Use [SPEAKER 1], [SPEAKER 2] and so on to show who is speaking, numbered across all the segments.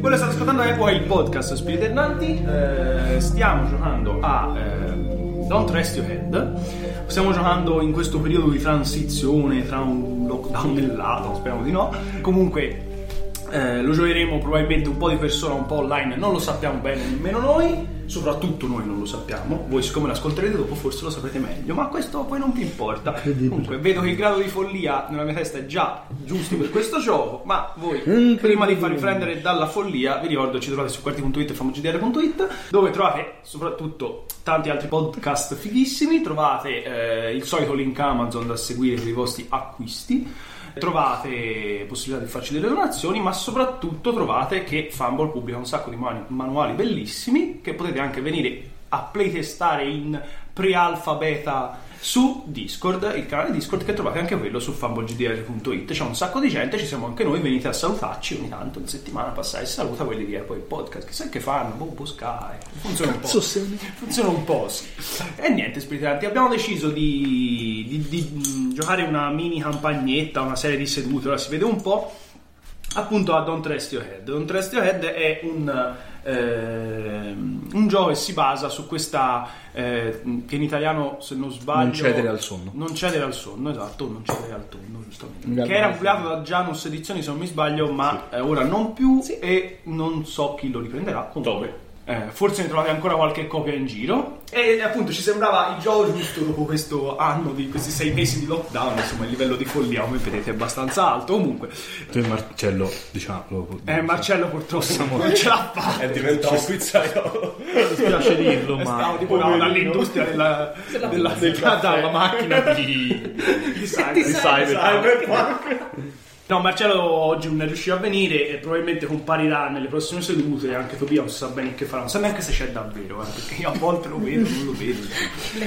[SPEAKER 1] Secondo me poi il podcast Spirit and Nanti eh, stiamo giocando a eh, Don't Rest Your Head. Stiamo giocando in questo periodo di transizione tra un lockdown e l'altro, speriamo di no. Comunque eh, lo giocheremo probabilmente un po' di persona, un po' online, non lo sappiamo bene nemmeno noi, soprattutto noi non lo sappiamo, voi siccome l'ascolterete dopo forse lo saprete meglio, ma questo poi non vi importa. Comunque vedo che il grado di follia nella mia testa è già giusto per questo gioco, ma voi prima di farvi prendere dalla follia vi ricordo ci trovate su quarti.it e famogdr.it dove trovate soprattutto tanti altri podcast fighissimi, trovate eh, il solito link Amazon da seguire per i vostri acquisti trovate possibilità di farci delle donazioni, ma soprattutto trovate che Fumble pubblica un sacco di manu- manuali bellissimi che potete anche venire a playtestare in pre-alfa beta su Discord, il canale Discord che trovate anche quello su fumblegdr.it. C'è un sacco di gente, ci siamo anche noi, venite a salutarci ogni tanto, in settimana passate e saluta quelli di Apple Podcast, chissà che fanno, boh, boh, Sky, funziona un po'. Funziona un po', sì. E niente, spiritanti, abbiamo deciso di, di- di, mh, giocare una mini campagnetta, una serie di sedute, ora si vede un po'. Appunto a Don't Rest Your Head. Don't Rest Your Head è un, ehm, un gioco che si basa su questa. eh, che in italiano, se non sbaglio.
[SPEAKER 2] Non cedere al sonno.
[SPEAKER 1] Non cedere al sonno, esatto, non cedere al tonno, giustamente.
[SPEAKER 2] Gallo
[SPEAKER 1] Che era
[SPEAKER 2] alla
[SPEAKER 1] ampliato da Janus Edizioni, se non mi sbaglio, ma eh, ora non più. E non so chi lo riprenderà. Comunque. eh, forse ne trovate ancora qualche copia in giro. E eh, appunto ci sembrava il gioco giusto dopo questo anno di questi sei mesi di lockdown. Insomma, il livello di follia, come vedete, è abbastanza alto. Comunque,
[SPEAKER 2] Tu e Marcello, diciamo, lo-
[SPEAKER 1] eh, Marcello purtroppo non ce l'ha fatta.
[SPEAKER 3] È diventato pizzaiolo.
[SPEAKER 2] mi piace dirlo,
[SPEAKER 1] Stavo tipo da- dall'industria della, della, della- dalla macchina di, di cyber- di cyber. No, Marcello oggi non è riuscito a venire e probabilmente comparirà nelle prossime sedute e anche Tobia non si sa bene che farà, non sa neanche se c'è davvero, eh, perché io a volte lo vedo, non lo vedo.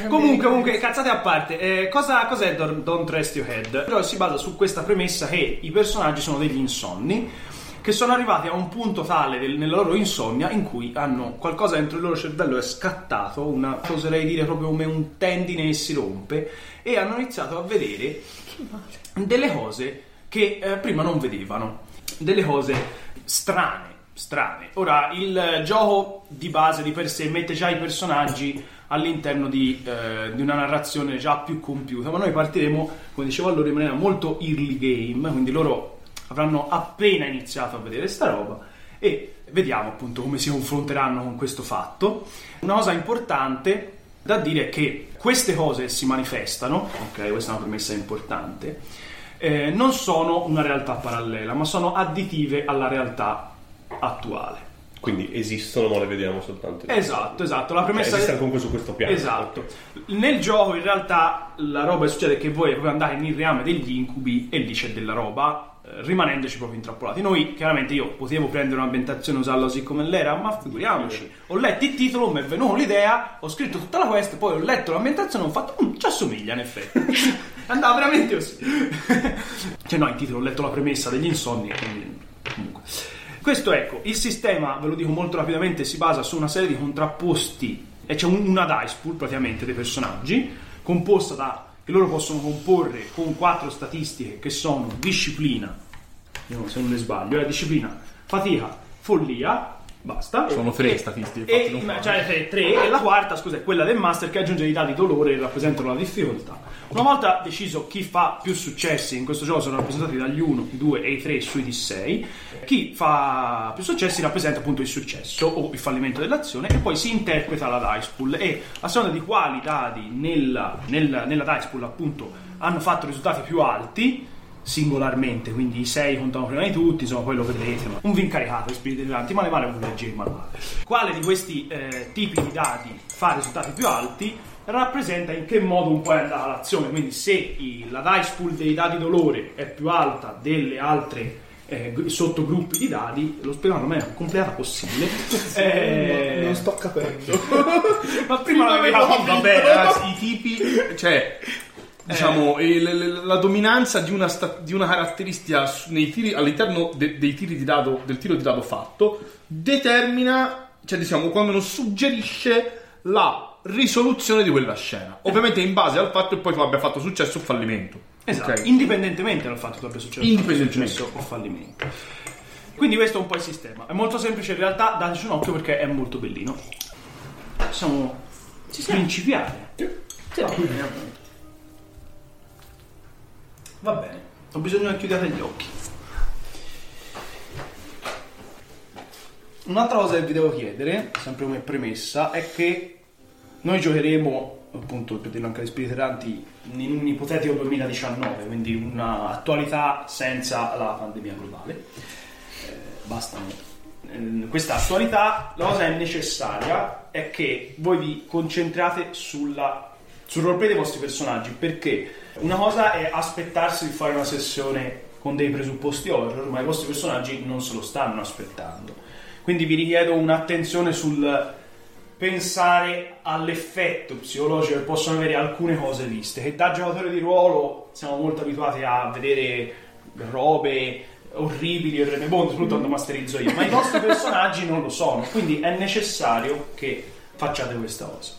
[SPEAKER 1] comunque, comunque, cazzate a parte, eh, cosa, cos'è Don- Don't Rest Your Head? Però si basa su questa premessa che i personaggi sono degli insonni che sono arrivati a un punto tale del- nella loro insonnia in cui hanno qualcosa dentro il loro cervello è scattato, una, oserei dire proprio come un tendine che si rompe, e hanno iniziato a vedere delle cose che eh, prima non vedevano, delle cose strane, strane. Ora, il eh, gioco di base di per sé mette già i personaggi all'interno di, eh, di una narrazione già più compiuta, ma noi partiremo, come dicevo allora, in maniera molto early game, quindi loro avranno appena iniziato a vedere sta roba e vediamo appunto come si confronteranno con questo fatto. Una cosa importante da dire è che queste cose si manifestano, ok, questa è una premessa importante, eh, non sono una realtà parallela, ma sono additive alla realtà attuale.
[SPEAKER 3] Quindi esistono, ma le vediamo soltanto.
[SPEAKER 1] Esatto, esatto, la
[SPEAKER 3] Cioè,
[SPEAKER 1] premessa...
[SPEAKER 3] esistono comunque su questo piano.
[SPEAKER 1] Esatto. Nel gioco in realtà la roba che succede è che voi proprio andate nel reame degli incubi e lì c'è della roba, eh, rimanendoci proprio intrappolati. Noi, chiaramente, io potevo prendere un'ambientazione e usarla così come l'era, ma figuriamoci. Ho letto il titolo, mi è venuta l'idea, ho scritto tutta la quest, poi ho letto l'ambientazione e ho fatto, "Mm, ci assomiglia in effetti. Andava veramente così. cioè no, il titolo, ho letto la premessa degli insonni e quindi comunque. Questo ecco, il sistema, ve lo dico molto rapidamente, si basa su una serie di contrapposti, e c'è un- una dice pool praticamente dei personaggi, composta da, che loro possono comporre con quattro statistiche che sono disciplina, no, se non ne sbaglio, è disciplina, fatica, follia, basta.
[SPEAKER 2] Sono tre statistiche,
[SPEAKER 1] E,
[SPEAKER 2] infatti non
[SPEAKER 1] ma-
[SPEAKER 2] fanno.
[SPEAKER 1] cioè, tre, tre, e la quarta, scusa, è quella del master che aggiunge i dati dolore e rappresentano la difficoltà. Una volta deciso chi fa più successi, in questo gioco sono rappresentati dagli 1, i 2 e i 3 sui D6, chi fa più successi rappresenta appunto il successo o il fallimento dell'azione e poi si interpreta la dice pool e a seconda di quali dadi nella, nella- nella dice pool appunto hanno fatto risultati più alti, singolarmente, quindi i 6 contano prima di tutti, insomma, poi lo vedrete. ma- Un vi incaricato, spiriti eleganti, ma le male voi leggere il manuale. Quale di questi eh, tipi di dadi fa risultati più alti rappresenta in che modo un po' è andata l'azione, quindi se i- la dice pool dei dadi dolore è più alta delle altre eh, gr- sottogruppi di dadi, lo spiegano non è completa possibile. Eh,
[SPEAKER 4] Non sto capendo.
[SPEAKER 1] ma prima Eh.
[SPEAKER 2] Vabbè,
[SPEAKER 1] l'avevamo
[SPEAKER 2] vabbè, vabbè, ragazzi, i tipi, cioè, diciamo, il- il- la dominanza di una, sta- di una caratteristica su- nei tiri- all'interno de- dei tiri di dado, del tiro di dado fatto determina, cioè, diciamo, quando non suggerisce la risoluzione di quella scena.
[SPEAKER 1] Eh.
[SPEAKER 2] Ovviamente in base al fatto che poi tu abbia fatto successo o fallimento.
[SPEAKER 1] Esatto,
[SPEAKER 2] Ok?
[SPEAKER 1] indipendentemente dal fatto che abbia successo
[SPEAKER 2] Indipendentemente.
[SPEAKER 1] successo o fallimento. Quindi questo è un po' il sistema. È molto semplice in realtà, dateci un occhio perché è molto bellino. Siamo principiali. Va bene. Ho bisogno che chiudiate gli occhi. Un'altra cosa che vi devo chiedere, sempre come premessa, è che noi giocheremo, appunto, per dirlo anche agli spiriteranti, in un ipotetico 2019, quindi una attualità senza la pandemia globale. Eh, bastano. Eh, Questa attualità, la cosa è necessaria è che voi vi concentrate sulla, sul roleplay dei vostri personaggi, perché una cosa è aspettarsi di fare una sessione con dei presupposti horror, ma i vostri personaggi non se lo stanno aspettando. Quindi vi richiedo un'attenzione sul pensare all'effetto psicologico che possono avere alcune cose viste. Che da giocatore di ruolo siamo molto abituati a vedere robe orribili e remebondi, soprattutto quando masterizzo io, ma i nostri personaggi non lo sono. Quindi è necessario che facciate questa cosa.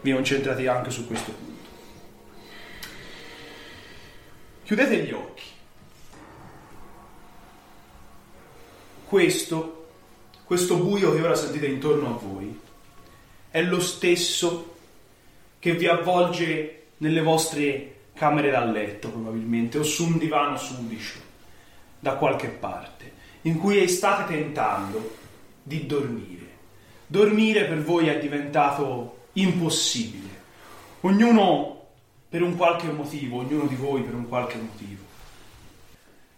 [SPEAKER 1] Vi concentrate anche su questo punto. Chiudete gli occhi. Questo, questo buio che ora sentite intorno a voi, è lo stesso che vi avvolge nelle vostre camere da letto, probabilmente, o su un divano sudicio, da qualche parte, in cui state tentando di dormire. Dormire per voi è diventato impossibile. Ognuno per un qualche motivo, ognuno di voi per un qualche motivo.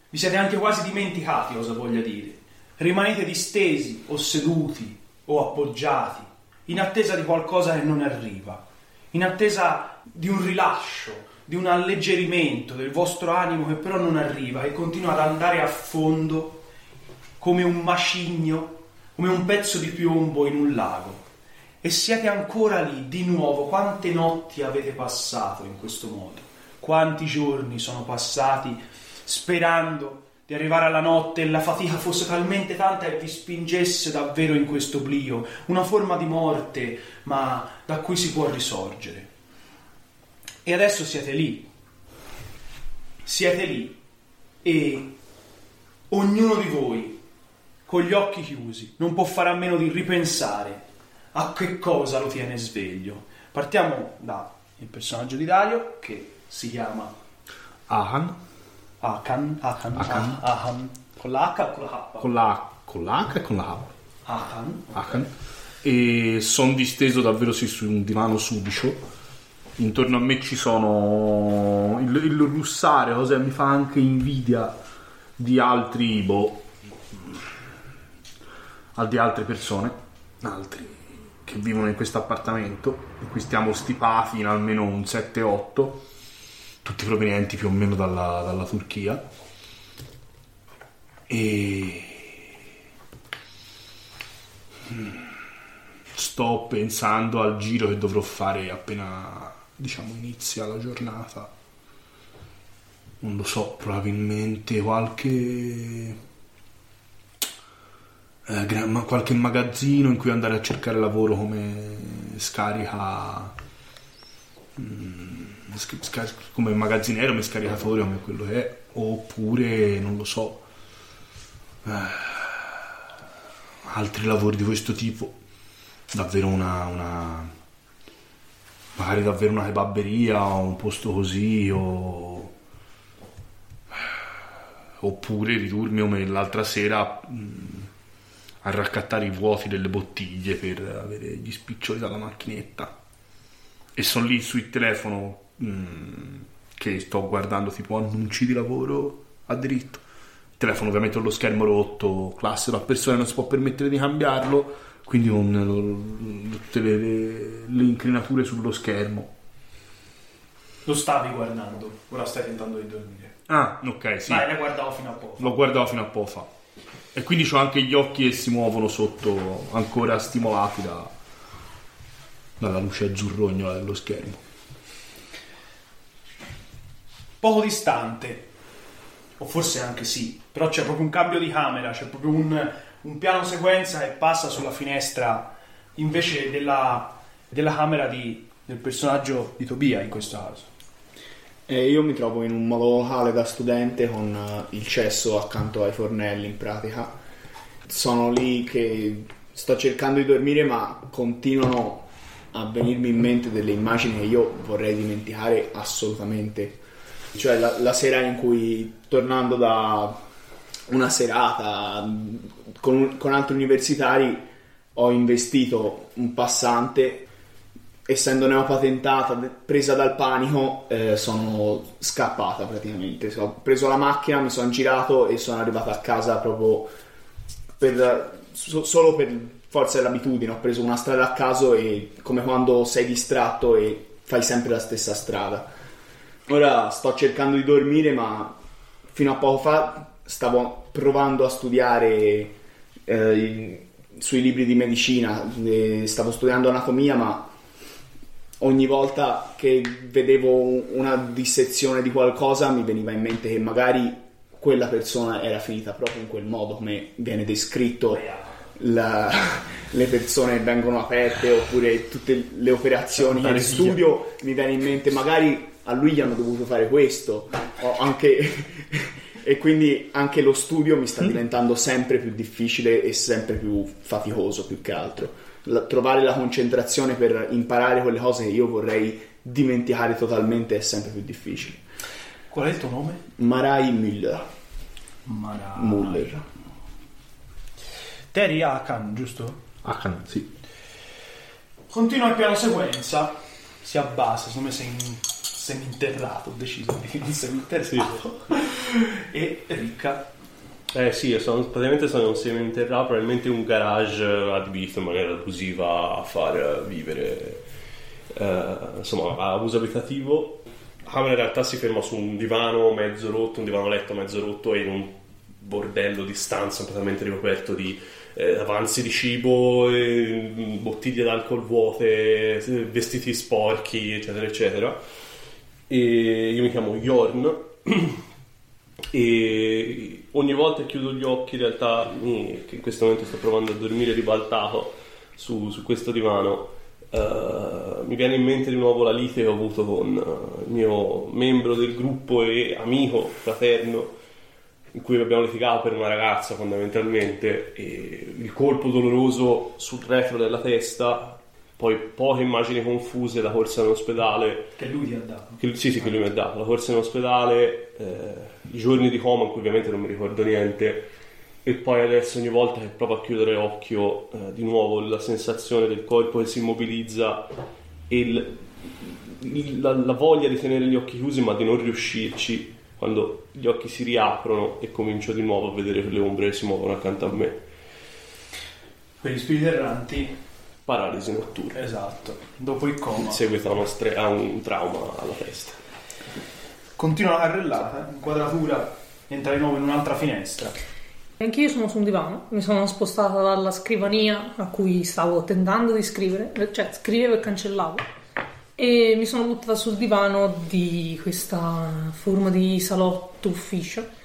[SPEAKER 1] Vi siete anche quasi dimenticati cosa voglia dire. Rimanete distesi o seduti o appoggiati, in attesa di qualcosa che non arriva, in attesa di un rilascio, di un alleggerimento del vostro animo che però non arriva e continua ad andare a fondo come un macigno, come un pezzo di piombo in un lago. E siete ancora lì di nuovo. Quante notti avete passato in questo modo? Quanti giorni sono passati sperando di arrivare alla notte e la fatica fosse talmente tanta che vi spingesse davvero in questo oblio, una forma di morte, ma da cui si può risorgere. E adesso siete lì. Siete lì e ognuno di voi con gli occhi chiusi, non può fare a meno di ripensare a che cosa lo tiene sveglio. Partiamo dal personaggio di Dario che si chiama
[SPEAKER 2] Ahan
[SPEAKER 1] Akan, Akan,
[SPEAKER 2] Akan.
[SPEAKER 1] Ah- Ahan, con la H o con la K?
[SPEAKER 2] con la, con la H e con la A.
[SPEAKER 1] Akan.
[SPEAKER 2] Akan. E sono disteso davvero sì, su un divano sudicio. Intorno a me ci sono il, il russare, cosa che mi fa anche invidia di altri, boh, al di altre persone, altri che vivono in questo appartamento, in cui stiamo stipati in almeno un 7-8, tutti provenienti più o meno dalla- dalla Turchia. E sto pensando al giro che dovrò fare appena diciamo inizia la giornata non lo so probabilmente qualche eh, gra- ma- qualche magazzino in cui andare a cercare lavoro come scarica mm, sc- sca- come magazziniero come scaricatore come quello che è oppure non lo so eh, altri lavori di questo tipo davvero una, una- magari davvero una kebabberia o un posto così o oppure ridurmi come l'altra sera mh, a raccattare i vuoti delle bottiglie per avere gli spiccioli dalla macchinetta e sono lì sul telefono mh, che sto guardando tipo annunci di lavoro a diritto il telefono ovviamente con lo schermo rotto classico la persona non si può permettere di cambiarlo quindi con lo- tutte le, le- le inclinature sullo schermo
[SPEAKER 1] Lo stavi guardando, ora stai tentando di dormire.
[SPEAKER 2] ah ok sì
[SPEAKER 1] Vai, la guardavo fino a poco.
[SPEAKER 2] l'ho guardato fino a poco fa e quindi ho anche gli occhi che si muovono sotto ancora stimolati da- dalla luce azzurrognola dello schermo
[SPEAKER 1] poco distante, o forse anche sì, però c'è proprio un cambio di camera, c'è proprio un, un piano sequenza che passa sulla finestra invece della, della camera di- del personaggio di Tobia in questo caso.
[SPEAKER 4] E io mi trovo in un monolocale da studente con eh, il cesso accanto ai fornelli in pratica sono lì che sto cercando di dormire ma continuano a venirmi in mente delle immagini che io vorrei dimenticare assolutamente. Cioè la, la sera in cui tornando da una serata mh, con, un- con altri universitari ho investito un passante essendo neopatentata, de- presa dal panico, eh, sono scappata praticamente. So- ho preso la macchina, mi sono girato e sono arrivata a casa proprio per- so- solo per forza dell'abitudine. Ho preso una strada a caso e come quando sei distratto e fai sempre la stessa strada. Ora sto cercando di dormire, ma fino a poco fa stavo provando a studiare eh, i- sui libri di medicina, eh, stavo studiando anatomia, ma ogni volta che vedevo una dissezione di qualcosa mi veniva in mente che magari quella persona era finita proprio in quel modo come viene descritto la- le persone che vengono aperte oppure tutte le operazioni che studio mi viene in mente magari a lui gli hanno dovuto fare questo o anche- e quindi anche lo studio mi sta diventando sempre più difficile e sempre più faticoso più che altro la- trovare la concentrazione per imparare quelle cose che io vorrei dimenticare totalmente è sempre più difficile.
[SPEAKER 1] Qual è il tuo nome?
[SPEAKER 4] Marai Müller, Muller.
[SPEAKER 1] Terry Akan, giusto?
[SPEAKER 2] Hakan, sì.
[SPEAKER 1] Continua il piano sequenza, si abbassa, secondo me sei in- seminterrato, ho deciso di non seminterrato. e ricca.
[SPEAKER 3] Eh sì, io sono, praticamente sono in un seminterrato, probabilmente un garage eh, adibito in maniera abusiva a far eh, vivere, eh, insomma, a uso abitativo. Hammer in realtà si ferma su un divano mezzo rotto, un divano letto mezzo rotto e in un bordello di stanza completamente ricoperto di eh, avanzi di cibo, eh, bottiglie d'alcol vuote, eh, vestiti sporchi, eccetera, eccetera. E io mi chiamo Jorn e ogni volta che chiudo gli occhi in realtà mi- che in questo momento sto provando a dormire ribaltato su, su questo divano eh, mi viene in mente di nuovo la lite che ho avuto con eh, il mio membro del gruppo e amico fraterno in cui abbiamo litigato per una ragazza fondamentalmente e il colpo doloroso sul retro della testa poi poche immagini confuse la corsa all'ospedale
[SPEAKER 1] Che lui ti ha dato.
[SPEAKER 3] che, sì, sì, che lui mi ha dato la corsa in ospedale, eh, i giorni di coma in cui ovviamente non mi ricordo niente, e poi adesso ogni volta che provo a chiudere occhio, eh, di nuovo la sensazione del corpo che si immobilizza e il- il- la, la voglia di tenere gli occhi chiusi ma di non riuscirci quando gli occhi si riaprono e comincio di nuovo a vedere le ombre che si muovono accanto a me.
[SPEAKER 1] Per gli spiriti erranti,
[SPEAKER 3] Paralisi notturna,
[SPEAKER 1] esatto, dopo il
[SPEAKER 3] in
[SPEAKER 1] coma.
[SPEAKER 3] seguito a, uno stre- a un trauma alla testa.
[SPEAKER 1] Continua la carrellata, inquadratura, entra di nuovo in un'altra finestra.
[SPEAKER 5] Anch'io sono su un divano, mi sono spostata dalla scrivania a cui stavo tentando di scrivere, cioè scrivevo e cancellavo, e mi sono buttata sul divano di questa forma di salotto ufficio.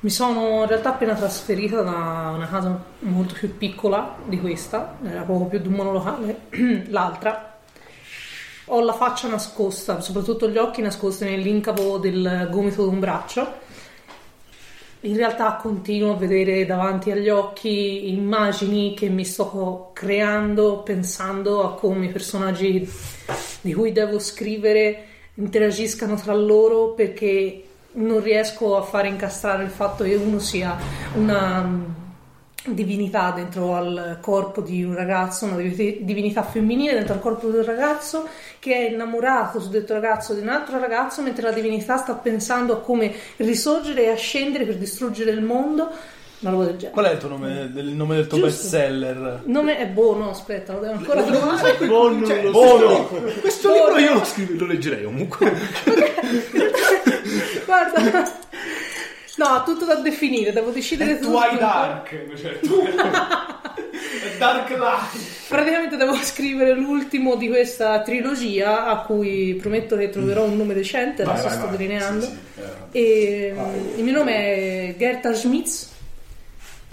[SPEAKER 5] Mi sono in realtà appena trasferita da una casa molto più piccola di questa, era poco più di un monolocale, l'altra. Ho la faccia nascosta, soprattutto gli occhi nascosti nell'incavo del gomito di un braccio. In realtà continuo a vedere davanti agli occhi immagini che mi sto creando pensando a come i personaggi di cui devo scrivere interagiscano tra loro perché non riesco a fare incastrare il fatto che uno sia una mm, divinità dentro al corpo di un ragazzo, una divi- divinità femminile dentro al corpo di un ragazzo che è innamorato su detto ragazzo di un altro ragazzo, mentre la divinità sta pensando a come risorgere e ascendere per distruggere il mondo, una roba del genere.
[SPEAKER 6] Qual è il tuo nome, del- il nome del tuo
[SPEAKER 5] Giusto.
[SPEAKER 6] best seller?
[SPEAKER 5] Non è buono, aspetta, lo devo ancora trovare.
[SPEAKER 2] Buono,
[SPEAKER 4] cioè,
[SPEAKER 2] buono. Questo
[SPEAKER 5] Buono.
[SPEAKER 2] libro io lo, scrivo, lo leggerei comunque.
[SPEAKER 5] Guarda. No, tutto da definire, devo decidere tutto.
[SPEAKER 1] Twi Dark, certo. Dark Light.
[SPEAKER 5] Praticamente devo scrivere l'ultimo di questa trilogia a cui prometto che troverò un nome decente, adesso sto delineando.
[SPEAKER 1] eh.
[SPEAKER 5] E, mm, il mio nome è Gerta Schmitz.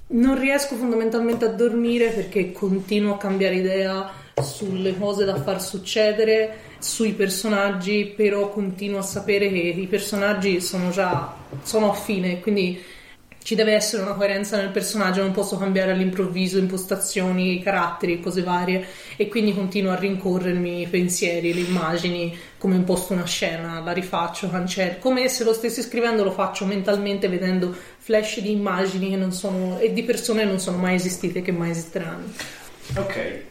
[SPEAKER 5] Non riesco fondamentalmente a dormire perché continuo a cambiare idea sulle cose da far succedere, sui personaggi, però continuo a sapere che i personaggi sono già sono a fine, quindi ci deve essere una coerenza nel personaggio, non posso cambiare all'improvviso impostazioni, caratteri e cose varie e quindi continuo a rincorrermi i pensieri, le immagini, come imposto una scena, la rifaccio, cancello, come se lo stessi scrivendo lo faccio mentalmente vedendo flash di immagini che non sono, e di persone che non sono mai esistite, che mai esisteranno.
[SPEAKER 1] Ok.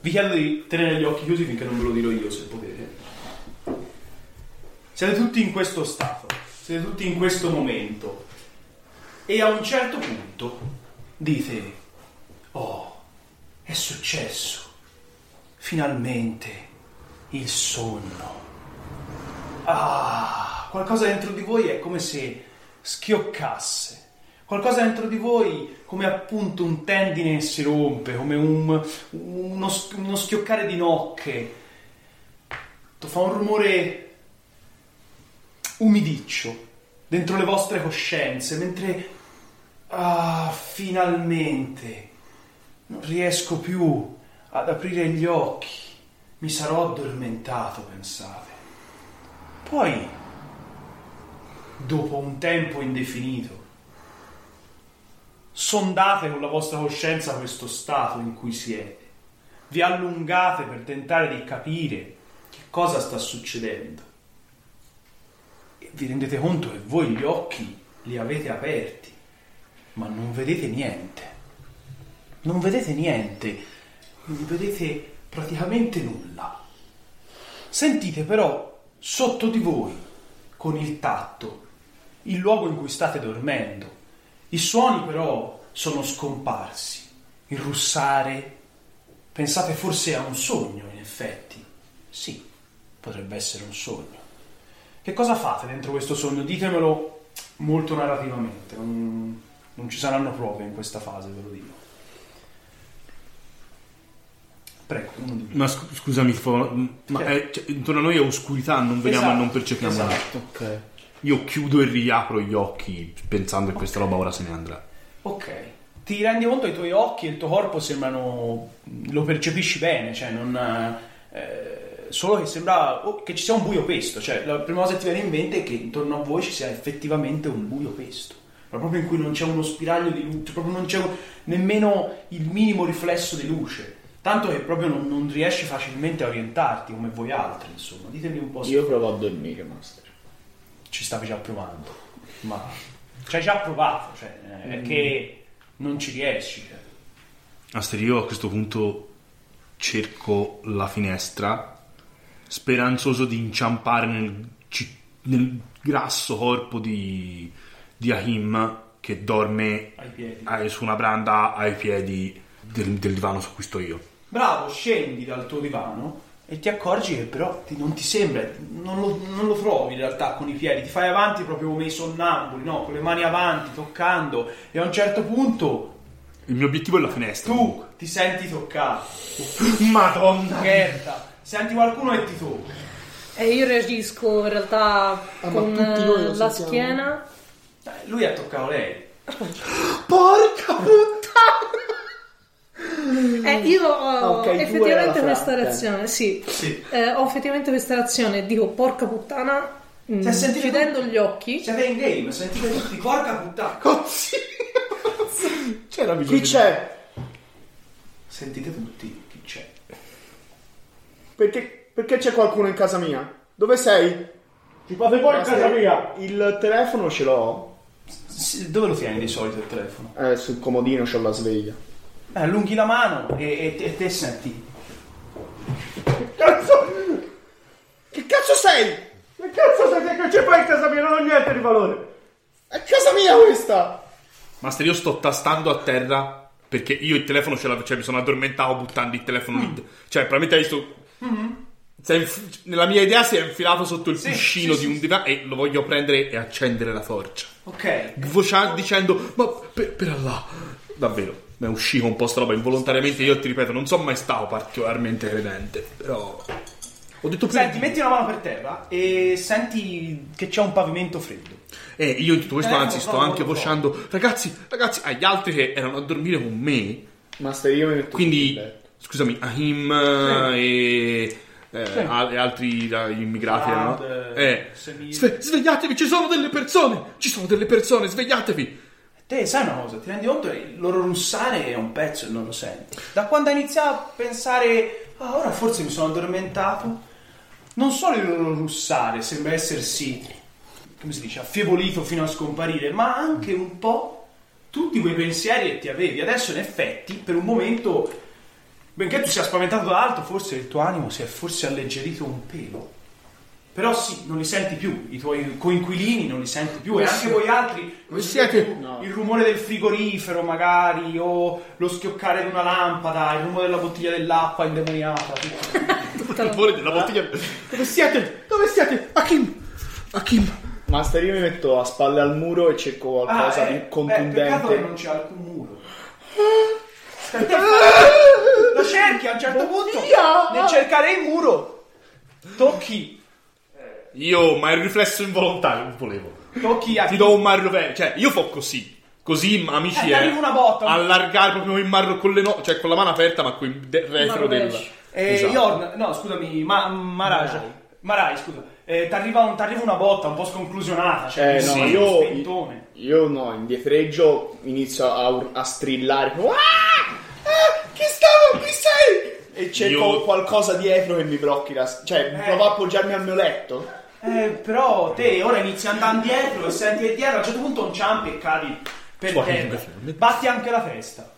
[SPEAKER 1] Vi chiedo di tenere gli occhi chiusi finché non ve lo dirò io, se potete. Siete tutti in questo stato, siete tutti in questo momento. E a un certo punto dite, oh, è successo. Finalmente il sonno. Ah, qualcosa dentro di voi è come se schioccasse. Qualcosa dentro di voi, come appunto un tendine si rompe, come un- uno, sch- uno schioccare di nocche. Fa un rumore umidiccio dentro le vostre coscienze, mentre... Ah, finalmente! Non riesco più ad aprire gli occhi. Mi sarò addormentato, pensate. Poi, dopo un tempo indefinito, sondate con la vostra coscienza questo stato in cui siete. Vi allungate per tentare di capire che cosa sta succedendo. E vi rendete conto che voi gli occhi li avete aperti, ma non vedete niente. Non vedete niente, non vedete praticamente nulla. Sentite però sotto di voi, con il tatto, il luogo in cui state dormendo. I suoni però sono scomparsi, il russare. Pensate forse a un sogno, in effetti. Sì, potrebbe essere un sogno. Che cosa fate dentro questo sogno? Ditemelo molto narrativamente, non, non ci saranno prove in questa fase, ve lo dico. Prego, uno di voi.
[SPEAKER 2] Ma scu- scusami, fo- ma è- cioè, intorno a noi è oscurità, non vediamo
[SPEAKER 1] Esatto,
[SPEAKER 2] e non percepiamo
[SPEAKER 1] esatto.
[SPEAKER 2] nulla.
[SPEAKER 4] Ok.
[SPEAKER 2] Io chiudo e riapro gli occhi pensando che questa roba ora se ne andrà.
[SPEAKER 1] Ok. Ti rendi conto che i tuoi occhi e il tuo corpo sembrano. lo percepisci bene, cioè non. eh, solo che sembra oh, che ci sia un buio pesto, cioè la prima cosa che ti viene in mente è che intorno a voi ci sia effettivamente un buio pesto, ma proprio in cui non c'è uno spiraglio di luce, proprio non c'è un- nemmeno il minimo riflesso di luce, tanto che proprio non, non riesci facilmente a orientarti come voi altri, insomma, ditemi un po' se
[SPEAKER 4] Io provo a dormire, master.
[SPEAKER 1] ci stavi già provando, ma ci hai già provato, cioè, eh, è che non ci riesci. cioè.
[SPEAKER 2] Aster, io a questo punto cerco la finestra, speranzoso di inciampare nel, ci- nel grasso corpo di, di Ahim che dorme
[SPEAKER 1] ai piedi.
[SPEAKER 2] ai- su una branda ai piedi del, del divano su cui sto io.
[SPEAKER 1] Bravo, scendi dal tuo divano e ti accorgi che però ti- non ti sembra, non lo, non lo trovi in realtà con i piedi, ti fai avanti proprio come i sonnambuli, no? Con le mani avanti, toccando e a un certo punto
[SPEAKER 2] Il mio obiettivo è la finestra.
[SPEAKER 1] tu ti senti toccato.
[SPEAKER 2] Madonna!
[SPEAKER 1] Gerda, senti qualcuno e ti tocca.
[SPEAKER 5] E io reagisco in realtà
[SPEAKER 7] Ah, ma
[SPEAKER 5] con
[SPEAKER 7] tutti noi lo
[SPEAKER 5] eh,
[SPEAKER 7] sentiamo.
[SPEAKER 5] la schiena.
[SPEAKER 1] Eh, Lui ha toccato lei.
[SPEAKER 2] Porca
[SPEAKER 5] Eh, io
[SPEAKER 7] Ah,
[SPEAKER 5] ho
[SPEAKER 7] ok, tu e la
[SPEAKER 5] effettivamente questa
[SPEAKER 7] frate.
[SPEAKER 5] reazione, sì.
[SPEAKER 1] Sì.
[SPEAKER 5] Eh, ho effettivamente questa reazione e dico porca puttana, mm,
[SPEAKER 1] Cioè, sentite-
[SPEAKER 5] chiudendo gli occhi.
[SPEAKER 1] Siete in game, sentite tutti, porca puttana.
[SPEAKER 2] C'era
[SPEAKER 7] Chi c'è?
[SPEAKER 1] Sentite tutti chi c'è.
[SPEAKER 7] Perché, perché c'è qualcuno in casa mia? Dove sei?
[SPEAKER 4] Ti fate fuori
[SPEAKER 7] Master, Il telefono ce l'ho?
[SPEAKER 1] S- Dove lo tieni di solito il telefono?
[SPEAKER 7] Eh, sul comodino c'ho la sveglia.
[SPEAKER 1] Eh, allunghi la mano e, e- e te senti.
[SPEAKER 7] Cazzo! Che cazzo sei?
[SPEAKER 4] Che cazzo stai che ci fai in casa mia? Non ho niente di valore.
[SPEAKER 7] È casa mia questa!
[SPEAKER 2] Master, io sto tastando a terra perché io il telefono ce l'avevo, cioè mi sono addormentato buttando il
[SPEAKER 1] Mm.
[SPEAKER 2] telefono lì. Cioè, probabilmente hai visto.
[SPEAKER 1] Mm-hmm.
[SPEAKER 2] Si è inf- nella mia idea si è infilato sotto il cuscino di un divano e lo voglio prendere e accendere la torcia.
[SPEAKER 1] Ok.
[SPEAKER 2] Vocia- dicendo, ma per, per Allah. Davvero, mi è uscito un po' sta roba involontariamente. Io ti ripeto, non sono mai stato particolarmente credente, però. Ho detto prima.
[SPEAKER 1] Senti, metti una mano per terra e senti che c'è un pavimento freddo.
[SPEAKER 2] E io in tutto questo,
[SPEAKER 1] Eh,
[SPEAKER 2] anzi,
[SPEAKER 1] no,
[SPEAKER 2] sto
[SPEAKER 1] no,
[SPEAKER 2] anche
[SPEAKER 1] no, no.
[SPEAKER 2] vociando, ragazzi, ragazzi, agli altri che erano a dormire con me.
[SPEAKER 7] Master, io mi metto sul
[SPEAKER 2] Quindi,
[SPEAKER 7] letto.
[SPEAKER 2] scusami, Ahim eh, e eh, al- e altri da- immigrati.
[SPEAKER 1] Cloud,
[SPEAKER 2] erano-
[SPEAKER 1] eh,
[SPEAKER 2] eh.
[SPEAKER 1] semi-
[SPEAKER 2] Sve- svegliatevi, ci sono delle persone! Ci sono delle persone, svegliatevi!
[SPEAKER 1] Te sai una cosa, ti rendi conto che il loro russare è un pezzo e non lo senti. Da quando hai iniziato a pensare, ah, ora forse mi sono addormentato, non solo il loro russare sembra essersi, come si dice, affievolito fino a scomparire, ma anche un po' tutti quei pensieri che ti avevi. Adesso in effetti, per un momento, benché tu sia spaventato da altro, forse il tuo animo si è forse alleggerito un pelo. Però sì, non li senti più, i tuoi coinquilini non li senti più e anche voi altri
[SPEAKER 2] Voi siete-
[SPEAKER 1] il rumore del frigorifero magari o lo schioccare di una lampada, il rumore della bottiglia dell'acqua indemoniata. tutto.
[SPEAKER 2] Il rumore
[SPEAKER 1] Ah.
[SPEAKER 2] della bottiglia. Dove siete? Dove siete? Akim! Akim!
[SPEAKER 4] Master, io mi metto a spalle al muro e cerco qualcosa
[SPEAKER 1] eh,
[SPEAKER 4] di
[SPEAKER 1] eh, peccato che non
[SPEAKER 4] contundente.
[SPEAKER 1] c'è alcun muro. lo cerchi a un certo punto, nel cercare il muro tocchi,
[SPEAKER 2] Io, ma è un riflesso involontario, non volevo.
[SPEAKER 1] tocchi a
[SPEAKER 2] Ti do un Mario Pen- cioè io fo così. Così, amici,
[SPEAKER 1] Eh, ti arriva una botta.
[SPEAKER 2] allargare proprio in marro con le no, cioè con la mano aperta, ma con il de- retro del
[SPEAKER 5] rovescio.
[SPEAKER 1] Eh,
[SPEAKER 2] Esatto.
[SPEAKER 1] Jorn, no, scusami, ma, Maraj. Marai, scusa. Eh, t'arriva un- t'arriva una botta un po' sconclusionata, cioè,
[SPEAKER 4] Eh,
[SPEAKER 1] un
[SPEAKER 4] no, io-
[SPEAKER 1] spintone.
[SPEAKER 4] Io no, indietreggio, inizio a, ur- a strillare. tipo, Ah! Ah! Chi stavo? Chi sei? E cerco
[SPEAKER 2] Io-
[SPEAKER 4] qualcosa dietro che mi blocchi la... s- Cioè, provo a appoggiarmi al mio letto.
[SPEAKER 1] Eh, però te ora inizi ad andare indietro e senti che dietro, a un certo punto inciampi e cadi per
[SPEAKER 2] Suoni
[SPEAKER 1] terra.
[SPEAKER 2] come-
[SPEAKER 1] Batti anche la testa.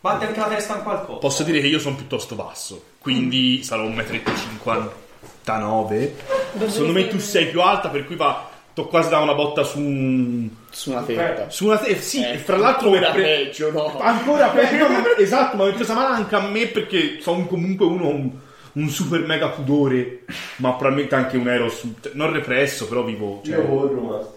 [SPEAKER 1] Batti anche la testa in qualcosa.
[SPEAKER 2] Posso dire che io sono piuttosto basso,
[SPEAKER 1] Mm.
[SPEAKER 2] quindi sarò 1,59 m. Secondo me tu sei più alta, per cui va. T'ho quasi da una botta su, un-
[SPEAKER 4] Su una testa.
[SPEAKER 2] su una te- Sì,
[SPEAKER 1] Eh,
[SPEAKER 2] e fra l'altro.
[SPEAKER 4] Era
[SPEAKER 2] pre-
[SPEAKER 4] Eh,
[SPEAKER 2] Ah.
[SPEAKER 4] peggio, no?
[SPEAKER 2] Ancora peggio, ma- esatto, ma ho presa male anche a me perché sono comunque uno un, un super mega pudore, ma probabilmente anche un ero su- non represso, però vivo cioè,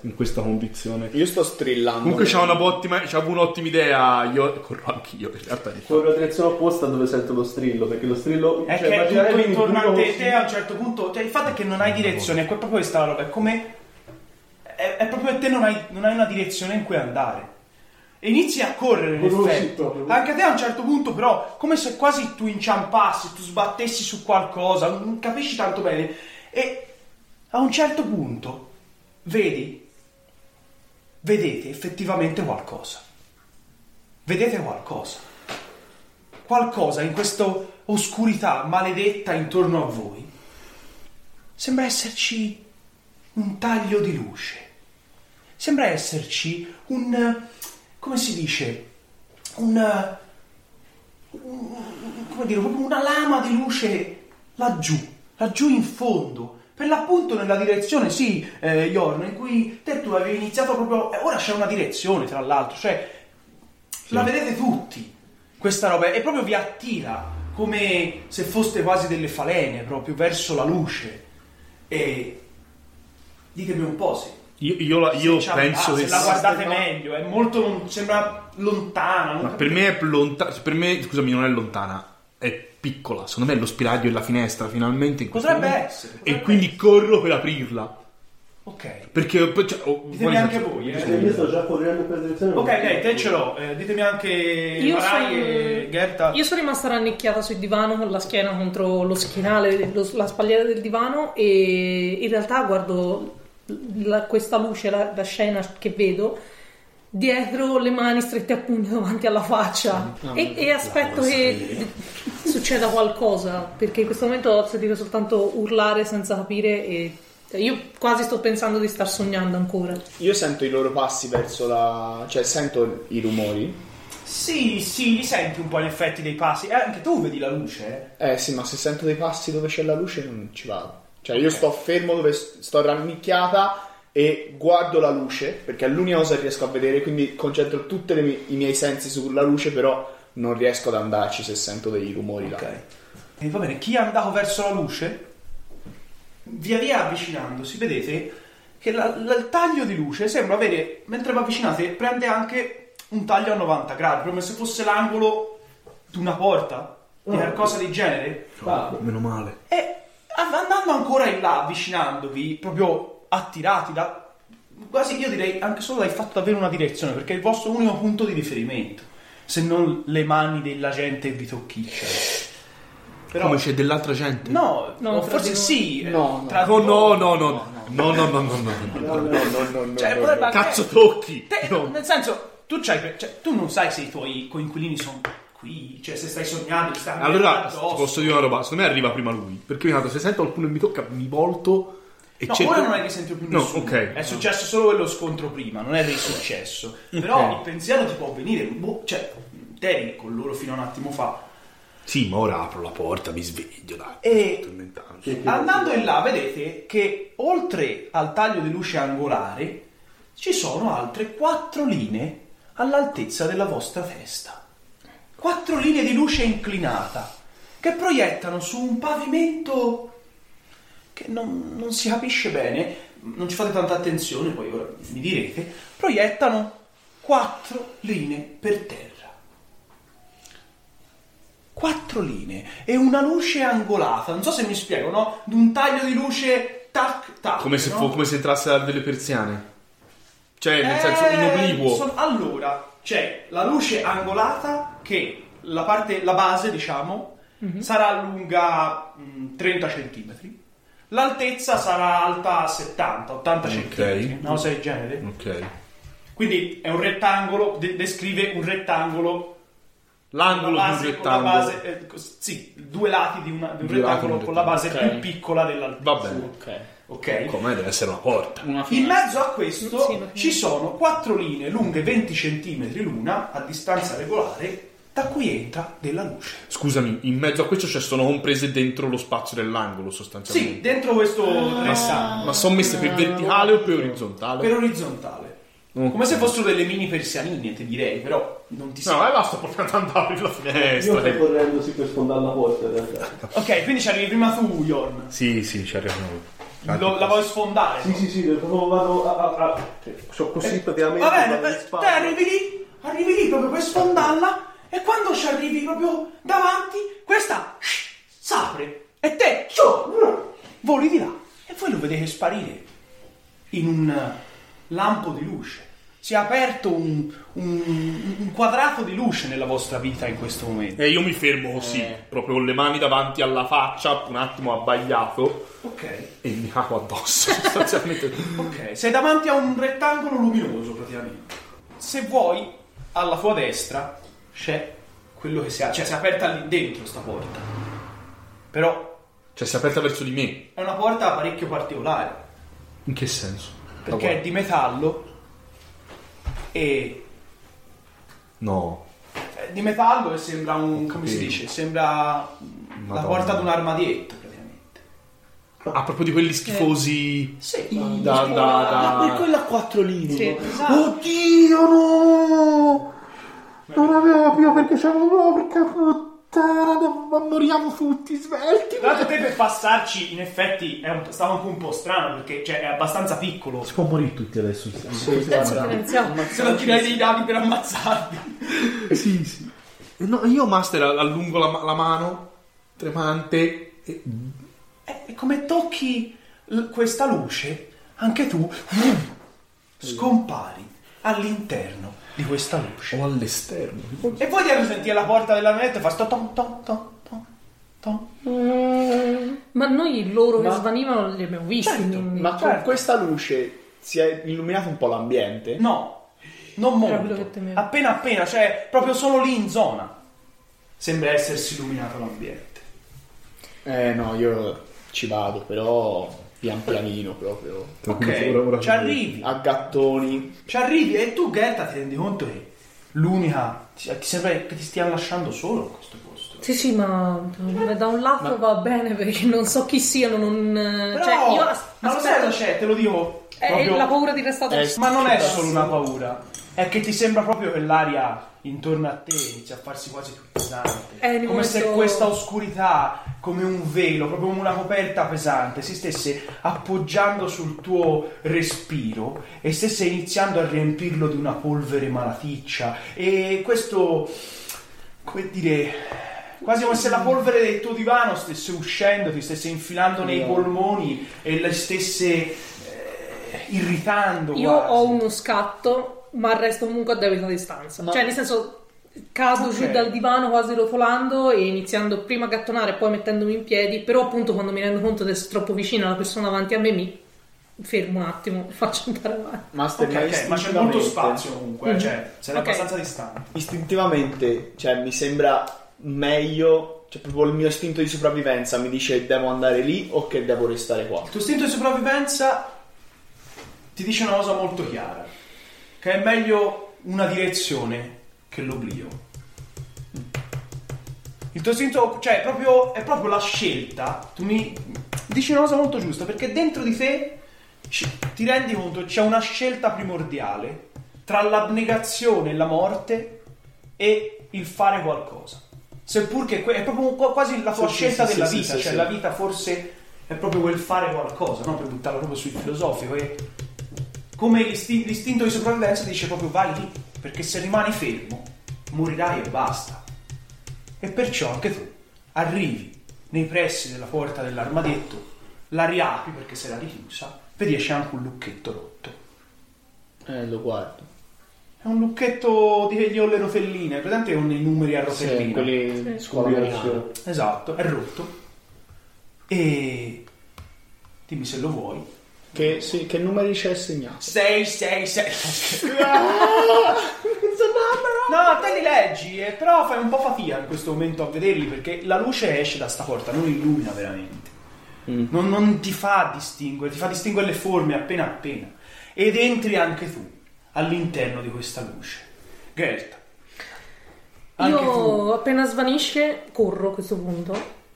[SPEAKER 2] in questa condizione.
[SPEAKER 4] Io sto strillando.
[SPEAKER 2] Comunque c'ha una ottima, c'ha un'ottima idea, io corro anch'io in realtà.
[SPEAKER 6] Corro la direzione opposta dove sento lo strillo, perché lo strillo...
[SPEAKER 1] È
[SPEAKER 6] cioè,
[SPEAKER 1] che è
[SPEAKER 6] immaginare
[SPEAKER 1] tutto
[SPEAKER 6] il
[SPEAKER 1] intorno a
[SPEAKER 6] buio
[SPEAKER 1] te,
[SPEAKER 6] così.
[SPEAKER 1] te a un certo punto. Cioè, il fatto è che non hai direzione, è que- proprio questa la roba. È come. È, è proprio che te non hai, non hai una direzione in cui andare. E inizi a correre, in
[SPEAKER 6] Velocito,
[SPEAKER 1] effetti.
[SPEAKER 6] proprio.
[SPEAKER 1] Anche a te a un certo punto, però, come se quasi tu inciampassi, tu sbattessi su qualcosa, non capisci tanto bene. E a un certo punto vedi. Vedete effettivamente qualcosa. Vedete qualcosa qualcosa in questa oscurità maledetta intorno a voi. Sembra esserci un taglio di luce. Sembra esserci un... eh, come si dice? Un... eh, un- come dire, proprio una lama di luce laggiù, laggiù in fondo. Per l'appunto nella direzione, sì, eh, Jorn, in cui te tu avevi iniziato proprio... eh, ora c'è una direzione, tra l'altro, cioè la vedete tutti questa roba e proprio vi attira come se foste quasi delle falene proprio verso la luce e ditemi un po' se
[SPEAKER 2] Io, io la-
[SPEAKER 1] se
[SPEAKER 2] io
[SPEAKER 1] ci
[SPEAKER 2] penso
[SPEAKER 1] andate,
[SPEAKER 2] che
[SPEAKER 1] se la
[SPEAKER 2] sì.
[SPEAKER 1] guardate meglio è molto lon- sembra lontana non
[SPEAKER 2] Ma
[SPEAKER 1] cap-
[SPEAKER 2] per me è lontana, per me, scusami, non è lontana, è piccola. Secondo me è lo spiraglio e la finestra finalmente in questo
[SPEAKER 1] potrebbe
[SPEAKER 2] momento.
[SPEAKER 1] essere
[SPEAKER 2] E
[SPEAKER 1] potrebbe
[SPEAKER 2] quindi corro per aprirla.
[SPEAKER 1] essere. ok
[SPEAKER 2] Perché cioè, oh,
[SPEAKER 1] ditemi
[SPEAKER 2] quali
[SPEAKER 1] anche
[SPEAKER 2] sono-
[SPEAKER 1] voi
[SPEAKER 6] Eh, Io
[SPEAKER 1] eh.
[SPEAKER 6] sto già correndo in quella direzione.
[SPEAKER 1] ok ok te ce l'ho eh, ditemi anche
[SPEAKER 5] Io
[SPEAKER 1] Marai
[SPEAKER 5] sono-
[SPEAKER 1] e eh, Gerta
[SPEAKER 5] Io sono rimasta rannicchiata sul divano con la schiena contro lo schienale, lo- la spalliera del divano e in realtà guardo la- questa luce, la, la scena che vedo dietro le mani strette a pugno davanti alla faccia e, e aspetto che succeda qualcosa perché in questo momento ho sentito soltanto urlare senza capire e io quasi sto pensando di star sognando ancora.
[SPEAKER 4] Io sento i loro passi verso la... Cioè, sento i rumori.
[SPEAKER 1] sì sì li senti un po' in effetti dei passi Eh, anche tu vedi la luce
[SPEAKER 4] Eh sì, ma se sento dei passi dove c'è la luce non ci vado. Cioè, io sto fermo dove s- sto rannicchiata e guardo la luce, perché è l'unica cosa che riesco a vedere, quindi concentro tutti i miei sensi sulla luce, però non riesco ad andarci se sento dei rumori
[SPEAKER 1] eh.
[SPEAKER 4] là.
[SPEAKER 1] ok e va bene chi è andato verso la luce via via avvicinandosi, vedete che la- la- il taglio di luce sembra avere, mentre vi avvicinate, prende anche un taglio a 90 gradi, come se fosse l'angolo di una porta, di qualcosa di genere.
[SPEAKER 2] Meno male.
[SPEAKER 1] E av- andando ancora in là, avvicinandovi, proprio attirati da... Quasi io direi anche solo dal fatto di avere una direzione, perché è il vostro unico punto di riferimento, se non le mani della gente che vi tocchicciano. Però-
[SPEAKER 2] Come c'è dell'altra gente?
[SPEAKER 1] No,
[SPEAKER 5] No, tra
[SPEAKER 1] forse
[SPEAKER 5] di noi-
[SPEAKER 1] sì. eh,
[SPEAKER 4] No, no.
[SPEAKER 1] tra
[SPEAKER 2] Oh, no, no, no, no, no, no, no, no, no, no.
[SPEAKER 1] Cioè, potrebbe anche-
[SPEAKER 2] Cazzo tocchi!
[SPEAKER 1] Te-
[SPEAKER 2] No.
[SPEAKER 1] Nel senso, tu, c'hai, cioè, tu non sai se i tuoi coinquilini sono qui, cioè se stai sognando, ti stai
[SPEAKER 2] Allora, ti
[SPEAKER 1] addosso.
[SPEAKER 2] posso dire una roba, secondo me arriva prima lui. Perché ogni tanto se sento qualcuno che mi tocca, mi volto e
[SPEAKER 1] No,
[SPEAKER 2] cerco...
[SPEAKER 1] ora non è che sento più
[SPEAKER 2] No,
[SPEAKER 1] nessuno.
[SPEAKER 2] ok.
[SPEAKER 1] È successo solo quello scontro prima, non è risuccesso. Però
[SPEAKER 2] Ok.
[SPEAKER 1] il pensiero ti può venire, boh, cioè, eri con loro fino a un attimo fa.
[SPEAKER 2] Sì, ma ora apro la porta, mi sveglio, dai.
[SPEAKER 1] E
[SPEAKER 2] tormentando.
[SPEAKER 1] andando in là vedete che oltre al taglio di luce angolare ci sono altre quattro linee all'altezza della vostra testa. Quattro linee di luce inclinata che proiettano su un pavimento che non, non si capisce bene, non ci fate tanta attenzione, poi ora mi direte, proiettano quattro linee per terra quattro linee e una luce angolata. Non so se mi spiego, no? Di un taglio di luce tac tac.
[SPEAKER 2] Ah, Come se,
[SPEAKER 1] no?
[SPEAKER 2] fu- come se entrasse da delle persiane. Cioè, nel senso,
[SPEAKER 1] Eh,
[SPEAKER 2] in obliquo.
[SPEAKER 1] son- allora, c'è la luce angolata che la parte, la base, diciamo, sarà lunga mh, 30 cm. L'altezza sarà alta 70-80 cm, una cosa del genere.
[SPEAKER 2] Ok.
[SPEAKER 1] Quindi è un rettangolo, de- descrive un rettangolo
[SPEAKER 2] L'angolo
[SPEAKER 1] la
[SPEAKER 2] di
[SPEAKER 1] base
[SPEAKER 2] un
[SPEAKER 1] con la
[SPEAKER 2] rettangolo.
[SPEAKER 1] base, eh, cos- sì, due lati di, una- di un
[SPEAKER 2] Due
[SPEAKER 1] rettangolo
[SPEAKER 2] lati di un
[SPEAKER 1] con la base
[SPEAKER 8] rettangolo.
[SPEAKER 1] più
[SPEAKER 8] Ok.
[SPEAKER 1] piccola dell'altro.
[SPEAKER 2] Va bene.
[SPEAKER 8] Ok.
[SPEAKER 1] Ok.
[SPEAKER 2] Come deve essere una porta.
[SPEAKER 8] Una
[SPEAKER 1] In
[SPEAKER 8] fine.
[SPEAKER 1] mezzo a questo
[SPEAKER 5] Sì, ma-
[SPEAKER 1] ci sono quattro linee lunghe 20 cm l'una a distanza regolare da cui entra della luce.
[SPEAKER 2] Scusami, in mezzo a questo cioè sono comprese dentro lo spazio dell'angolo
[SPEAKER 1] Sì,
[SPEAKER 2] sostanzialmente.
[SPEAKER 1] dentro questo rettangolo,
[SPEAKER 2] Ma sono messe per verticale o per orizzontale?
[SPEAKER 1] per orizzontale. Come se fossero delle mini persianine, ti direi, però non ti
[SPEAKER 2] No,
[SPEAKER 1] sembra.
[SPEAKER 2] e basta portando ad Eh, aprire la
[SPEAKER 6] Io sto
[SPEAKER 2] finestra.
[SPEAKER 6] correndosi per sfondare la porta in realtà.
[SPEAKER 1] Ok, quindi ci arrivi prima tu, Jorn.
[SPEAKER 2] Sì, sì, ci arriviamo.
[SPEAKER 1] Lo- la vuoi sfondare?
[SPEAKER 6] Sì, sì, sì, proprio vado a... a, a... Cioè, sono così praticamente...
[SPEAKER 1] Va bene, eh,
[SPEAKER 6] vado in
[SPEAKER 1] te
[SPEAKER 6] spalla.
[SPEAKER 1] arrivi lì, arrivi lì proprio per sfondarla e quando ci arrivi proprio davanti, questa shh, s'apre e te ciu, voli di là e voi lo vedete sparire in un eh, lampo di luce. Si è aperto un, un- un quadrato di luce nella vostra vita in questo momento.
[SPEAKER 2] E Eh, io mi fermo così,
[SPEAKER 1] Eh.
[SPEAKER 2] proprio con le mani davanti alla faccia, un attimo abbagliato,
[SPEAKER 1] Ok,
[SPEAKER 2] e mi cago addosso sostanzialmente.
[SPEAKER 1] ok, sei davanti a un rettangolo luminoso praticamente. Se vuoi, alla tua destra c'è quello che si ha, cioè si è aperta lì dentro sta porta. Però
[SPEAKER 2] Cioè, si è aperta verso di me.
[SPEAKER 1] è una porta parecchio particolare,
[SPEAKER 2] In che senso?
[SPEAKER 1] perché è di metallo e
[SPEAKER 2] No.
[SPEAKER 1] è di metallo e sembra un come si
[SPEAKER 2] capito.
[SPEAKER 1] dice, sembra la
[SPEAKER 2] Madonna.
[SPEAKER 1] porta di un armadietto praticamente.
[SPEAKER 2] Ah, proprio di quelli schifosi.
[SPEAKER 1] Sì,
[SPEAKER 2] Da, da, da.
[SPEAKER 7] Ma per quella quattro linee.
[SPEAKER 5] Sì, esatto.
[SPEAKER 7] Oddio no! Non avevo più perché c'avevo no, perché puttana, no, ma moriamo tutti svelti.
[SPEAKER 1] Tra l'altro te per passarci in effetti è un- stava anche un po' strano perché cioè, è abbastanza piccolo.
[SPEAKER 8] Si può morire tutti adesso.
[SPEAKER 5] Pezzo differenziato.
[SPEAKER 1] Se non tirai dei dadi per ammazzarli.
[SPEAKER 2] Eh, Sì, sì. Eh, No, io, Master, allungo la, ma- la mano, tremante, e
[SPEAKER 1] Eh, E e come tocchi l- questa luce, anche tu scompari all'interno di questa luce.
[SPEAKER 2] o all'esterno.
[SPEAKER 1] E voi devi sentire la porta della navetta e fa sto tom tom tom tom tom.
[SPEAKER 5] Mm. Ma noi loro che svanivano li abbiamo visti. quindi-
[SPEAKER 4] Ma con
[SPEAKER 1] Certo.
[SPEAKER 4] questa luce si è illuminato un po' l'ambiente.
[SPEAKER 1] No, non
[SPEAKER 5] Era quello che
[SPEAKER 1] molto.
[SPEAKER 5] temevo.
[SPEAKER 1] Appena appena, cioè proprio solo lì in zona. Sembra essersi illuminato l'ambiente.
[SPEAKER 4] Eh no, io ci vado, però pian pianino proprio.
[SPEAKER 1] Ok, ci arrivi.
[SPEAKER 4] A gattoni.
[SPEAKER 1] Ci arrivi e tu, Gerta, ti rendi conto che l'unica. Ti, ti sembra che ti stiano lasciando solo in questo posto.
[SPEAKER 5] Sì, sì, ma da un lato va bene perché non so chi siano, non...
[SPEAKER 1] Però,
[SPEAKER 5] cioè, io
[SPEAKER 1] ma lo sai cosa c'è, te lo dico.
[SPEAKER 5] È
[SPEAKER 1] proprio-
[SPEAKER 5] eh, la paura di restare
[SPEAKER 4] Eh,
[SPEAKER 1] Ma non è solo una paura, è che ti sembra proprio che l'aria intorno a te inizia a farsi quasi più pesante.
[SPEAKER 5] Eh, in
[SPEAKER 1] come
[SPEAKER 5] un momento-
[SPEAKER 1] se questa oscurità, come un velo, proprio come una coperta pesante, si stesse appoggiando sul tuo respiro e stesse iniziando a riempirlo di una polvere malaticcia. E questo, come dire. Quasi come se la polvere del tuo divano stesse uscendo, ti stesse infilando nei polmoni e la stesse eh, irritando.
[SPEAKER 5] Io
[SPEAKER 1] quasi.
[SPEAKER 5] ho uno scatto, ma resto comunque a debita distanza. Cioè, nel senso, cadoci
[SPEAKER 1] Ok.
[SPEAKER 5] dal divano quasi rotolando e iniziando prima a gattonare e poi mettendomi in piedi, però appunto quando mi rendo conto di essere troppo vicina alla persona davanti a me mi fermo un attimo e faccio andare avanti.
[SPEAKER 4] Master
[SPEAKER 1] Ok, ok, ma c'è molto spazio comunque, cioè sarei
[SPEAKER 5] Ok.
[SPEAKER 1] abbastanza distante.
[SPEAKER 4] Istintivamente, cioè, mi sembra meglio. Cioè, proprio il mio istinto di sopravvivenza mi dice devo andare lì o che devo restare qua.
[SPEAKER 1] Il tuo istinto di sopravvivenza ti dice una cosa molto chiara, che è meglio una direzione che l'oblio. Il tuo istinto, cioè, proprio, è proprio la scelta. Tu mi dici una cosa molto giusta, perché dentro di te ci- ti rendi conto che c'è una scelta primordiale tra l'abnegazione e la morte e il fare qualcosa. Seppur che que- è proprio un- quasi la tua
[SPEAKER 4] Sì, sì,
[SPEAKER 1] scelta
[SPEAKER 4] sì,
[SPEAKER 1] della
[SPEAKER 4] sì,
[SPEAKER 1] vita,
[SPEAKER 4] sì,
[SPEAKER 1] cioè
[SPEAKER 4] sì.
[SPEAKER 1] la vita forse è proprio quel fare qualcosa, no? per buttarla proprio sul filosofico. E come l'isti- l'istinto di sopravvivenza ti dice proprio vai lì, perché se rimani fermo morirai e basta. E perciò anche tu arrivi nei pressi della porta dell'armadetto, la riapri perché se l'ha richiusa, vedi c'è anche un lucchetto rotto.
[SPEAKER 4] Eh, lo guardo.
[SPEAKER 1] È un lucchetto di- degli olle rotelline, presente con i numeri a rotellina.
[SPEAKER 4] Sì, quelli
[SPEAKER 5] Sì.
[SPEAKER 4] scuola americana.
[SPEAKER 1] Esatto, è rotto. E dimmi se lo vuoi.
[SPEAKER 4] Che, sì, che numeri c'è segnato?
[SPEAKER 1] 6, 6, 6. No, te li leggi, eh, però fai un po' fatica in questo momento a vederli perché la luce esce da sta porta, non illumina veramente. Non, non ti fa distinguere, ti fa distinguere le forme appena appena. Ed entri anche tu all'interno di questa luce. Gerta. Anche
[SPEAKER 5] Io
[SPEAKER 1] tu.
[SPEAKER 5] appena svanisce corro a questo punto,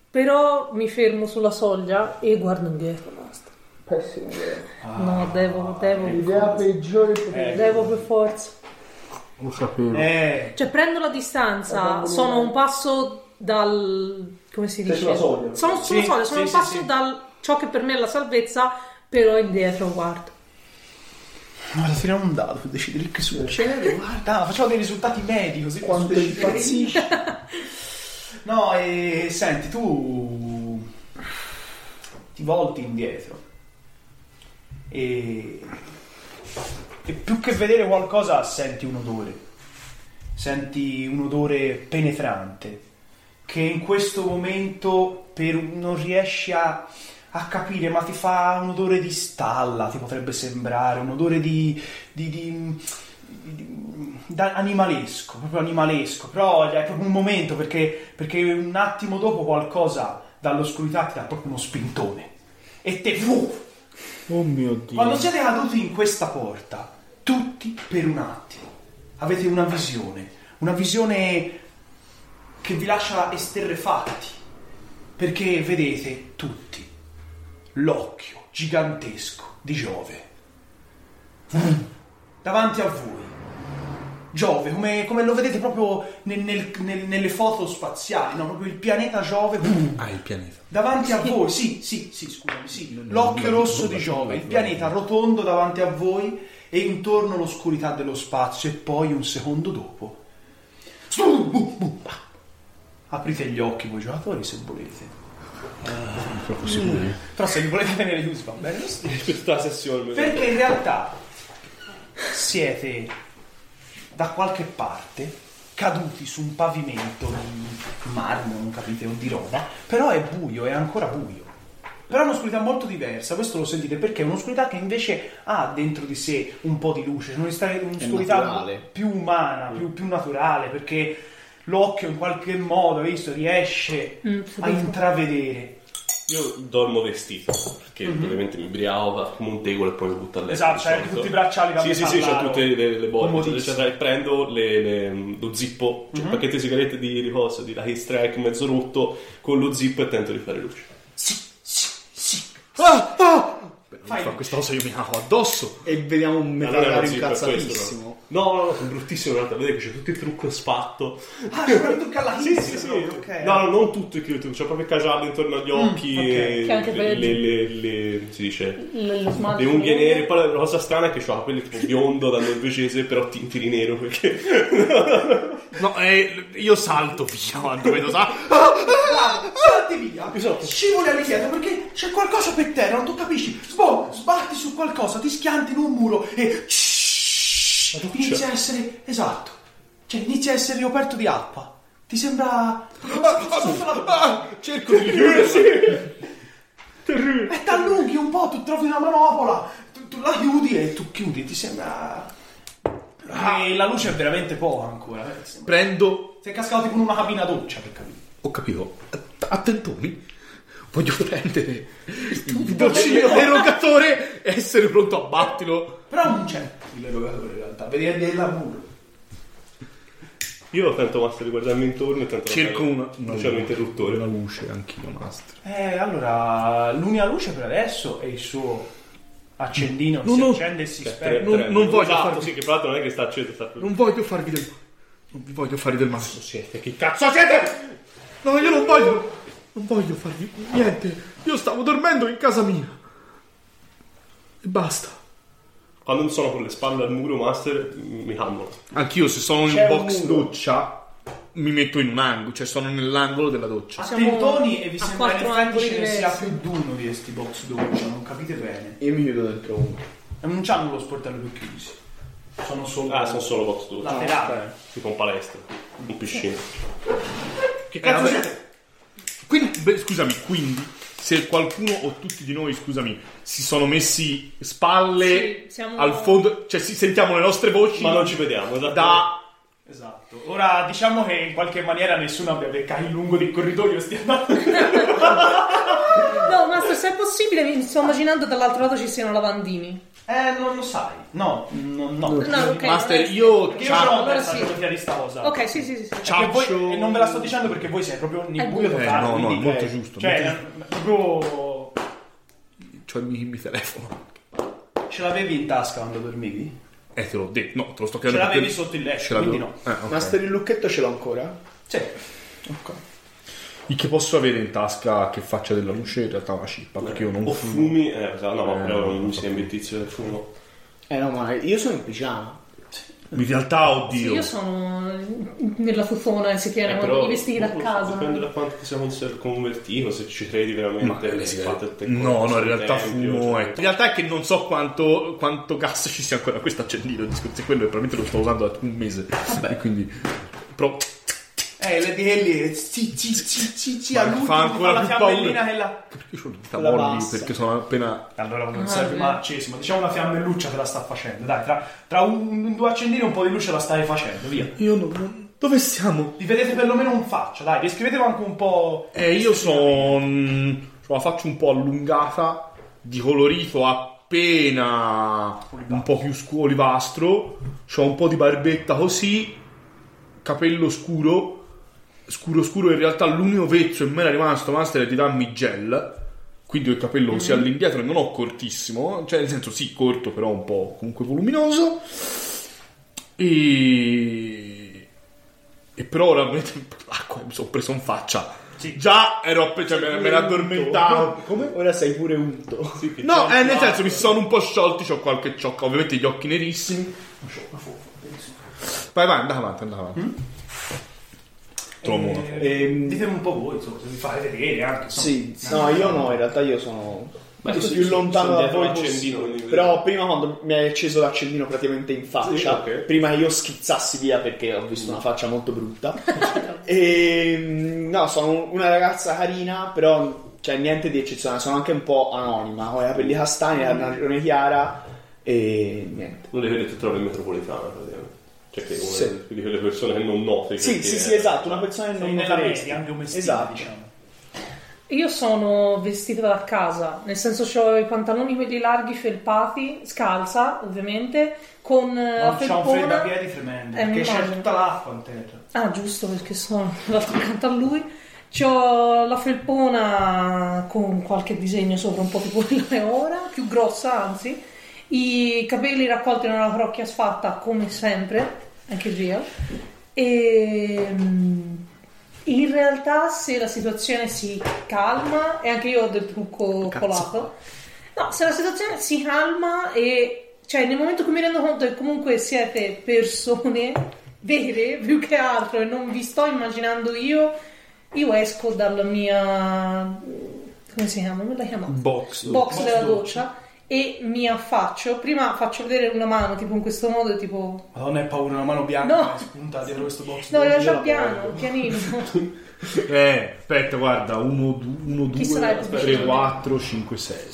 [SPEAKER 5] però mi fermo sulla soglia e guardo indietro, basta.
[SPEAKER 7] Pessima idea.
[SPEAKER 1] Ah,
[SPEAKER 5] No, devo, devo,
[SPEAKER 7] L'idea peggiore potrebbe
[SPEAKER 5] devo per forza.
[SPEAKER 7] Lo sapevo.
[SPEAKER 1] Eh,
[SPEAKER 5] Cioè, prendo la distanza, sono un passo dal. come si dice?
[SPEAKER 7] sulla soglia.
[SPEAKER 5] Sono sulla
[SPEAKER 1] Sì,
[SPEAKER 5] soglia, sono
[SPEAKER 1] sì,
[SPEAKER 5] un
[SPEAKER 1] sì,
[SPEAKER 5] passo
[SPEAKER 1] sì.
[SPEAKER 5] dal ciò che per me è la salvezza, però indietro guardo.
[SPEAKER 1] Guarda, tiriamo un dado per decidere che succede. Guarda, facciamo dei risultati medi così quando impazzisci. No, e senti, tu ti volti indietro e, e più che vedere qualcosa senti un odore, senti un odore penetrante che in questo momento per- non riesci a, a capire, ma ti fa un odore di stalla, ti potrebbe sembrare, un odore di... di- di- di- da- animalesco, proprio animalesco, però è proprio un momento perché, perché un attimo dopo qualcosa dall'oscurità ti dà proprio uno spintone e te vuh,
[SPEAKER 4] Oh mio dio.
[SPEAKER 1] quando siete caduti in questa porta, tutti per un attimo, avete una visione, una visione che vi lascia esterrefatti, perché vedete tutti l'occhio gigantesco di Giove. Davanti a voi. Giove, come, come lo vedete proprio nel- nel- nel- nelle foto spaziali, no? Proprio il pianeta Giove.
[SPEAKER 2] Ah, il pianeta.
[SPEAKER 1] Davanti a voi, sì, sì, sì, scusami, sì. L'occhio rosso di Giove, il pianeta rotondo davanti a voi e intorno l'oscurità dello spazio e poi un secondo dopo. Aprite gli occhi voi giocatori se volete. Ah, Mm. Però se li volete tenere chiusi va bene lo stesso.
[SPEAKER 3] Questa sessione
[SPEAKER 1] Perché in realtà siete da qualche parte caduti su un pavimento di marmo, non capite, o di roba, però è buio, è ancora buio. Però è un'oscurità molto diversa, questo lo sentite perché è un'oscurità che invece ha dentro di sé un po' di luce, è un'oscurità- un'oscurità
[SPEAKER 4] naturale.
[SPEAKER 1] più umana, più, più naturale, perché l'occhio in qualche modo, hai visto, riesce
[SPEAKER 5] Mm,
[SPEAKER 1] a intravedere.
[SPEAKER 3] Io dormo vestito perché ovviamente mi briavo, faccio un tegolo e poi mi butto a
[SPEAKER 1] Mhm.
[SPEAKER 3] letto.
[SPEAKER 1] Esatto,
[SPEAKER 3] di
[SPEAKER 1] c'hai
[SPEAKER 3] solito.
[SPEAKER 1] tutti i bracciali
[SPEAKER 3] Sì, sì, sì, c'ho tutte le, le bolle,
[SPEAKER 1] Comodissimo. Mhm.
[SPEAKER 3] eccetera, eccetera, e prendo le- le- lo zippo, cioè il pacchetto di sigarette di riposo, di Lucky Strike mezzo rotto, con lo zippo e tento di fare luce.
[SPEAKER 1] Sì, sì, sì.
[SPEAKER 2] Ah, ah! Beh, non
[SPEAKER 1] Fai-
[SPEAKER 2] fa questa cosa io mi cago addosso.
[SPEAKER 4] E vediamo un
[SPEAKER 3] Allora,
[SPEAKER 4] metallare
[SPEAKER 3] zippo, è questo,
[SPEAKER 4] incazzatissimo.
[SPEAKER 3] No, no, no, no, sono bruttissimo in realtà, vedete che c'è tutto il trucco spatto.
[SPEAKER 1] Ah, c'è proprio tocca alla
[SPEAKER 3] Sì, sì, sì. No, no, non tutto il trucco, c'è proprio il cagiallo intorno agli occhi,
[SPEAKER 1] Mm, ok.
[SPEAKER 3] e
[SPEAKER 5] Che anche
[SPEAKER 3] le,
[SPEAKER 5] per-
[SPEAKER 3] le, le, le- si dice...
[SPEAKER 5] L- lo smalto.
[SPEAKER 3] Le unghie nere, poi la cosa strana è che c'ho la pelle tipo biondo da norvegese, però tinti di nero perché
[SPEAKER 2] No, eh, io salto via quando vedo sa.
[SPEAKER 1] Bravo, salti via, scivoli all'indietro perché c'è qualcosa per terra, non tu capisci. Sbo, sbatti su Cioè. qualcosa, ti schianti in un muro e. Inizia a essere. Esatto. Cioè, inizia a essere ricoperto di acqua. Ti sembra. sotto la- Eh,
[SPEAKER 2] Cerco di chiudere.
[SPEAKER 1] E t'allunghi un po', tu trovi una manopola, tu, tu la chiudi e tu chiudi, ti sembra... E la luce è veramente poca ancora. eh, ti sembra-
[SPEAKER 2] Prendo.
[SPEAKER 1] Sei cascato tipo in una cabina doccia, per capire.
[SPEAKER 2] Ho capito. Att- Attentoni. Voglio prendere il docino erogatore e essere pronto a battilo.
[SPEAKER 1] Però non c'è l'erogatore in realtà, vedi è del lavoro.
[SPEAKER 3] Io tanto basta guardarmi intorno e tanto...
[SPEAKER 2] Cerco una.
[SPEAKER 3] Non c'è un interruttore.
[SPEAKER 2] Una luce, anch'io, master.
[SPEAKER 1] Eh, allora, l'unica luce per adesso è il suo accendino che
[SPEAKER 2] No,
[SPEAKER 1] si
[SPEAKER 2] no.
[SPEAKER 1] accende e si
[SPEAKER 3] Cioè,
[SPEAKER 1] spegne.
[SPEAKER 3] tre-
[SPEAKER 2] non-
[SPEAKER 3] tre-
[SPEAKER 2] non voglio
[SPEAKER 3] Esatto,
[SPEAKER 2] farvi-
[SPEAKER 3] Sì, che peraltro non è che sta acceso, sta...
[SPEAKER 2] Non voglio farvi del male. Non vi voglio fare del male.
[SPEAKER 3] Siete, che cazzo siete?
[SPEAKER 2] No, io non voglio. Non voglio farvi niente. Io stavo dormendo in casa mia. E basta.
[SPEAKER 3] Quando non sono con le spalle al muro, Master, mi cammo.
[SPEAKER 2] Anch'io, se sono in
[SPEAKER 1] C'è
[SPEAKER 2] un
[SPEAKER 1] un
[SPEAKER 2] box
[SPEAKER 1] muro.
[SPEAKER 2] doccia, mi metto in un angolo, cioè sono nell'angolo della doccia.
[SPEAKER 1] Attentoni e vi
[SPEAKER 5] Siamo
[SPEAKER 1] sembra
[SPEAKER 5] a
[SPEAKER 1] in
[SPEAKER 5] quattro
[SPEAKER 1] effetti
[SPEAKER 5] angoli
[SPEAKER 1] ce ne sia
[SPEAKER 5] diversi.
[SPEAKER 1] più di uno di questi box doccia, non capite bene.
[SPEAKER 4] Io mi chiudo dentro uno.
[SPEAKER 1] E Non c'hanno lo sportello più chiusi. Sono solo...
[SPEAKER 3] Ah, sono solo box tu.
[SPEAKER 1] Laterale.
[SPEAKER 3] Tipo un palestra, un piscina.
[SPEAKER 2] Che cazzo
[SPEAKER 1] Eh,
[SPEAKER 2] siete? Quindi, beh, scusami, quindi se qualcuno o tutti di noi, scusami, si sono messi spalle
[SPEAKER 5] Sì, siamo-
[SPEAKER 2] al fondo, cioè si sentiamo le nostre voci
[SPEAKER 3] Ma non ci vediamo, esatto.
[SPEAKER 2] da
[SPEAKER 1] Esatto. Ora diciamo che in qualche maniera nessuno abbia beccato il lungo del corridoio stia andando.
[SPEAKER 5] No, Master, se è possibile, mi sto immaginando dall'altro lato ci siano lavandini.
[SPEAKER 1] Eh, non lo sai. No, no, no.
[SPEAKER 5] No, ok.
[SPEAKER 2] Master,
[SPEAKER 5] non è-
[SPEAKER 2] io
[SPEAKER 1] Perché io ce l'ho
[SPEAKER 5] Allora
[SPEAKER 1] persa
[SPEAKER 5] sì.
[SPEAKER 1] geografia di sta cosa.
[SPEAKER 5] Ok, sì, sì, sì. sì.
[SPEAKER 1] Perché voi-
[SPEAKER 2] Ciaccio.
[SPEAKER 1] e non ve la sto dicendo perché voi siete proprio nel
[SPEAKER 5] È
[SPEAKER 1] buio
[SPEAKER 5] buio.
[SPEAKER 1] totale,
[SPEAKER 2] Eh, no, no,
[SPEAKER 1] quindi-
[SPEAKER 2] è molto giusto,
[SPEAKER 1] Cioè, proprio
[SPEAKER 2] c'ho il mio, il mio telefono.
[SPEAKER 1] ce l'avevi in tasca quando dormivi?
[SPEAKER 2] Eh, te l'ho detto, no, te lo sto
[SPEAKER 1] Ce
[SPEAKER 2] chiedendo.
[SPEAKER 1] l'avevi
[SPEAKER 2] perché-
[SPEAKER 1] sotto il
[SPEAKER 2] Ce
[SPEAKER 1] letto,
[SPEAKER 2] l'avevo.
[SPEAKER 1] quindi no.
[SPEAKER 2] Eh, ok.
[SPEAKER 4] Ma sto il lucchetto ce l'ho ancora?
[SPEAKER 1] Sì.
[SPEAKER 2] Il che posso avere in tasca che faccia della luce in realtà è una cippa, perché io non
[SPEAKER 1] Oh,
[SPEAKER 3] O
[SPEAKER 2] fumo.
[SPEAKER 3] fumi, eh, esatto, no, ma
[SPEAKER 2] Eh,
[SPEAKER 3] però non
[SPEAKER 2] non
[SPEAKER 3] mi
[SPEAKER 2] so.
[SPEAKER 3] sembra il tizio del fumo.
[SPEAKER 4] Eh no, ma io sono in pigiama.
[SPEAKER 2] In realtà,
[SPEAKER 5] Sì,
[SPEAKER 2] oddio.
[SPEAKER 5] io sono nella fufona e si
[SPEAKER 3] Eh,
[SPEAKER 5] tiene
[SPEAKER 3] però,
[SPEAKER 5] i vestiti da
[SPEAKER 3] non lo so,
[SPEAKER 5] casa.
[SPEAKER 3] Dipende da quanto ti sei conser- convertito, se ci credi veramente.
[SPEAKER 2] Ma le
[SPEAKER 3] che fate
[SPEAKER 2] sigarette-
[SPEAKER 3] tutte
[SPEAKER 2] No,
[SPEAKER 3] cose,
[SPEAKER 2] no, in realtà
[SPEAKER 3] tempio,
[SPEAKER 2] fumo.
[SPEAKER 3] cioè-
[SPEAKER 2] eh. In realtà è che non so quanto, quanto gas ci sia ancora questo accendino. Il discorso è quello, che probabilmente lo sto usando da un mese. E quindi. Però
[SPEAKER 1] Eh, le di lì, ci ci ci ci ci
[SPEAKER 2] Ma
[SPEAKER 1] all'ultimo
[SPEAKER 2] fa
[SPEAKER 1] ti
[SPEAKER 2] ancora
[SPEAKER 1] la
[SPEAKER 2] più
[SPEAKER 1] fiammellina
[SPEAKER 2] paura.
[SPEAKER 1] che la...
[SPEAKER 2] io ho le dita
[SPEAKER 4] La
[SPEAKER 2] molli
[SPEAKER 4] bassa.
[SPEAKER 2] perché sono appena.
[SPEAKER 1] Allora non
[SPEAKER 5] Ah,
[SPEAKER 1] serve
[SPEAKER 5] beh.
[SPEAKER 1] mai accesi, ma diciamo una fiammelluccia te la sta facendo. Dai, tra, tra un, un- due accendini un po' di luce la stai facendo, via.
[SPEAKER 2] Io non. non- Dove siamo?
[SPEAKER 1] Li vedete perlomeno un faccia, dai, descrivetelo anche un po'.
[SPEAKER 2] Eh, io sono. Ho la faccia un po' allungata, di colorito appena un po' più scu- olivastro. Ho un po' di barbetta così, capello scuro, scuro scuro. In realtà l'unico vezzo che mi era rimasto, master, è di darmi gel. Quindi ho il capello così all'indietro e non ho cortissimo, cioè nel senso sì, corto, però un po' comunque voluminoso. E. E però ora veramente acqua, mi sono preso in faccia.
[SPEAKER 1] Sì.
[SPEAKER 2] Già ero appena, cioè, me- me ne addormentavo.
[SPEAKER 4] Come? Ora sei pure unto.
[SPEAKER 3] Sì, che
[SPEAKER 2] No,
[SPEAKER 3] c'è
[SPEAKER 2] eh, nel
[SPEAKER 3] un piatto.
[SPEAKER 2] senso mi sono un po' sciolti, ho qualche ciocca, ovviamente gli occhi nerissimi. Vai, vai, andate avanti, andate avanti. Trovo una foto.
[SPEAKER 1] Ehm, ditemi un po' voi, insomma, se vi fate vedere anche. insomma.
[SPEAKER 4] Sì, no, io no, in realtà io sono più
[SPEAKER 3] sì, sono
[SPEAKER 4] lontano da
[SPEAKER 3] dietro
[SPEAKER 4] voi
[SPEAKER 3] l'accendino,
[SPEAKER 4] possibile.
[SPEAKER 3] quindi-
[SPEAKER 4] Però prima quando mi hai acceso l'accendino praticamente in faccia,
[SPEAKER 3] Sì, ok.
[SPEAKER 4] prima che io schizzassi via perché ho visto una faccia molto brutta. e mm, no, sono una ragazza carina, però cioè niente di eccezionale, sono anche un po' anonima, ho i capelli castani,
[SPEAKER 1] Mm.
[SPEAKER 4] la ragione chiara e niente.
[SPEAKER 3] Una di quelle che trovi in metropolitana, praticamente. Cioè, che è una
[SPEAKER 4] Sì.
[SPEAKER 3] di quelle persone che non noti.
[SPEAKER 4] Sì,
[SPEAKER 3] perché-
[SPEAKER 4] sì, sì, esatto, una persona che
[SPEAKER 1] Sei
[SPEAKER 4] non
[SPEAKER 1] nella
[SPEAKER 4] noteresti.
[SPEAKER 1] media, anche un mestiere,
[SPEAKER 4] Esatto.
[SPEAKER 1] diciamo.
[SPEAKER 5] Io sono vestita da casa, nel senso ho i pantaloni quelli larghi felpati, scalza ovviamente, con eh, la
[SPEAKER 1] Non c'è un
[SPEAKER 5] felpona.
[SPEAKER 1] freddapiedi tremendo,
[SPEAKER 5] Eh, mi
[SPEAKER 1] perché c'è
[SPEAKER 5] immagino.
[SPEAKER 1] tutta l'acqua in terra.
[SPEAKER 5] Ah, giusto, perché sono l'altro accanto a lui. C'ho la felpona con qualche disegno sopra, un po' tipo quella è ora, più grossa anzi. I capelli raccolti nella crocchia sfatta, come sempre, anche Gia. E mm, in realtà, se la situazione si calma, e anche io ho del trucco colato, no, se la situazione si calma e cioè nel momento in cui mi rendo conto che comunque siete persone vere più che altro e non vi sto immaginando io, io esco dalla mia come si chiama? Come la chiamate?
[SPEAKER 2] Box.
[SPEAKER 5] box
[SPEAKER 1] Box
[SPEAKER 5] della
[SPEAKER 1] doccia.
[SPEAKER 5] doccia e mi affaccio. Prima faccio vedere una mano, tipo in questo modo, tipo...
[SPEAKER 1] Madonna, è paura, una mano bianca
[SPEAKER 5] No.
[SPEAKER 1] che spunta dietro questo box.
[SPEAKER 5] No,
[SPEAKER 1] Io
[SPEAKER 5] le lascio
[SPEAKER 1] la
[SPEAKER 5] piano,
[SPEAKER 1] voglio.
[SPEAKER 5] pianino.
[SPEAKER 2] Eh, aspetta, guarda, 1, 2,
[SPEAKER 5] Chi sarà il più
[SPEAKER 2] 3,
[SPEAKER 5] vicino?
[SPEAKER 2] 4, 5, 6.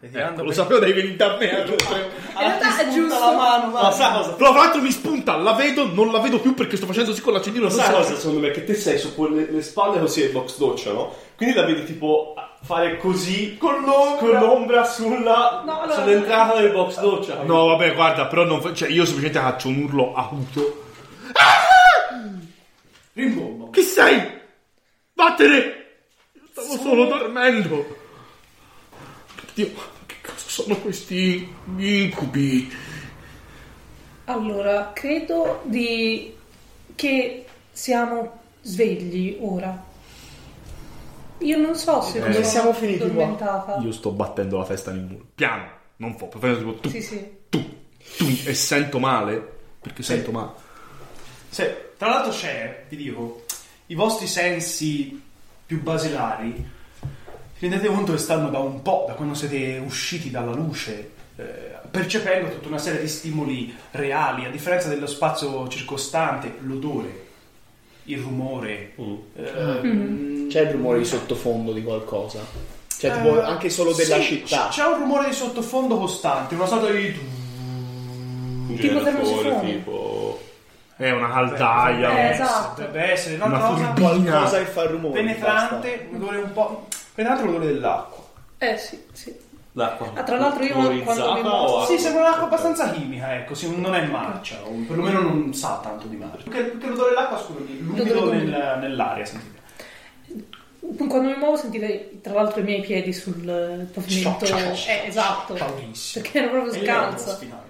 [SPEAKER 1] Ritirando
[SPEAKER 2] Ecco, Lo
[SPEAKER 1] per-
[SPEAKER 2] sapevo dai venire a me. a tutto.
[SPEAKER 5] In realtà è giusto.
[SPEAKER 1] mano, va.
[SPEAKER 3] sa cosa?
[SPEAKER 2] Però, fra l'altro mi spunta, la vedo, non la vedo più perché sto facendo così con l'accendino. non
[SPEAKER 3] Sai
[SPEAKER 2] so-
[SPEAKER 3] cosa secondo me? Che te sei su quelle le spalle così e box doccia, no? Quindi la vedi tipo a- fare così con l'ombra, sulla,
[SPEAKER 5] No, allora-
[SPEAKER 3] sull'entrata del box doccia.
[SPEAKER 2] No, vabbè, guarda, però non fa- cioè, io semplicemente faccio un urlo acuto.
[SPEAKER 1] Rimbombo.
[SPEAKER 2] Chi sei? Vattene! Stavo solo dormendo. Dio, ma che cazzo sono questi incubi?
[SPEAKER 5] Allora, credo di... che siamo svegli ora. Io non so se
[SPEAKER 4] Eh,
[SPEAKER 2] Come
[SPEAKER 5] siamo finiti addormentata.
[SPEAKER 2] Io sto battendo la testa nel muro. Piano, non fo, proprio tipo tu,
[SPEAKER 5] Sì, sì.
[SPEAKER 2] tu, tu, e sento male. Perché sento male.
[SPEAKER 1] Se- tra l'altro c'è, ti dico, i vostri sensi più basilari, vi rendete conto che stanno da un po', da quando siete usciti dalla luce, eh, percependo tutta una serie di stimoli reali, a differenza dello spazio circostante, l'odore, il rumore. eh,
[SPEAKER 4] C'è il rumore di sottofondo di qualcosa. Cioè, tipo, anche solo della
[SPEAKER 1] Eh, sì,
[SPEAKER 4] città.
[SPEAKER 1] c- C'è un rumore di sottofondo costante, una sorta di...
[SPEAKER 3] Un
[SPEAKER 5] Tipo
[SPEAKER 3] generatore,
[SPEAKER 5] termosifone.
[SPEAKER 3] tipo...
[SPEAKER 2] È una caldaia. oh.
[SPEAKER 5] Eh,
[SPEAKER 2] un-
[SPEAKER 5] esatto.
[SPEAKER 1] Dovrebbe essere una,
[SPEAKER 2] Una
[SPEAKER 1] cosa
[SPEAKER 2] furbina.
[SPEAKER 4] Cosa che fa il rumore? basta.
[SPEAKER 1] penetrante, un odore un po'... Penetrante l'odore dell'acqua.
[SPEAKER 5] Eh sì, sì.
[SPEAKER 3] L'acqua.
[SPEAKER 5] Ah, tra l'altro io
[SPEAKER 3] clorizzata
[SPEAKER 5] quando mi
[SPEAKER 3] o
[SPEAKER 5] muovo-
[SPEAKER 3] acqua?
[SPEAKER 1] Sì, sembra un'acqua abbastanza chimica, ecco, sì, non è marcia, o perlomeno non sa tanto di marcia. Perché, perché l'odore dell'acqua, scusami, l'umido
[SPEAKER 5] L'odore
[SPEAKER 1] nel-
[SPEAKER 5] d'umido.
[SPEAKER 1] nell'aria, sentite.
[SPEAKER 5] Quando mi muovo sentite tra l'altro i miei piedi sul eh, pavimento.
[SPEAKER 1] Ciao, ciao, ciao,
[SPEAKER 5] Eh, esatto.
[SPEAKER 1] Paurissimo.
[SPEAKER 5] Perché ero proprio
[SPEAKER 1] E lei era un po'
[SPEAKER 5] scalza.
[SPEAKER 1] spinale.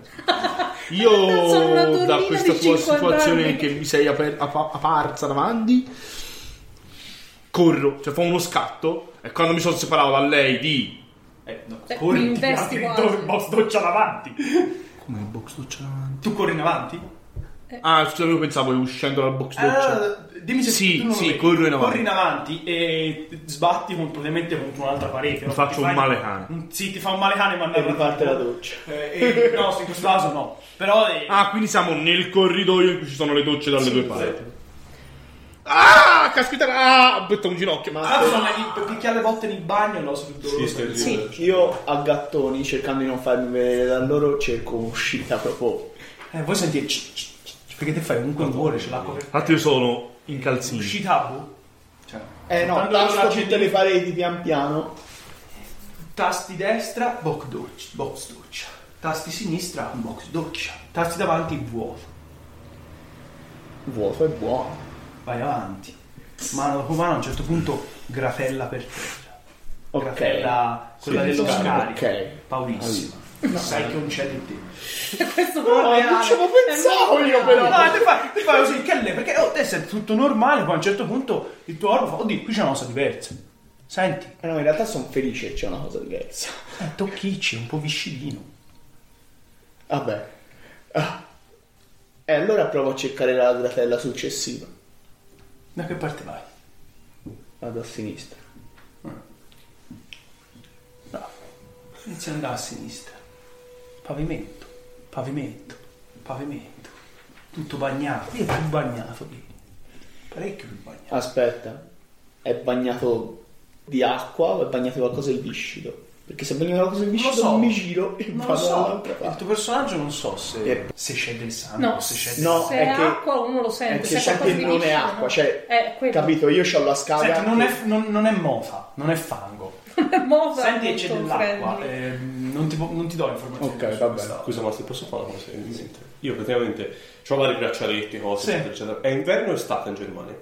[SPEAKER 5] Sono una
[SPEAKER 2] Io
[SPEAKER 5] donnina
[SPEAKER 2] da
[SPEAKER 5] di
[SPEAKER 2] questa tua
[SPEAKER 5] 50
[SPEAKER 2] situazione
[SPEAKER 5] anni.
[SPEAKER 2] che mi sei aper- apa- apparsa davanti, corro, cioè fa uno scatto e quando mi sono separato da lei di...
[SPEAKER 1] Eh, no,
[SPEAKER 5] Beh, mi
[SPEAKER 1] corri, ti
[SPEAKER 5] investi
[SPEAKER 1] apri il
[SPEAKER 5] quasi.
[SPEAKER 1] do- il box doccia davanti.
[SPEAKER 2] Come il box doccia davanti?
[SPEAKER 1] Tu corri in avanti?
[SPEAKER 5] Eh.
[SPEAKER 2] Ah, scusa, io pensavo che uscendo dal box doccia.
[SPEAKER 5] Ah.
[SPEAKER 1] Eh, dimmi se
[SPEAKER 2] Sì,
[SPEAKER 1] tu non lo
[SPEAKER 2] sì,
[SPEAKER 1] vedi.
[SPEAKER 2] corro in avanti.
[SPEAKER 1] Corri in avanti e sbatti con- probabilmente contro un'altra parete. no?
[SPEAKER 2] faccio
[SPEAKER 1] Ti
[SPEAKER 2] un
[SPEAKER 1] fai-
[SPEAKER 2] male cane.
[SPEAKER 1] un- Sì, ti fa un male cane, ma
[SPEAKER 4] E riparte la doccia.
[SPEAKER 1] Eh, eh, no, in questo caso no. Però eh,
[SPEAKER 2] Ah, quindi siamo nel corridoio in cui ci sono le docce dalle due parti. Ah, caspita, ah, butta un ginocchio, ma...
[SPEAKER 1] Ah, sono i- per picchiare le botte nel bagno no, sul dolore.
[SPEAKER 5] Sì.
[SPEAKER 4] Io a gattoni, cercando di non farmi vedere da loro, cerco un'uscita proprio.
[SPEAKER 1] Eh, voi sentite c- c- c- perché te fai comunque un rumore, c'è l'acqua per
[SPEAKER 2] Tanto io sono in calzini.
[SPEAKER 1] uscita boh. Cioè,
[SPEAKER 4] Eh no,
[SPEAKER 1] Tanto
[SPEAKER 4] tasto
[SPEAKER 1] la
[SPEAKER 4] tutte
[SPEAKER 1] gente-
[SPEAKER 4] le pareti pian piano.
[SPEAKER 1] tasti destra, box doccia, box doccia. Tasti sinistra, box doccia. Tasti davanti, vuoto.
[SPEAKER 4] Vuoto è buono.
[SPEAKER 1] Vai avanti. Mano dopo mano a un certo punto gratella per terra.
[SPEAKER 4] Ok.
[SPEAKER 1] Gratella quella
[SPEAKER 4] Sì,
[SPEAKER 1] dello
[SPEAKER 4] sì,
[SPEAKER 1] scarico.
[SPEAKER 4] ok.
[SPEAKER 1] Paurissima. Sai che non c'è di te.
[SPEAKER 5] Questo proprio
[SPEAKER 4] non ci avevo pensato io, però.
[SPEAKER 1] No, ti fai, ti fai così, che lei, perché oh, te sei tutto normale, poi a un certo punto il tuo corpo fa, oddio, qui c'è una cosa diversa. Senti,
[SPEAKER 4] Eh no, in realtà sono felice che c'è una cosa diversa.
[SPEAKER 1] Eh, tocchicci, un po' viscidino.
[SPEAKER 4] Vabbè. Ah. E allora provo a cercare la gratella successiva.
[SPEAKER 1] Da che parte vai?
[SPEAKER 4] Vado a sinistra.
[SPEAKER 1] Bravo. Inizia ad andare a sinistra. Pavimento, pavimento, pavimento. Tutto bagnato. Io più bagnato lì. Parecchio più bagnato.
[SPEAKER 4] Aspetta, è bagnato di acqua o è bagnato di qualcosa di viscido? Perché se è bagnato di qualcosa di
[SPEAKER 1] Non lo
[SPEAKER 4] viscido
[SPEAKER 1] so.
[SPEAKER 4] mi giro e
[SPEAKER 1] Non
[SPEAKER 4] vado
[SPEAKER 1] lo so.
[SPEAKER 4] dall'altra
[SPEAKER 1] Il
[SPEAKER 4] parte.
[SPEAKER 1] tuo personaggio non so se,
[SPEAKER 4] Eh.
[SPEAKER 1] se c'è del sangue.
[SPEAKER 5] No,
[SPEAKER 1] se c'è del
[SPEAKER 4] no,
[SPEAKER 5] se
[SPEAKER 4] è
[SPEAKER 5] è
[SPEAKER 4] che-
[SPEAKER 5] acqua uno lo
[SPEAKER 4] È
[SPEAKER 5] sente.
[SPEAKER 4] Eh, che
[SPEAKER 5] se
[SPEAKER 4] c'è
[SPEAKER 5] qualcosa
[SPEAKER 4] anche
[SPEAKER 5] di
[SPEAKER 4] non è
[SPEAKER 5] liscio, no?
[SPEAKER 4] acqua, cioè,
[SPEAKER 5] Eh, quello.
[SPEAKER 4] capito? Io ho la scala.
[SPEAKER 1] Senti, non
[SPEAKER 4] che-
[SPEAKER 1] è, non- non è mofa, non è fango.
[SPEAKER 5] Mova
[SPEAKER 1] Senti che
[SPEAKER 5] molto
[SPEAKER 1] c'è dell'acqua.
[SPEAKER 5] friendly.
[SPEAKER 1] ehm, non, ti, po- non ti do informazioni.
[SPEAKER 4] Ok,
[SPEAKER 1] su
[SPEAKER 4] va
[SPEAKER 1] questa-
[SPEAKER 4] bene.
[SPEAKER 3] Scusa, ma se posso fare una cosa che mi viene in mente? Io praticamente ho vari braccialetti, cose,
[SPEAKER 1] Sì.
[SPEAKER 3] eccetera, eccetera. È inverno o estate in Germania?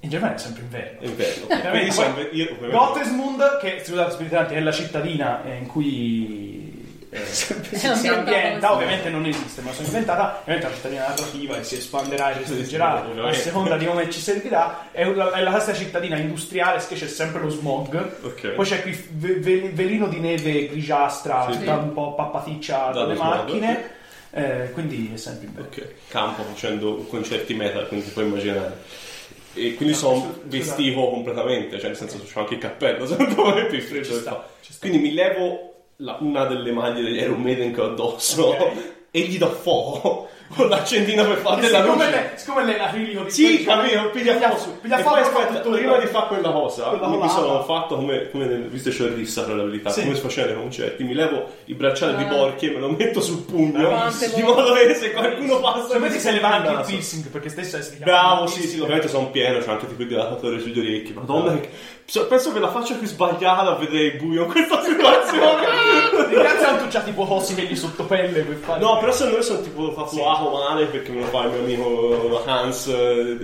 [SPEAKER 1] In Germania è sempre inverno.
[SPEAKER 3] È inverno.
[SPEAKER 1] Veramente,
[SPEAKER 3] Quindi
[SPEAKER 1] poi-
[SPEAKER 3] sono- io,
[SPEAKER 4] Eh,
[SPEAKER 3] ovviamente-
[SPEAKER 1] Gottesmund, che scusate, spiritanti, è la cittadina eh, in cui eh, si, si ambienta,
[SPEAKER 5] ambientata
[SPEAKER 1] ovviamente non esiste, ma sono inventata, ovviamente è una cittadina narrativa e si espanderà e restringerà
[SPEAKER 3] sì,
[SPEAKER 1] a
[SPEAKER 3] ovviamente.
[SPEAKER 1] seconda di come ci servirà. È la, è la classica cittadina industriale, che c'è sempre lo smog.
[SPEAKER 3] Ok.
[SPEAKER 1] Poi c'è qui ve- ve- velino di neve grigiastra,
[SPEAKER 3] Sì.
[SPEAKER 1] tutta un po' pappaticcia
[SPEAKER 3] Dallo
[SPEAKER 1] dalle
[SPEAKER 3] smog.
[SPEAKER 1] macchine. eh, quindi è sempre in
[SPEAKER 3] Ok, campo facendo concerti metal, quindi puoi immaginare. E quindi sono vestito completamente, cioè nel senso c'ho anche il cappello, se non è più freddo. che fa. Quindi mi levo la- una delle maglie degli Iron Maiden che ho addosso e gli do fuoco con l'accendino per fare della
[SPEAKER 1] Siccome
[SPEAKER 3] luce.
[SPEAKER 1] lei, siccome lei la rilico di
[SPEAKER 3] Sì, capito, piglia fuoco.
[SPEAKER 1] piglia
[SPEAKER 3] e
[SPEAKER 1] fuoco
[SPEAKER 3] poi
[SPEAKER 1] fa
[SPEAKER 3] aspetta,
[SPEAKER 1] tutto il-
[SPEAKER 3] prima di fare quella cosa,
[SPEAKER 1] quella
[SPEAKER 3] mi, mi
[SPEAKER 1] volata.
[SPEAKER 3] sono fatto come, come nel- visto c'è il rissa per la verità,
[SPEAKER 1] Sì.
[SPEAKER 3] come si faceva nei concerti, mi levo il bracciale di
[SPEAKER 5] Ah.
[SPEAKER 3] porchi e me lo metto sul pugno,
[SPEAKER 5] Quante
[SPEAKER 3] di
[SPEAKER 5] volte.
[SPEAKER 3] modo che se qualcuno passa...
[SPEAKER 1] Secondo me ti sei levato anche il
[SPEAKER 3] naso.
[SPEAKER 1] piercing perché stesso si chiama
[SPEAKER 3] Bravo, sì,
[SPEAKER 1] piercing.
[SPEAKER 3] sì, ovviamente sono pieno, c'è anche tipo il dilatatore sugli orecchi. Madonna, che- so- penso che la faccia più sbagliata a vedere il buio in questa situazione.
[SPEAKER 1] Ringrazio anche tutti tipo cossi che gli sottopelle per fare.
[SPEAKER 3] no, però secondo me sono tipo fatto ah, male perché me lo fa il mio amico Hans. eh,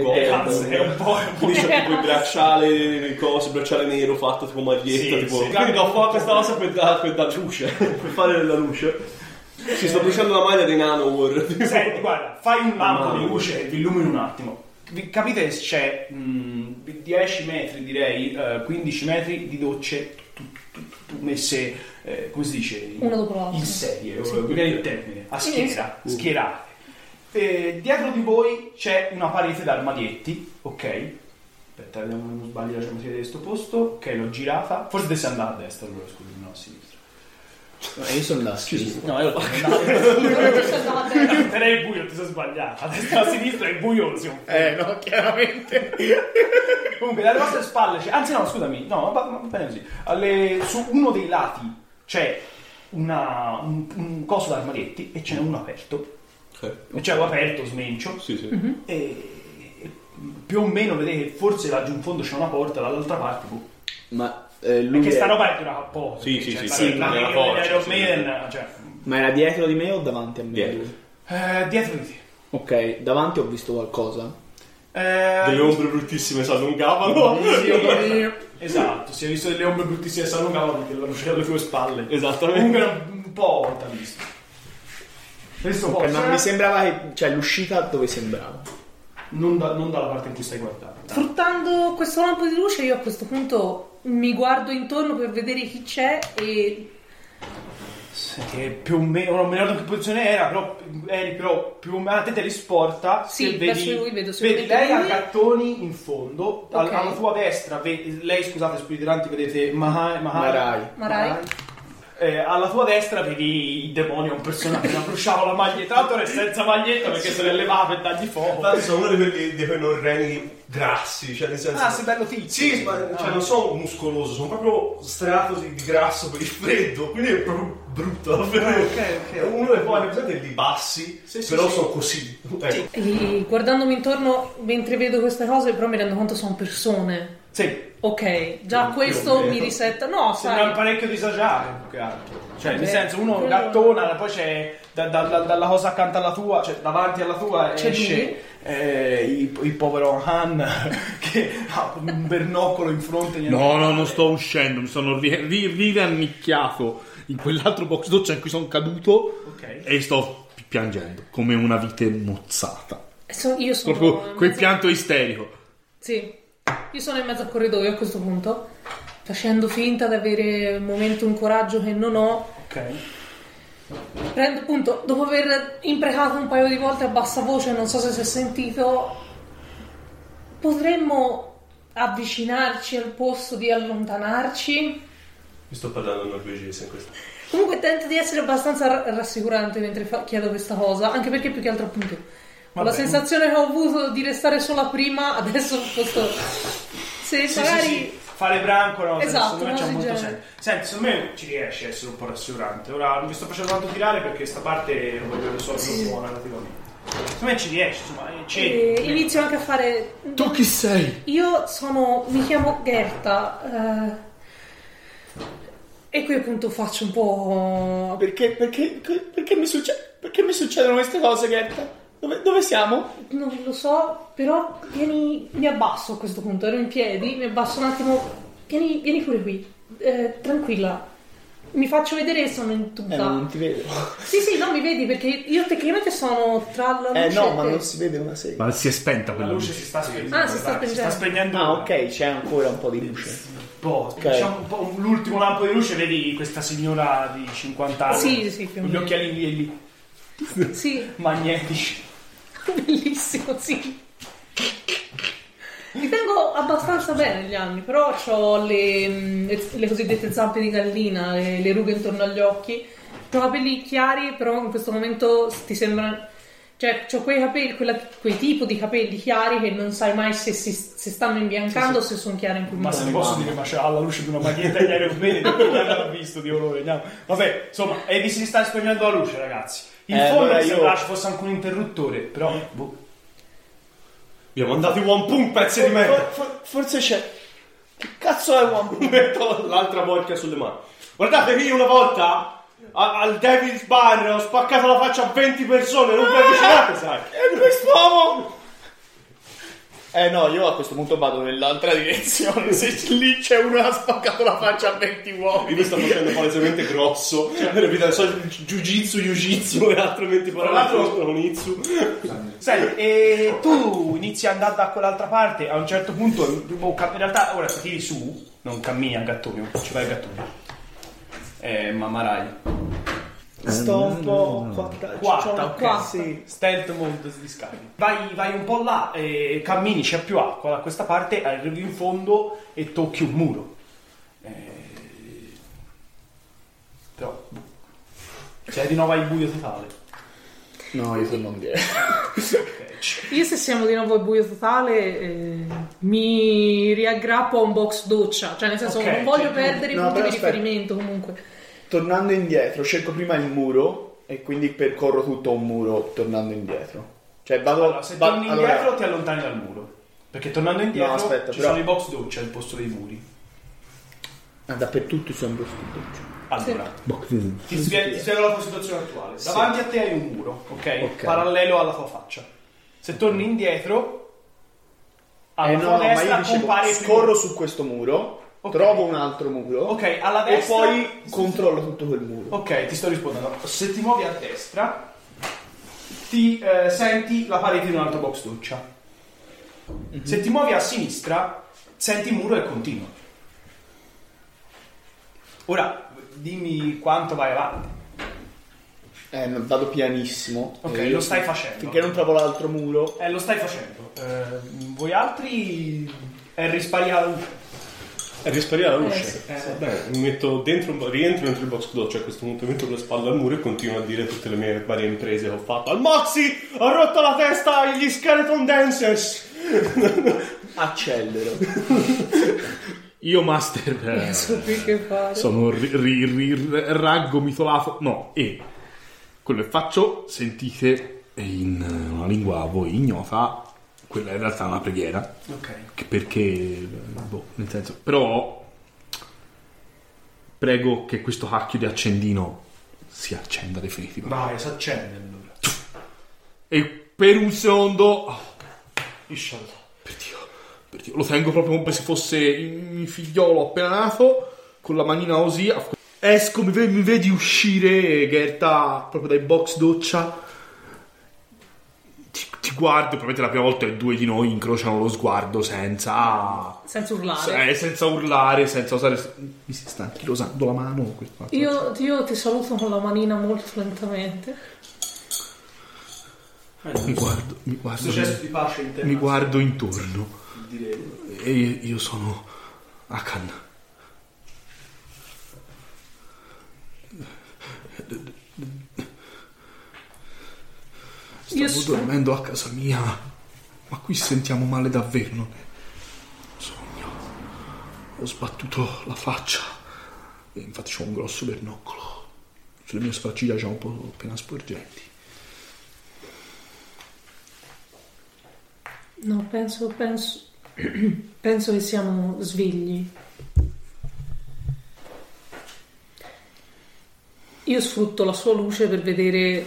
[SPEAKER 3] Gordon.
[SPEAKER 1] Hans, eh. è un po'-
[SPEAKER 3] Quindi c'è tipo il bracciale, il coso, il bracciale nero fatto tipo maglietta.
[SPEAKER 1] Sì,
[SPEAKER 3] tipo,
[SPEAKER 1] sì.
[SPEAKER 3] Quindi do fuoco a questa cosa per dar per dar luce, per fare della luce. Si sto bruciando la maglia dei Nanowar.
[SPEAKER 1] Senti, guarda, fai un lampo
[SPEAKER 3] Mamma
[SPEAKER 1] di
[SPEAKER 3] mia.
[SPEAKER 1] luce e ti illumini un attimo. Vi- Capite che c'è mh, 10 metri, direi, eh, 15 metri di docce tu- tu- tu- tu- messe, eh, come si dice? In,
[SPEAKER 5] Una dopo l'altra. Uh.
[SPEAKER 1] In serie, ora, mi viene il termine, a schiera, schierate. E dietro di voi c'è una parete d'armadietti, ok? Aspetta, vediamo se non sbaglio la geometria di questo posto. Ok, l'ho girata. Forse deve andare a destra, allora scusi, no, a sinistra.
[SPEAKER 4] Ma io sono da schifo.
[SPEAKER 1] No, io Era il buio, ti sei sbagliato. A destra e a sinistra è buio, si
[SPEAKER 4] Eh no, chiaramente.
[SPEAKER 1] Comunque, dalle vostre spalle c'è. Anzi, no, scusami, no, va, va bene così. Alle- su uno dei lati c'è una- un, un coso d'armadietti e ce n'è uno aperto. E C'è uno aperto, smencio.
[SPEAKER 3] Sì, sì.
[SPEAKER 1] E e più o meno vedete che forse laggiù in fondo c'è una porta, dall'altra parte. Boh.
[SPEAKER 4] Ma eh, lui
[SPEAKER 1] Perché
[SPEAKER 4] è-
[SPEAKER 1] sta roba è di una capposa.
[SPEAKER 3] Sì, sì, sì,
[SPEAKER 1] cioè,
[SPEAKER 3] sì,
[SPEAKER 1] la- la-
[SPEAKER 3] è una
[SPEAKER 1] la-
[SPEAKER 3] forza,
[SPEAKER 1] Iron
[SPEAKER 3] sì.
[SPEAKER 1] Maiden, cioè,
[SPEAKER 4] Ma era dietro di me o davanti a me?
[SPEAKER 3] Dietro.
[SPEAKER 4] lui?
[SPEAKER 1] eh, dietro di te.
[SPEAKER 4] Ok, davanti ho visto qualcosa.
[SPEAKER 1] Eh,
[SPEAKER 3] Delle ombre bruttissime si allungavano.
[SPEAKER 1] Sì, esatto, si è visto delle ombre bruttissime a San Luca perché l'hanno cercato alle tue spalle. Comunque
[SPEAKER 3] Esattamente.
[SPEAKER 1] era un po' volta visto. Questo un po'
[SPEAKER 4] Ok, Cioè, ma
[SPEAKER 1] sarà-
[SPEAKER 4] mi sembrava che. Cioè, l'uscita dove sembrava.
[SPEAKER 1] non, da- non dalla parte in cui stai guardando.
[SPEAKER 5] Sfruttando questo lampo di luce, io a questo punto mi guardo intorno per vedere chi c'è e
[SPEAKER 1] Che più o meno, non mi ricordo che posizione era, però eri però più o meno a te te li sporta.
[SPEAKER 5] Sì,
[SPEAKER 1] se
[SPEAKER 5] verso
[SPEAKER 1] vedi,
[SPEAKER 5] lui
[SPEAKER 1] vedi
[SPEAKER 5] vedo sicuramente
[SPEAKER 1] lei a
[SPEAKER 5] lui.
[SPEAKER 1] cartoni in fondo, al-
[SPEAKER 5] Ok.
[SPEAKER 1] alla tua destra, ve- lei scusate, spiritiranti vedete Mahai, Mahai,
[SPEAKER 4] Marai.
[SPEAKER 5] Marai.
[SPEAKER 1] Eh, alla tua destra vedi il demonio, un personaggio che bruciava la maglietta, tanto era senza maglietta perché se ne levava e dagli fuoco.
[SPEAKER 3] Infatti sono uno di quelli di quei norreni grassi, cioè nel senso.
[SPEAKER 1] Ah, sei bello tizio.
[SPEAKER 3] Sì, ma cioè, non sono muscoloso, sono proprio strato di di grasso per il freddo, quindi è proprio
[SPEAKER 1] Ah,
[SPEAKER 3] brutto davvero. È Uno che poi presente li bassi,
[SPEAKER 1] Sì, sì,
[SPEAKER 3] però
[SPEAKER 1] sì.
[SPEAKER 3] sono così. Ecco.
[SPEAKER 5] E guardandomi intorno mentre vedo queste cose, però mi rendo conto sono persone.
[SPEAKER 1] Sì,
[SPEAKER 5] Ok, già questo mi risetta. No,
[SPEAKER 1] sembra un
[SPEAKER 5] sai.
[SPEAKER 1] parecchio disagiato più che altro. Cioè, nel
[SPEAKER 5] Beh,
[SPEAKER 1] senso, uno
[SPEAKER 5] quello-
[SPEAKER 1] gattona, poi c'è da- da- da- dalla cosa accanto alla tua, cioè davanti alla tua
[SPEAKER 5] C'è lui?
[SPEAKER 1] esce eh, il, il povero Han che ha un bernoccolo in fronte. glielo-
[SPEAKER 2] No, no, non sto uscendo, mi sono ri- ri- rirannicchiato in quell'altro box doccia in cui sono caduto
[SPEAKER 1] Ok.
[SPEAKER 2] e sto pi- piangendo come una vite mozzata.
[SPEAKER 5] So- io sono
[SPEAKER 2] Proprio
[SPEAKER 5] in
[SPEAKER 2] quel
[SPEAKER 5] mezzo-
[SPEAKER 2] pianto isterico.
[SPEAKER 5] Sì, io sono in mezzo al corridoio a questo punto, facendo finta di avere un momento un coraggio che non ho.
[SPEAKER 1] Ok.
[SPEAKER 5] Prendo appunto, dopo aver imprecato un paio di volte a bassa voce, non so se si è sentito, potremmo avvicinarci al posto di allontanarci?
[SPEAKER 3] Mi sto parlando norvegese in questo.
[SPEAKER 5] Comunque tento di essere abbastanza ra- rassicurante mentre fa- chiedo questa cosa, anche perché più che altro appunto ho la
[SPEAKER 1] Vabbè.
[SPEAKER 5] sensazione che ho avuto di restare sola prima, adesso posso... Se
[SPEAKER 1] Sì,
[SPEAKER 5] magari...
[SPEAKER 1] sì, sì. Fare branco no,
[SPEAKER 5] Esatto,
[SPEAKER 1] secondo me
[SPEAKER 5] una
[SPEAKER 1] c'ha
[SPEAKER 5] cosa
[SPEAKER 1] molto
[SPEAKER 5] del
[SPEAKER 1] senso.
[SPEAKER 5] genere.
[SPEAKER 1] Senti, secondo me ci riesci a essere un po' rassicurante. Ora non vi sto facendo tanto tirare perché sta parte voglio risolvere un po' narrativamente. Secondo me ci riesci, insomma, eh, ci
[SPEAKER 5] Eh, inizio anche a fare.
[SPEAKER 2] Tu chi sei?
[SPEAKER 5] Io sono. mi chiamo Gerta. eh, e qui appunto faccio un po'.
[SPEAKER 4] Perché, perché, perché, mi, succe- perché mi succedono queste cose, Gerta? Dove, dove siamo?
[SPEAKER 5] non lo so, però vieni. mi abbasso a questo punto, ero in piedi, mi abbasso un attimo. Vieni, vieni pure qui, eh, tranquilla. Mi faccio vedere che sono in tuta.
[SPEAKER 4] Eh, ma non ti vedo.
[SPEAKER 5] Sì, sì, no, mi vedi perché io tecnicamente sono tra la luce
[SPEAKER 4] Eh no,
[SPEAKER 5] e
[SPEAKER 4] ma
[SPEAKER 5] te.
[SPEAKER 4] non si vede una sega.
[SPEAKER 2] Ma si è spenta
[SPEAKER 1] La
[SPEAKER 2] quella
[SPEAKER 1] luce
[SPEAKER 2] luce.
[SPEAKER 1] si sta spegnendo.
[SPEAKER 5] Ah, si sta
[SPEAKER 1] guarda,
[SPEAKER 5] spegnendo.
[SPEAKER 1] spegnendo.
[SPEAKER 4] Ah, ok, c'è ancora un po' di luce.
[SPEAKER 1] Boh, diciamo un po' un- l'ultimo lampo di luce, vedi questa signora di 50 anni.
[SPEAKER 5] Sì, sì, più o
[SPEAKER 1] Con gli
[SPEAKER 5] meno.
[SPEAKER 1] occhialini lì, lì,
[SPEAKER 5] Sì,
[SPEAKER 4] Mm.
[SPEAKER 1] magnetici.
[SPEAKER 5] bellissimo, sì. Li tengo abbastanza bene gli anni, però ho le, mm, le- le cosiddette zampe di gallina, le, le rughe intorno agli occhi. Ho capelli chiari, però in questo momento ti sembra. Cioè, ho quei capelli, quella- quei tipo di capelli chiari che non sai mai se, si- se stanno imbiancando o se sono chiari in quel
[SPEAKER 1] Ma se ne
[SPEAKER 5] modo.
[SPEAKER 1] posso dire, ma c'è alla luce di una maglietta gli aerofleni perché non l'hanno visto di orrore. andiamo. Vabbè, insomma, e vi si sta spegnendo la luce, ragazzi. In
[SPEAKER 4] Eh,
[SPEAKER 1] fondo
[SPEAKER 4] allora
[SPEAKER 1] mi
[SPEAKER 4] io- Eh,
[SPEAKER 1] sembrava ci fosse anche un interruttore, però. boh.
[SPEAKER 3] Abbiamo mandato in One Punch, pezzi di merda.
[SPEAKER 4] For- for- forse c'è. Che cazzo è One Punch?
[SPEAKER 3] metto l'altra vodka sulle mani. Guardate qui una volta a- al Devil's Bar ho spaccato la faccia a 20 persone, non vi avvicinate, sai?
[SPEAKER 4] È quest'uomo! Eh no, io a questo punto vado nell'altra direzione. Se c- lì c'è uno che ha spaccato la faccia a 20 uomini.
[SPEAKER 3] Io mi sto facendo palesemente grosso, cioè, so, jiu-jitsu, jiu-jitsu e altre 20 parole
[SPEAKER 1] l'altro-
[SPEAKER 3] sono itsu.
[SPEAKER 1] Sai, e tu inizi ad andare da quell'altra parte, a un certo punto, boh, ca- in realtà ora ti tiri su, non cammini a gattone, ci vai a gattone. Eh, mamma Rai.
[SPEAKER 4] Eh, Sto un po'. Quarta,
[SPEAKER 1] Quarta, ok.
[SPEAKER 5] Quarta.
[SPEAKER 4] Sì.
[SPEAKER 1] Stealth mode di scavi. Vai, vai un po' là, e cammini, c'è più acqua da questa parte, arrivi in fondo e tocchi un muro. Eh, Però... boh. Sei di nuovo al buio totale.
[SPEAKER 4] No, io sono non dire.
[SPEAKER 5] Io se siamo di nuovo al buio totale eh, mi riaggrappo a un box doccia, cioè nel senso
[SPEAKER 1] Ok,
[SPEAKER 5] non voglio
[SPEAKER 1] cioè,
[SPEAKER 5] perdere i
[SPEAKER 4] no,
[SPEAKER 5] punti
[SPEAKER 4] però
[SPEAKER 5] di
[SPEAKER 4] aspetta.
[SPEAKER 5] riferimento comunque.
[SPEAKER 4] Tornando indietro, cerco prima il muro e quindi percorro tutto un muro tornando indietro. Cioè vado.
[SPEAKER 1] Allora, se
[SPEAKER 4] va-
[SPEAKER 1] torni
[SPEAKER 4] allora,
[SPEAKER 1] indietro ti allontani dal muro. Perché tornando indietro
[SPEAKER 4] aspetta,
[SPEAKER 1] ci
[SPEAKER 4] però-
[SPEAKER 1] sono i box doccia al posto dei muri.
[SPEAKER 4] ah, dappertutto sono brutti.
[SPEAKER 1] Allora,
[SPEAKER 4] Boh,
[SPEAKER 1] ti, spie- ti spiego la tua situazione attuale. Davanti a te hai un muro, ok?
[SPEAKER 4] Ok.
[SPEAKER 1] Parallelo alla tua faccia. Se torni indietro, alla
[SPEAKER 4] Eh
[SPEAKER 1] tua
[SPEAKER 4] no, no, ma
[SPEAKER 1] destra
[SPEAKER 4] io dicevo,
[SPEAKER 1] compare più-
[SPEAKER 4] scorro su questo muro,
[SPEAKER 1] Ok.
[SPEAKER 4] trovo un altro muro
[SPEAKER 1] Ok, alla
[SPEAKER 4] e
[SPEAKER 1] destra...
[SPEAKER 4] poi controllo tutto quel muro.
[SPEAKER 1] Ok, ti sto rispondendo. Se ti muovi a destra, ti eh, senti la parete di un altro box doccia.
[SPEAKER 4] Mhm.
[SPEAKER 1] Se ti muovi a sinistra, senti il muro e continua. Ora, dimmi quanto vai avanti.
[SPEAKER 4] Eh, no, vado pianissimo.
[SPEAKER 1] Ok,
[SPEAKER 4] Eh,
[SPEAKER 1] lo stai facendo.
[SPEAKER 4] Finché non trovo l'altro muro.
[SPEAKER 1] Eh, lo stai facendo. Eh, voi altri... È risparire la luce.
[SPEAKER 3] E risparire la luce.
[SPEAKER 5] Eh, sì,
[SPEAKER 1] Eh, sì.
[SPEAKER 3] Vabbè, mi metto dentro, rientro dentro il box doccia a questo punto, metto le spalle al muro e continuo a dire tutte le mie varie imprese che ho fatto. Al Moxie ho rotto la testa agli Skeleton Dancers!
[SPEAKER 4] Accelero.
[SPEAKER 2] Io master... eh,
[SPEAKER 5] So più che fare.
[SPEAKER 2] sono ri, ri, ri- raggo mitolato. No, e quello che faccio sentite in una lingua a voi ignota. Quella in realtà è una preghiera.
[SPEAKER 1] Ok.
[SPEAKER 2] Che perché, boh, nel senso, però prego che questo cacchio di accendino si accenda definitivamente.
[SPEAKER 1] Vai, si accende allora.
[SPEAKER 2] E per un secondo, oh, inshallah, per Dio, per Dio, lo tengo proprio come se fosse il figliolo appena nato, con la manina così. a- Esco, mi ve- mi vedi, uscire, Gerta, proprio dai box doccia. Ti, ti guardo, probabilmente la prima volta che due di noi incrociano lo sguardo senza...
[SPEAKER 5] Senza urlare.
[SPEAKER 2] Eh, senza urlare, senza usare. Mi si sta anchilosando la mano. questo.
[SPEAKER 5] Io, io ti saluto con la manina molto lentamente.
[SPEAKER 2] Mi guardo, mi guardo,
[SPEAKER 1] Questo gesto di pace interno.
[SPEAKER 2] mi guardo intorno.
[SPEAKER 1] direi.
[SPEAKER 2] E io sono Akan.
[SPEAKER 5] io
[SPEAKER 2] Stavo
[SPEAKER 5] sto-
[SPEAKER 2] dormendo a casa mia, ma qui sentiamo male davvero. Non è un sogno. Ho sbattuto la faccia. E infatti c'ho un grosso bernoccolo. Sulle mie sfacciglia c'è un po' appena sporgenti.
[SPEAKER 5] No, penso, penso, penso che siamo svegli. Io sfrutto la sua luce per vedere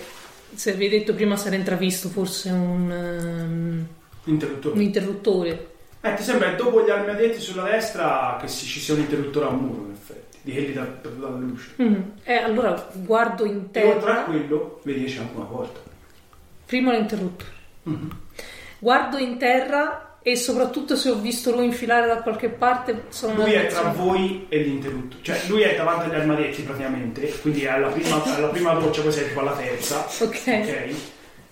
[SPEAKER 5] se vi hai detto prima se era intravisto forse un, ehm,
[SPEAKER 1] Interruttore.
[SPEAKER 5] un interruttore.
[SPEAKER 1] Eh, ti sembra che dopo gli armadietti sulla destra che si- ci sia un interruttore a muro, in effetti, di quelli da, per dare la luce.
[SPEAKER 5] Mm. Eh, allora guardo in
[SPEAKER 1] E oltre a
[SPEAKER 5] terra.
[SPEAKER 1] quello, vedi che c'è anche una porta.
[SPEAKER 5] Prima l'interruttore. Guardo in terra e soprattutto se ho visto lui infilare da qualche parte sono
[SPEAKER 1] Lui è tra
[SPEAKER 5] attenzione.
[SPEAKER 1] voi e l'interruttore, cioè lui è davanti agli armadietti praticamente, quindi alla prima, alla prima doccia, poi sei tipo alla terza,
[SPEAKER 5] Ok.
[SPEAKER 1] ok? Eh,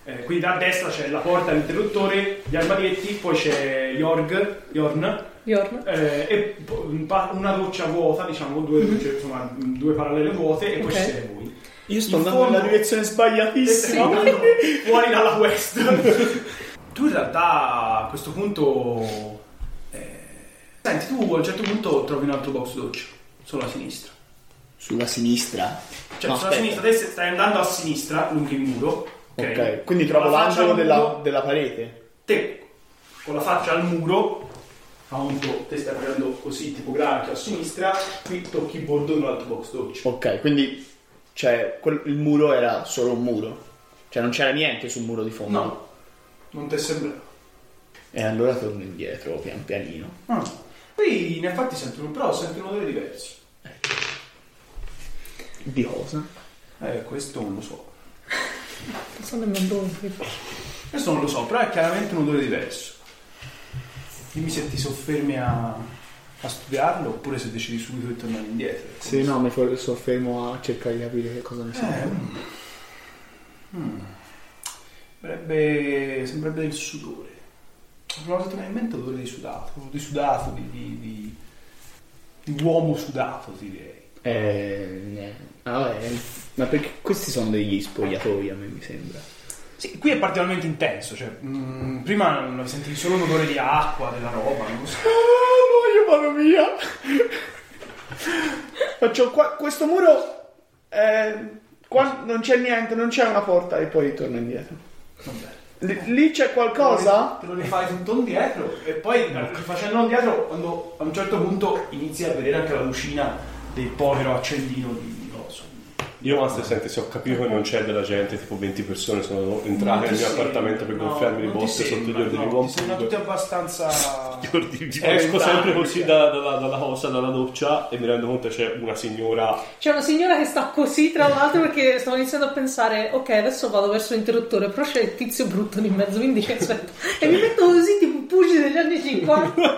[SPEAKER 1] Eh, quindi da destra c'è la porta, l'interruttore, gli armadietti, poi c'è Jorg, Jorn,
[SPEAKER 5] Bjorn.
[SPEAKER 1] eh, e po- un pa- una doccia vuota, diciamo, due, cioè, insomma, mh, due parallele vuote, e poi
[SPEAKER 5] Mhm. Ok.
[SPEAKER 1] ci siete voi.
[SPEAKER 4] Io sto
[SPEAKER 1] In
[SPEAKER 4] andando
[SPEAKER 1] fondo-
[SPEAKER 4] nella direzione sbagliatissima.
[SPEAKER 1] No, no, no, fuori dalla West. tu in realtà a questo punto... eh, senti, tu a un certo punto trovi un altro box doccia, solo a sinistra.
[SPEAKER 4] Sulla sinistra?
[SPEAKER 1] Cioè,
[SPEAKER 4] No,
[SPEAKER 1] sulla
[SPEAKER 4] aspetta.
[SPEAKER 1] sinistra, te stai andando a sinistra, lungo il muro. Ok.
[SPEAKER 4] Ok, quindi
[SPEAKER 1] Con la
[SPEAKER 4] trovo
[SPEAKER 1] faccia
[SPEAKER 4] l'angolo
[SPEAKER 1] al
[SPEAKER 4] della,
[SPEAKER 1] muro,
[SPEAKER 4] della parete.
[SPEAKER 1] Te, con la faccia al muro, appunto, te stai prendendo così, tipo granchio a sinistra, qui tocchi il bordo di un altro box doccia.
[SPEAKER 4] Ok, quindi cioè, quel- il muro era solo un muro. Cioè non c'era niente sul muro di fondo.
[SPEAKER 1] No, non ti sembra.
[SPEAKER 4] E allora torno indietro pian pianino.
[SPEAKER 1] Ah. Poi, in effetti, sentono, però sentono odori diversi.
[SPEAKER 4] Di cosa?
[SPEAKER 1] Eh, questo non lo so.
[SPEAKER 5] Non so nemmeno dove.
[SPEAKER 1] Questo non lo so, però è chiaramente un odore diverso. Dimmi se ti soffermi a, a studiarlo oppure se decidi subito di tornare indietro.
[SPEAKER 4] Sì, no, mi fo- soffermo a cercare di capire che cosa ne so.
[SPEAKER 1] Eh, mm. Mm. Sembrerebbe, sembrerebbe del sudore. La prima cosa che mi viene in mente è l'odore di sudato, di sudato, di, di, di- di uomo sudato direi.
[SPEAKER 4] Eh, ah, vabbè, ma perché questi sono degli spogliatoi a me mi sembra.
[SPEAKER 1] Sì, qui è particolarmente intenso, cioè, mm, prima sentivi solo un odore di acqua, della roba, non lo so.
[SPEAKER 4] Ah, no, io vado via. Faccio qua, questo muro. eh, qua non c'è niente, non c'è una porta e poi torno indietro.
[SPEAKER 1] Vabbè.
[SPEAKER 4] Lì, lì c'è qualcosa?
[SPEAKER 1] Te lo rifai tutto indietro e poi facendo indietro quando a un certo punto inizi a vedere anche la lucina del povero accendino di Rosso.
[SPEAKER 3] Io, Master, senti, se ho capito che non c'è della gente, tipo 20 persone sono entrate
[SPEAKER 1] Non
[SPEAKER 3] nel
[SPEAKER 1] ti
[SPEAKER 3] mio
[SPEAKER 1] sembra,
[SPEAKER 3] Ah, appartamento per
[SPEAKER 1] no,
[SPEAKER 3] gonfiarmi le
[SPEAKER 1] non ti
[SPEAKER 3] botte sotto gli
[SPEAKER 1] sembra,
[SPEAKER 3] ordini
[SPEAKER 1] no,
[SPEAKER 3] di uomo.
[SPEAKER 1] Ti sembrano tutti abbastanza...
[SPEAKER 3] Esco sempre così da- dalla, dalla cosa, dalla doccia e mi rendo conto che c'è una signora
[SPEAKER 5] C'è una signora che sta così, tra l'altro, perché stavo iniziando a pensare, ok, adesso vado verso l'interruttore, però c'è il tizio brutto lì in mezzo, quindi che aspetta. E mi metto così, tipo un pugile degli anni 50.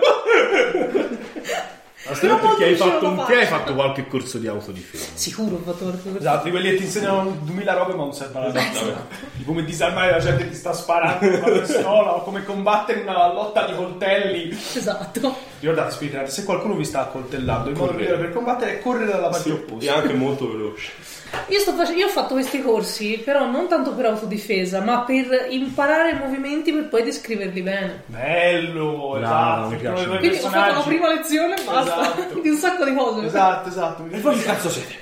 [SPEAKER 2] Aspetta, perché hai
[SPEAKER 5] non ce
[SPEAKER 2] fatto,
[SPEAKER 5] la
[SPEAKER 2] un,
[SPEAKER 5] faccio.
[SPEAKER 2] te hai fatto qualche corso di autodifesa.
[SPEAKER 5] Sicuro ho fatto qualcosa.
[SPEAKER 1] Esatto, di quelli che ti insegnano duemila robe ma non
[SPEAKER 3] Eh,
[SPEAKER 1] servono a nulla. Come disarmare la gente che ti sta sparando con la pistola o come combattere una lotta di coltelli.
[SPEAKER 5] Esatto.
[SPEAKER 1] Ricordate, Spirit Rider, se qualcuno vi sta accoltellando, il modo
[SPEAKER 3] Correre.
[SPEAKER 1] migliore per combattere è correre dalla parte opposta.
[SPEAKER 3] e anche molto veloce.
[SPEAKER 5] Io, sto face- io ho fatto questi corsi, però non tanto per autodifesa, ma per imparare i movimenti per poi descriverli bene.
[SPEAKER 1] Bello,
[SPEAKER 2] non mi
[SPEAKER 1] esatto.
[SPEAKER 2] piace.
[SPEAKER 1] perché uno dei
[SPEAKER 5] Quindi ho fatto la
[SPEAKER 1] personaggi-
[SPEAKER 5] prima lezione e basta.
[SPEAKER 1] Esatto.
[SPEAKER 5] Di un sacco di cose.
[SPEAKER 1] Esatto, esatto. E poi che cazzo siete?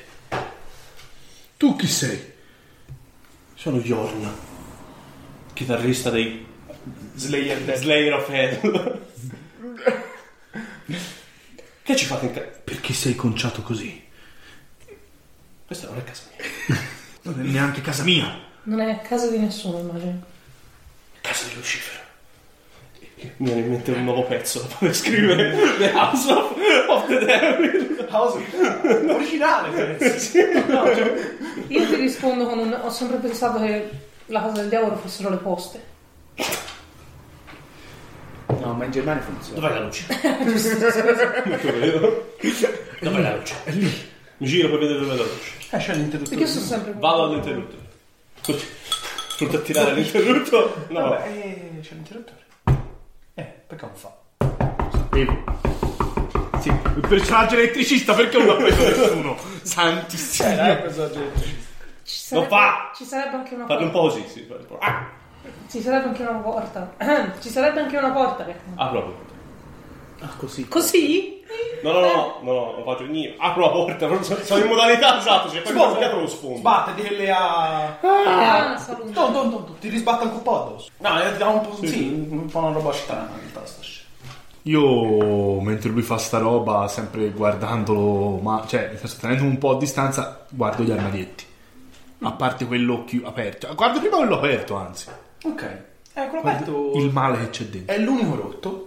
[SPEAKER 2] Tu chi sei?
[SPEAKER 3] Sono Jorn, chitarrista dei
[SPEAKER 1] Slayer Death.
[SPEAKER 3] Slayer of Hell. che ci fate in casa?
[SPEAKER 2] Perché sei conciato così?
[SPEAKER 3] Questa non è casa mia.
[SPEAKER 2] Non è neanche casa mia.
[SPEAKER 5] Non è a casa di nessuno, immagino.
[SPEAKER 3] Casa di Lucifero. Mi viene in mente un nuovo pezzo per scrivere The House of, of the Devil.
[SPEAKER 1] House originale, penso.
[SPEAKER 5] Io ti rispondo con un... Ho sempre pensato che la casa del diavolo fossero le poste.
[SPEAKER 4] No, ma in Germania funziona.
[SPEAKER 3] Dov'è la luce? Dov'è la luce? Ecco, È lì. Mi giro per vedere dov'è la luce.
[SPEAKER 1] Eh, c'è
[SPEAKER 5] Perché io
[SPEAKER 1] l'interruttore.
[SPEAKER 5] sono sempre...
[SPEAKER 3] Vado all'interruttore. Pronto a tirare all'interruttore? No.
[SPEAKER 1] Vabbè, eh, c'è l'interruttore. Eh, perché non fa?
[SPEAKER 2] Sì, il personaggio elettricista perché non l'ha preso nessuno?
[SPEAKER 1] Eh,
[SPEAKER 2] Santissimo.
[SPEAKER 1] dai, cosa gente.
[SPEAKER 5] Ci sarebbe,
[SPEAKER 3] fa!
[SPEAKER 5] Ci sarebbe anche una
[SPEAKER 3] Parla un
[SPEAKER 5] porta.
[SPEAKER 3] po' così, sì, parla un po'. Ah,
[SPEAKER 5] Ci sarebbe anche una porta. Ci sarebbe anche una porta. che-
[SPEAKER 3] apro la porta.
[SPEAKER 4] Ah, così.
[SPEAKER 5] Così?
[SPEAKER 3] No, no, no, no, no, non faccio niente. Apro la porta, non so- sono in modalità esatto, cioè poi
[SPEAKER 1] Sfondo.
[SPEAKER 3] guarda dietro lo sfondo.
[SPEAKER 1] Sbattiti che le ha.
[SPEAKER 5] Ah,
[SPEAKER 1] No,
[SPEAKER 5] saluto.
[SPEAKER 1] no, no, no, ti risbatta anche un po' addosso. No, eh, ti dà un po'. Sì, un po' una roba strana in realtà. sta scena.
[SPEAKER 2] Io, mentre lui fa sta roba, sempre guardandolo, ma cioè, nel senso, tenendo un po' a distanza, guardo gli armadietti. A parte quello chi- aperto. Guardo prima quello aperto, anzi.
[SPEAKER 1] Ok. Eh, quello aperto
[SPEAKER 2] Il male che c'è dentro.
[SPEAKER 1] è l'unico rotto.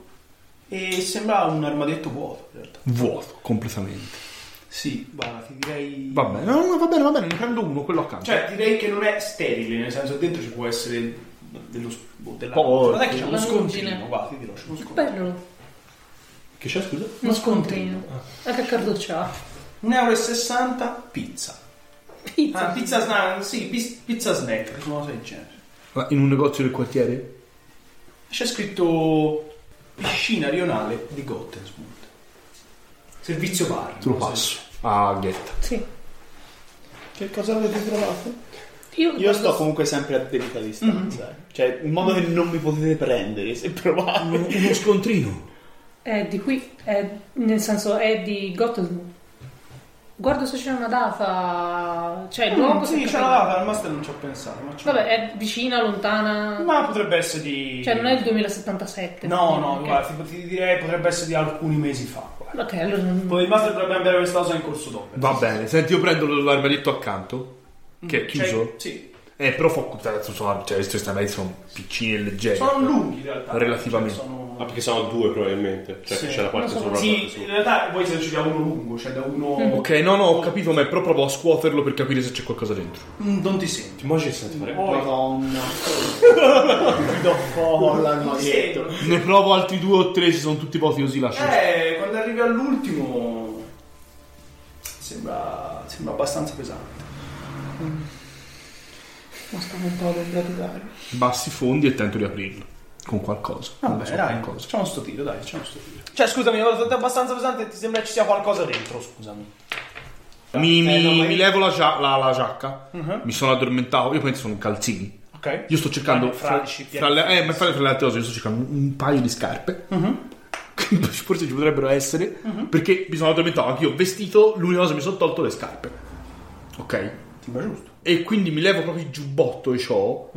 [SPEAKER 1] E sembra un armadietto vuoto, in realtà.
[SPEAKER 2] Vuoto, completamente.
[SPEAKER 1] Sì, guarda, ti direi.
[SPEAKER 2] Va bene, no, no, va bene, va bene, ne prendo uno, quello accanto.
[SPEAKER 1] Cioè, direi che non è sterile, nel senso dentro ci può essere dello s- boh, della
[SPEAKER 2] Poi-
[SPEAKER 1] Guarda che c'è uno
[SPEAKER 5] La
[SPEAKER 1] scontrino,
[SPEAKER 5] ruggine.
[SPEAKER 1] guarda, ti dirò, c'è uno scontrino.
[SPEAKER 5] Bello. Mm.
[SPEAKER 3] Che c'è, scusa?
[SPEAKER 5] Uno scontrino. Anche a Carduccia.
[SPEAKER 1] 1,60€ pizza.
[SPEAKER 5] Pizza.
[SPEAKER 1] Ah, pizza snack, sì, pis- pizza snack, una cosa del genere.
[SPEAKER 2] Ma in un negozio del quartiere?
[SPEAKER 1] C'è scritto piscina rionale di Gottesburg. Servizio bar.
[SPEAKER 2] Te lo passo. Ah, ghetta.
[SPEAKER 5] Sì.
[SPEAKER 4] Che cosa avete trovato?
[SPEAKER 5] Io,
[SPEAKER 4] Io
[SPEAKER 5] guardo-
[SPEAKER 4] sto comunque sempre a debita distanza. eh. Cioè, in modo che non mi potete prendere se provate.
[SPEAKER 2] Uno scontrino.
[SPEAKER 5] È di qui, è- nel senso è di Gothenburg. Guardo se c'è una data, cioè il luogo
[SPEAKER 1] Mm, sì,
[SPEAKER 5] se-
[SPEAKER 1] c'è la data, al master non ci ho pensato. Ma, c'è-
[SPEAKER 5] Vabbè, è vicina, lontana.
[SPEAKER 1] ma potrebbe essere di.
[SPEAKER 5] Cioè non è il 2077.
[SPEAKER 1] No,
[SPEAKER 5] quindi,
[SPEAKER 1] no,
[SPEAKER 5] ok.
[SPEAKER 1] guarda, ti, ti direi potrebbe essere di alcuni mesi fa. guarda.
[SPEAKER 5] Ok, allora non-
[SPEAKER 1] Poi il master dovrebbe avere questa cosa in corso d'opera.
[SPEAKER 2] Va bene, senti, io prendo l'armadietto accanto, che è
[SPEAKER 1] Cioè,
[SPEAKER 2] chiuso.
[SPEAKER 1] sì.
[SPEAKER 2] Eh, però fa cazzo, sono, cioè, questi armadi sono piccini e leggeri.
[SPEAKER 1] Sono lunghi in realtà.
[SPEAKER 2] Relativamente.
[SPEAKER 1] Cioè, sono-
[SPEAKER 3] Ah, perché sono due probabilmente. Cioè
[SPEAKER 1] Sì.
[SPEAKER 3] che c'è la parte
[SPEAKER 5] Non so,
[SPEAKER 3] sopra la parte
[SPEAKER 1] Sì, in
[SPEAKER 3] sopra.
[SPEAKER 1] realtà poi se ci da uno lungo, cioè da uno.
[SPEAKER 2] Mm. Ok, no, no, ho capito, ma è proprio provo a scuoterlo per capire se c'è qualcosa dentro.
[SPEAKER 1] Mm, non ti senti.
[SPEAKER 3] Immagini se senti fare.
[SPEAKER 1] Poi-
[SPEAKER 4] Madonna. Ti do folla al
[SPEAKER 1] Sì.
[SPEAKER 4] maglietto.
[SPEAKER 2] Ne provo altri due o tre, se sono tutti pochi così lascio.
[SPEAKER 1] Eh, quando arrivi all'ultimo sembra, sembra abbastanza pesante.
[SPEAKER 4] Ma stavo un po' ad
[SPEAKER 2] Bassi fondi e tento di aprirlo. Con qualcosa. Non so, qualcosa.
[SPEAKER 1] facciamo sto tiro, dai, facciamo sto tiro. Cioè, scusami, ho detto abbastanza pesante, ti sembra ci sia qualcosa dentro, scusami.
[SPEAKER 2] Mi, mi-
[SPEAKER 1] Eh, no, ma-
[SPEAKER 2] mi levo la, gia- la- la giacca. Mi sono addormentato. Io penso sono calzini.
[SPEAKER 1] Ok.
[SPEAKER 2] Io sto cercando.
[SPEAKER 1] Fra-
[SPEAKER 2] Fra,
[SPEAKER 1] fradici,
[SPEAKER 2] fra le, eh, ma fra, fra le altre cose, io sto cercando un, un paio di scarpe. Forse ci potrebbero essere. Perché mi sono addormentato. Anche io vestito. L'unica cosa che mi sono tolto le scarpe. Ok.
[SPEAKER 1] Sembra giusto.
[SPEAKER 2] E quindi mi levo proprio il giubbotto e ciò.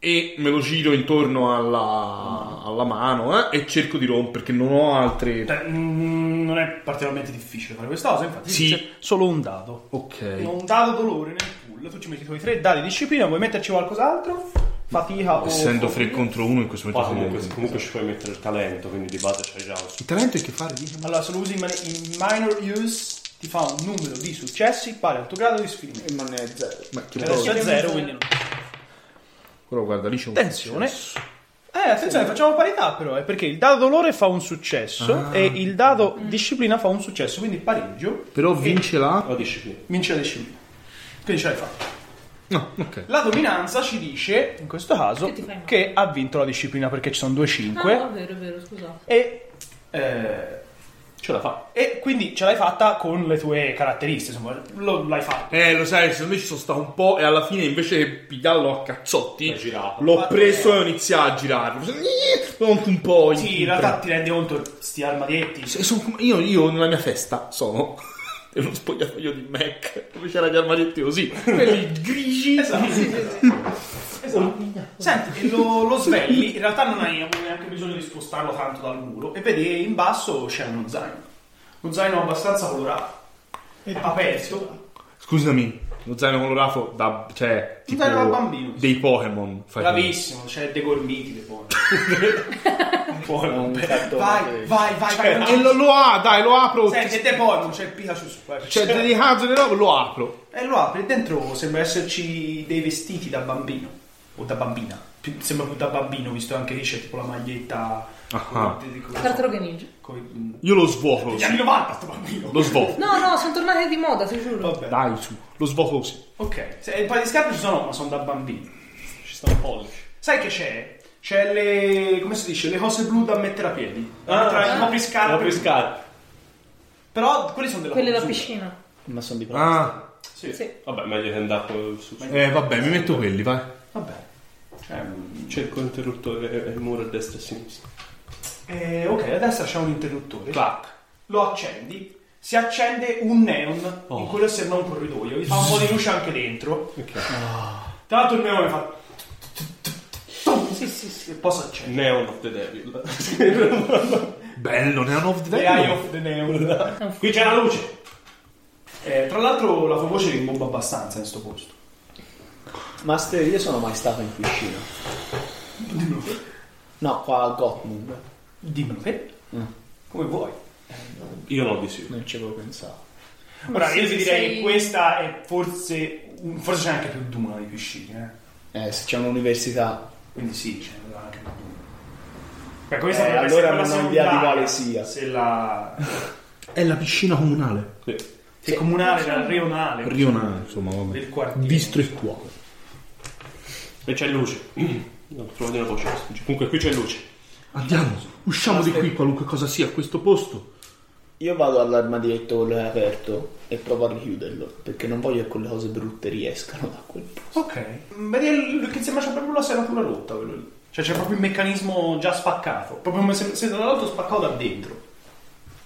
[SPEAKER 2] E me lo giro intorno alla, alla mano eh, e cerco di rompere perché non ho altre.
[SPEAKER 1] Cioè, mm, non è particolarmente difficile fare questa cosa, infatti
[SPEAKER 2] Eh, Sì.
[SPEAKER 1] dice solo un dado.
[SPEAKER 2] Ok.
[SPEAKER 1] Non dado dolore nel pool, tu ci metti i tuoi tre dadi di disciplina, vuoi metterci qualcos'altro? Fatica o
[SPEAKER 2] Essendo
[SPEAKER 1] fortuna?
[SPEAKER 2] 3 contro 1 in questo
[SPEAKER 3] Poi
[SPEAKER 2] momento.
[SPEAKER 3] comunque,
[SPEAKER 2] sono-
[SPEAKER 3] comunque ci puoi mettere il talento, quindi di base c'hai già un
[SPEAKER 2] Il talento è che fare? dice?
[SPEAKER 1] Allora, se lo usi in, man- in minor use ti fa un numero di successi pari al tuo grado di sfida.
[SPEAKER 4] Ma ne è zero.
[SPEAKER 2] Ma che
[SPEAKER 1] Adesso
[SPEAKER 2] bravo.
[SPEAKER 1] Cioè, è zero, quindi non...
[SPEAKER 2] Però guarda, lì c'è un
[SPEAKER 1] Attenzione.
[SPEAKER 2] successo.
[SPEAKER 1] Eh, attenzione, facciamo parità però, eh, perché il dado dolore fa un successo
[SPEAKER 2] Ah.
[SPEAKER 1] e il dado disciplina fa un successo, quindi pareggio
[SPEAKER 2] Però vince la.
[SPEAKER 3] La disciplina.
[SPEAKER 1] vince la disciplina. Quindi ce l'hai fatta.
[SPEAKER 2] No, ok.
[SPEAKER 1] La dominanza ci dice, in questo caso,
[SPEAKER 5] Che ti fai male.
[SPEAKER 1] che ha vinto la disciplina perché ci sono due
[SPEAKER 5] Ah,
[SPEAKER 1] 5
[SPEAKER 5] no, è vero, è vero, scusate.
[SPEAKER 1] e... eh,
[SPEAKER 3] Ce la fa.
[SPEAKER 1] e quindi ce l'hai fatta con le tue caratteristiche, insomma, lo- l'hai fatta.
[SPEAKER 2] Eh, lo sai, secondo me ci sono stato un po' e alla fine invece che pigliarlo a cazzotti,
[SPEAKER 3] L'hai girato.
[SPEAKER 2] l'ho preso e ho iniziato a girarlo. Sono anche un po'. in-
[SPEAKER 1] Sì, in realtà ti rendi conto, sti armadietti,
[SPEAKER 2] Se- sono come- io, io nella mia festa sono in uno spogliatoio di Mac dove c'erano gli armadietti così, quelli grigi.
[SPEAKER 1] Senti, e lo, lo svegli, in realtà non hai neanche bisogno di spostarlo tanto dal muro e vedi che in basso c'è uno zaino. Uno zaino abbastanza colorato, aperto.
[SPEAKER 2] Scusami, lo zaino colorato da. cioè. tipo
[SPEAKER 1] zaino da bambino.
[SPEAKER 2] Dei Pokémon. fai
[SPEAKER 1] Bravissimo, c'è dei gormiti le buone.
[SPEAKER 4] Un cartone.
[SPEAKER 1] Vai, vai, vai, vai.
[SPEAKER 2] E lo, lo ha, dai, lo apro.
[SPEAKER 1] Cioè, Senti, e te poi non c'è il Pikachu su vai.
[SPEAKER 2] Cioè, dedicato delle robe, lo apro.
[SPEAKER 1] E lo apri, e dentro sembra esserci dei vestiti da bambino. O da bambina. Più- sembra più da bambino, visto anche lì c'è tipo la maglietta...
[SPEAKER 2] Ah.
[SPEAKER 1] con- di- con-
[SPEAKER 5] Tartarughe ninja.
[SPEAKER 1] con-
[SPEAKER 2] Io lo svuoto
[SPEAKER 1] Gli
[SPEAKER 2] così.
[SPEAKER 1] anni 90 sto bambino.
[SPEAKER 2] Lo svuoto.
[SPEAKER 5] No, no, sono tornate di moda, ti giuro.
[SPEAKER 1] Vabbè.
[SPEAKER 2] Dai, su. Lo svuoto così.
[SPEAKER 1] Ok, se- un paio di scarpe ci sono, ma sono da bambino.
[SPEAKER 3] Ci sta un pollice.
[SPEAKER 1] Sai che c'è? C'è le. come si dice? Le cose blu da mettere a piedi. Da
[SPEAKER 2] Ah.
[SPEAKER 1] mettere i propri scarpe.
[SPEAKER 3] La pescata.
[SPEAKER 1] Però quelli sono della
[SPEAKER 5] Quelle da
[SPEAKER 1] posura.
[SPEAKER 5] piscina.
[SPEAKER 4] Ma sono di plastica.
[SPEAKER 2] Ah.
[SPEAKER 1] Sì.
[SPEAKER 5] Sì.
[SPEAKER 3] Vabbè, meglio che andare con su.
[SPEAKER 2] Eh, vabbè, mi metto quelli, vai.
[SPEAKER 1] Vabbè. Cioè, mm,
[SPEAKER 3] Cerco l'interruttore e eh, il muro a destra e a sinistra.
[SPEAKER 1] eh, ok, a destra c'è un interruttore.
[SPEAKER 3] Clac.
[SPEAKER 1] Lo accendi. Si accende un neon
[SPEAKER 2] Oh.
[SPEAKER 1] in quello che sembra un corridoio. Vi fa un po' di luce anche dentro.
[SPEAKER 3] Ok.
[SPEAKER 1] Tra l'altro il neon fa.
[SPEAKER 5] Sì, sì, sì.
[SPEAKER 1] E poi si accende.
[SPEAKER 3] Neon of the Devil.
[SPEAKER 2] Bello, Neon of the
[SPEAKER 1] The Eye
[SPEAKER 2] Devil.
[SPEAKER 1] of the Neon. Qui c'è la luce. Eh, tra l'altro la tua voce rimbomba abbastanza in sto posto.
[SPEAKER 4] Master, io sono mai stato in piscina. No, qua a Gotmund.
[SPEAKER 1] Dimmelo te.
[SPEAKER 2] Mm.
[SPEAKER 1] Come vuoi.
[SPEAKER 3] Io no, di sì.
[SPEAKER 4] Non ci avevo pensato.
[SPEAKER 1] Ora,
[SPEAKER 5] Ma
[SPEAKER 1] io
[SPEAKER 5] se
[SPEAKER 1] ti direi
[SPEAKER 5] sei-
[SPEAKER 1] che questa è forse. Forse c'è anche più di una di piscine, eh.
[SPEAKER 4] Eh, se c'è un'università.
[SPEAKER 1] Quindi sì, ce n'è anche più di una. Beh, questa
[SPEAKER 4] Eh,
[SPEAKER 1] potrebbe
[SPEAKER 4] allora
[SPEAKER 1] essere quella
[SPEAKER 4] non ho idea di
[SPEAKER 1] secondaria,
[SPEAKER 4] quale sia.
[SPEAKER 1] Se la.
[SPEAKER 2] È la piscina comunale.
[SPEAKER 3] Sì.
[SPEAKER 1] Se comunale, la rionale.
[SPEAKER 2] Rionale, insomma, vabbè.
[SPEAKER 1] Del quartiere.
[SPEAKER 2] Distrettuale.
[SPEAKER 3] E c'è luce. No, trovo di una voce. Comunque qui c'è luce.
[SPEAKER 2] Andiamo, usciamo di qui qualunque cosa sia questo posto.
[SPEAKER 4] Io vado all'armadietto con l'è aperto e provo a richiuderlo perché non voglio che quelle cose brutte riescano da quel posto.
[SPEAKER 1] Ok, vedi che sembra c'è proprio la serratura rotta quello lì. Cioè c'è proprio il meccanismo già spaccato, proprio come se, se dall'alto spaccato da dentro.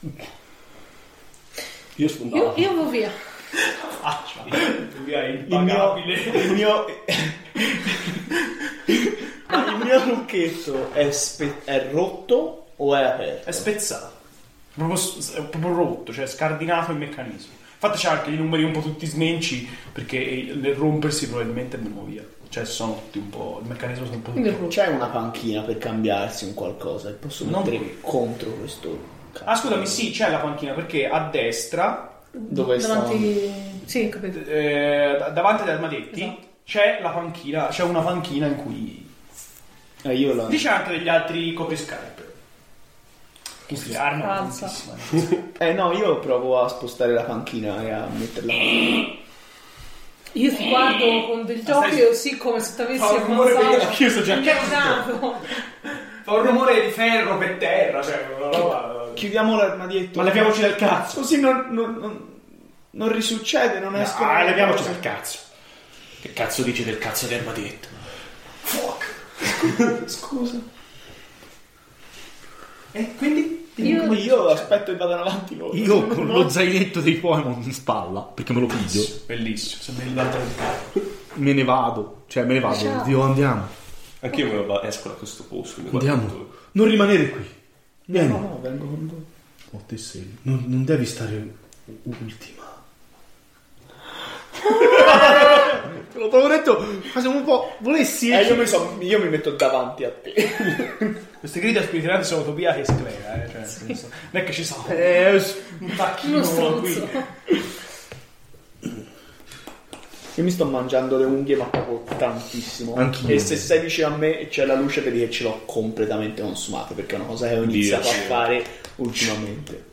[SPEAKER 3] Io
[SPEAKER 5] Io,
[SPEAKER 3] sfondavo.
[SPEAKER 5] io vado via.
[SPEAKER 1] Faccia.
[SPEAKER 4] Il mio, il mio Ah, il mio lucchetto è, spe- è rotto o è aperto?
[SPEAKER 1] È spezzato. Proprio, s- è proprio rotto, cioè è scardinato il meccanismo. Infatti c'è anche i numeri un po' tutti smenci perché il rompersi probabilmente è venuto via. Cioè sono tutti un po'. il meccanismo sono un po' tutti
[SPEAKER 5] Quindi rubo.
[SPEAKER 4] C'è una panchina per cambiarsi un qualcosa e posso
[SPEAKER 1] Non
[SPEAKER 4] mettere
[SPEAKER 1] qui.
[SPEAKER 4] contro questo cazzo.
[SPEAKER 1] Ah scusami, sì, c'è la panchina perché a destra,
[SPEAKER 4] Dove stavamo?
[SPEAKER 5] Davanti... Sì, capito.
[SPEAKER 1] eh, da- davanti agli armadetti,
[SPEAKER 5] Esatto.
[SPEAKER 1] c'è la panchina, c'è una panchina in cui
[SPEAKER 4] Eh, io la...
[SPEAKER 1] Lì c'è anche degli altri copiscarpe. Che si armano
[SPEAKER 5] Alza.
[SPEAKER 1] tantissimo.
[SPEAKER 4] Eh no, io provo a spostare la panchina e a metterla.
[SPEAKER 5] Io ti guardo con degli occhi così come se ti avessi
[SPEAKER 1] Ah, Fa un rumore
[SPEAKER 5] ammazzato.
[SPEAKER 1] perché io sto già
[SPEAKER 5] Esatto.
[SPEAKER 1] Fa un rumore di ferro per terra, cioè una roba.
[SPEAKER 4] Chiudiamo l'armadietto.
[SPEAKER 1] Ma leviamoci dal cazzo.
[SPEAKER 4] Così non, non, non, non risuccede, non escono.
[SPEAKER 3] Ah, leviamoci dal cazzo. Che cazzo dici del cazzo di armadietto?
[SPEAKER 4] Scusa. Eh,
[SPEAKER 1] E quindi?
[SPEAKER 4] Io,
[SPEAKER 5] Io-
[SPEAKER 4] aspetto che vadano avanti loro.
[SPEAKER 2] Io con lo zainetto dei Pokémon in spalla, perché me lo piglio,
[SPEAKER 1] Bellissimo, sembra l'altro
[SPEAKER 2] me ne vado. Cioè, me ne vado.
[SPEAKER 5] Ciao.
[SPEAKER 2] Dio, andiamo.
[SPEAKER 3] Anch'io me ne va- esco da questo posto. mi guardo
[SPEAKER 2] Andiamo.
[SPEAKER 3] tutto.
[SPEAKER 2] Non rimanere qui. Vieni.
[SPEAKER 4] No, no, vengo con voi.
[SPEAKER 2] Oh, te sei. Non, non devi stare u- ultima. Te l'ho proprio detto, quasi un po'. Volessi.
[SPEAKER 4] Eh, io mi, so- io mi metto davanti a te.
[SPEAKER 1] Queste grida spirituali sono Tobia che sclera, eh. Cioè, nel senso, non è che ci sono
[SPEAKER 2] Eh, s-
[SPEAKER 1] un
[SPEAKER 5] Uno
[SPEAKER 1] tacchino
[SPEAKER 5] struzzo.
[SPEAKER 1] qui.
[SPEAKER 4] Io mi sto mangiando le unghie, ma proprio tantissimo.
[SPEAKER 2] Anch'io.
[SPEAKER 4] E se sei vicino a me e c'è la luce, vedi che ce l'ho completamente consumata. Perché è una cosa che ho iniziato
[SPEAKER 3] Dio,
[SPEAKER 4] a
[SPEAKER 3] sì.
[SPEAKER 4] fare ultimamente.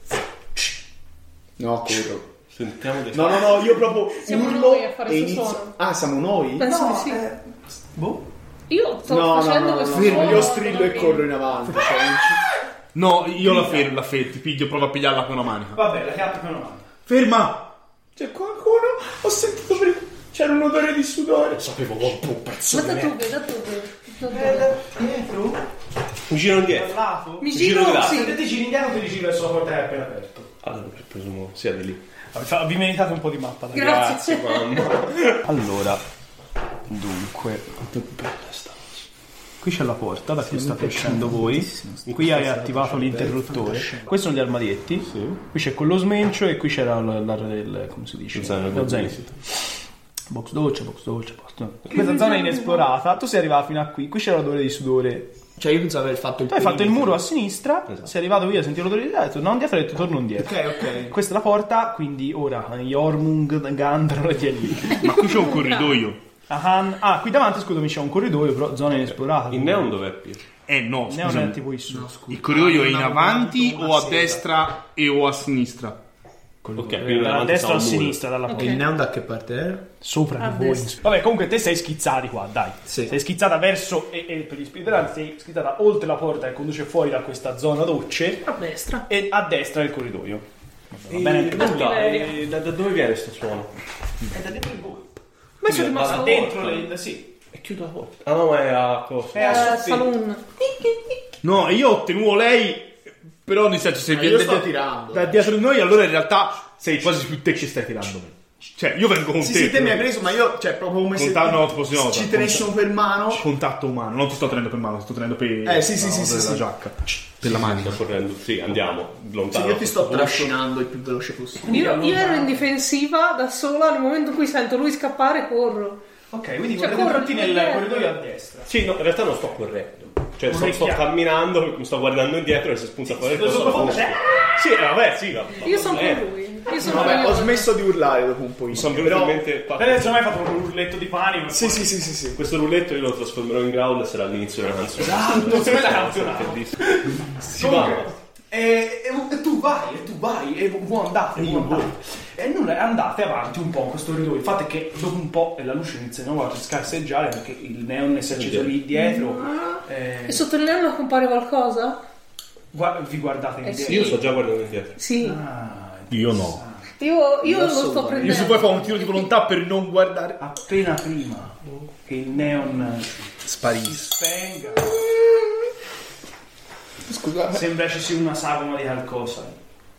[SPEAKER 4] No, corro.
[SPEAKER 3] Sentiamo del
[SPEAKER 4] No, no, no, io proprio
[SPEAKER 5] Siamo
[SPEAKER 4] urlo
[SPEAKER 5] noi a fare
[SPEAKER 4] e
[SPEAKER 5] sto
[SPEAKER 4] inizio-
[SPEAKER 5] suono.
[SPEAKER 4] Ah, siamo noi?
[SPEAKER 5] Penso di sì.
[SPEAKER 1] Boh.
[SPEAKER 5] Io sto
[SPEAKER 4] no, no,
[SPEAKER 5] facendo
[SPEAKER 4] no, no,
[SPEAKER 5] questo
[SPEAKER 4] no,
[SPEAKER 5] suono
[SPEAKER 4] io strillo e
[SPEAKER 5] da-
[SPEAKER 4] corro in avanti. Cioè, non ci-
[SPEAKER 2] No, io la fermo, la fermo, ti piglio, provo a pigliarla con una manica.
[SPEAKER 1] Vabbè, la chiappa con una mano.
[SPEAKER 2] Ferma!
[SPEAKER 4] C'è qualcuno? Ho sentito prima... C'era un odore di sudore.
[SPEAKER 3] Sapevo oh, un po' un
[SPEAKER 5] Ma
[SPEAKER 3] pezzo di
[SPEAKER 5] da
[SPEAKER 3] merda.
[SPEAKER 5] dove? Da dove? Da dove?
[SPEAKER 1] Eh, Dietro?
[SPEAKER 3] Eh. Mi giro
[SPEAKER 1] Dal
[SPEAKER 3] indietro.
[SPEAKER 1] lato?
[SPEAKER 5] Mi
[SPEAKER 3] giro
[SPEAKER 5] giro,
[SPEAKER 3] là.
[SPEAKER 1] Se
[SPEAKER 5] sì.
[SPEAKER 1] te ti giri indietro ti giri verso la porta che è appena aperta.
[SPEAKER 3] Allora, presumo sia di lì.
[SPEAKER 1] Vi meritate un po' di mappa, dai.
[SPEAKER 5] Grazie.
[SPEAKER 1] Allora, dunque, quanto bella sta cosa. Qui c'è la porta da cui state uscendo voi. Qui hai attivato l'interruttore. Questi sono gli armadietti. Qui c'è quello smencio e qui c'era la, la- il- come si dice?
[SPEAKER 3] Lo zaino
[SPEAKER 1] Lo
[SPEAKER 3] del
[SPEAKER 1] zaino. Box doccia, box doccia, box doccia. Questa zona è inesplorata. Tu sei arrivato fino a qui. Qui c'era l'odore di sudore.
[SPEAKER 4] Cioè, io pensavo aver fatto il
[SPEAKER 1] Tu hai fatto il muro a sinistra. Sei arrivato qui a sentire l'odore di là. Hai detto no indietro. Hai detto torno indietro.
[SPEAKER 4] Ok, ok.
[SPEAKER 1] Questa è la porta. Quindi ora Jormung, Gandro, chi è lì?
[SPEAKER 2] Eh, Ma qui c'è un corridoio.
[SPEAKER 1] Ahan. Ah, qui davanti, scusami, c'è un corridoio, però zona
[SPEAKER 4] Eh,
[SPEAKER 1] inesplorata.
[SPEAKER 3] Il neon dov'è più?
[SPEAKER 2] Eh no,
[SPEAKER 1] neon è
[SPEAKER 2] scusami.
[SPEAKER 1] tipo in su.
[SPEAKER 2] Il corridoio è in avanti o a destra e o a sinistra?
[SPEAKER 3] Ok, quindi
[SPEAKER 1] Dalla
[SPEAKER 3] davanti
[SPEAKER 1] destra o a
[SPEAKER 3] stava un muro.
[SPEAKER 1] sinistra, dalla porta.
[SPEAKER 5] Ok.
[SPEAKER 7] neon da che parte era?
[SPEAKER 1] Sopra
[SPEAKER 5] A
[SPEAKER 1] di voi.
[SPEAKER 5] destra.
[SPEAKER 1] Vabbè, comunque te sei schizzati qua, dai.
[SPEAKER 7] Sì.
[SPEAKER 1] Sei schizzata verso, e, e per gli speedrun, sei schizzata oltre la porta che conduce fuori da questa zona docce
[SPEAKER 5] A destra.
[SPEAKER 1] e a destra il corridoio. Vabbè, va
[SPEAKER 3] E
[SPEAKER 1] bene anche
[SPEAKER 5] Ah,
[SPEAKER 1] questo.
[SPEAKER 3] nulla, e Eh, da, da dove viene sto suono?
[SPEAKER 5] Ma
[SPEAKER 3] Vado
[SPEAKER 5] sono rimasto...
[SPEAKER 3] là
[SPEAKER 1] Dentro le... sì.
[SPEAKER 3] E chiudo la porta. Ah no, ma è a cosa?
[SPEAKER 1] È a
[SPEAKER 5] Eh,
[SPEAKER 1] soffitto.
[SPEAKER 5] saloon.
[SPEAKER 2] No, e io tenuo lei, però nel senso se
[SPEAKER 4] Ah, io
[SPEAKER 2] viene
[SPEAKER 4] sto
[SPEAKER 2] da,
[SPEAKER 4] tirando.
[SPEAKER 2] da dietro di noi, allora in realtà sei quasi più te che stai tirando me. Cioè, io vengo con
[SPEAKER 4] Sì,
[SPEAKER 2] te.
[SPEAKER 4] sì, te mi hai preso, ma io, cioè, proprio come se
[SPEAKER 2] Conta- no, così no,
[SPEAKER 4] ci
[SPEAKER 2] conta-
[SPEAKER 4] tenessi per mano.
[SPEAKER 2] Contatto umano, non ti sto tenendo per mano, ti sto tenendo per
[SPEAKER 4] Eh, sì, sì,
[SPEAKER 2] no,
[SPEAKER 4] sì,
[SPEAKER 2] per
[SPEAKER 4] sì,
[SPEAKER 2] la
[SPEAKER 4] sì.
[SPEAKER 2] giacca, per la manica.
[SPEAKER 3] Sto Eh, correndo, sì, andiamo.
[SPEAKER 4] Sì,
[SPEAKER 3] Lontano.
[SPEAKER 4] io ti sto
[SPEAKER 3] da questo
[SPEAKER 4] trascinando il più veloce possibile.
[SPEAKER 5] Io, io ero in difensiva da sola nel momento in cui sento lui scappare corro.
[SPEAKER 1] Ok, quindi
[SPEAKER 5] Cioè,
[SPEAKER 1] guardate
[SPEAKER 5] corro
[SPEAKER 1] tutti
[SPEAKER 5] di
[SPEAKER 1] nel
[SPEAKER 5] dietro.
[SPEAKER 1] corridoio a destra.
[SPEAKER 3] posto. Sì, no, in realtà non sto correndo. Cioè, sto, sto
[SPEAKER 1] Orecchia.
[SPEAKER 3] camminando, mi sto guardando indietro e se spunta fuori il
[SPEAKER 1] Lo
[SPEAKER 3] posto.
[SPEAKER 1] sottofondo c'è...
[SPEAKER 3] Sì, eh, vabbè, sì. va-
[SPEAKER 5] Io sono
[SPEAKER 3] eh,
[SPEAKER 5] con lui. Io sono
[SPEAKER 4] Vabbè, ho
[SPEAKER 5] con lui.
[SPEAKER 4] smesso di urlare dopo un po'.
[SPEAKER 3] Mi sono venuto
[SPEAKER 4] però...
[SPEAKER 3] in mente. fa-
[SPEAKER 1] Adesso mai fatto un urletto di panico.
[SPEAKER 4] Sì, sì, sì, sì, sì.
[SPEAKER 3] Questo rulletto io lo trasformerò in ground e sarà all'inizio della canzone.
[SPEAKER 1] Esatto, come la canzonata.
[SPEAKER 3] Si va.
[SPEAKER 1] E, e- e tu vai, e tu vai, e vu- vuoi andare, vuoi andare. E nulla, andate avanti un po' in questo corridoio. Il fatto è che dopo un po' la luce iniziano a scarseggiare perché il neon si è acceso lì dietro. eh,
[SPEAKER 5] E sotto il neon compare qualcosa?
[SPEAKER 1] gua- vi guardate
[SPEAKER 5] Eh
[SPEAKER 1] indietro.
[SPEAKER 5] sì.
[SPEAKER 3] Io sto già guardando indietro.
[SPEAKER 5] Sì.
[SPEAKER 1] Ah,
[SPEAKER 8] Io no.
[SPEAKER 5] Io, io lo sto
[SPEAKER 4] assolutamente.
[SPEAKER 5] prendendo.
[SPEAKER 2] Io se poi fa un tiro di volontà per non guardare.
[SPEAKER 1] appena prima che il neon si
[SPEAKER 8] Sparisco.
[SPEAKER 1] spenga,
[SPEAKER 4] Scusate.
[SPEAKER 1] sembra ci sia una sagoma di qualcosa.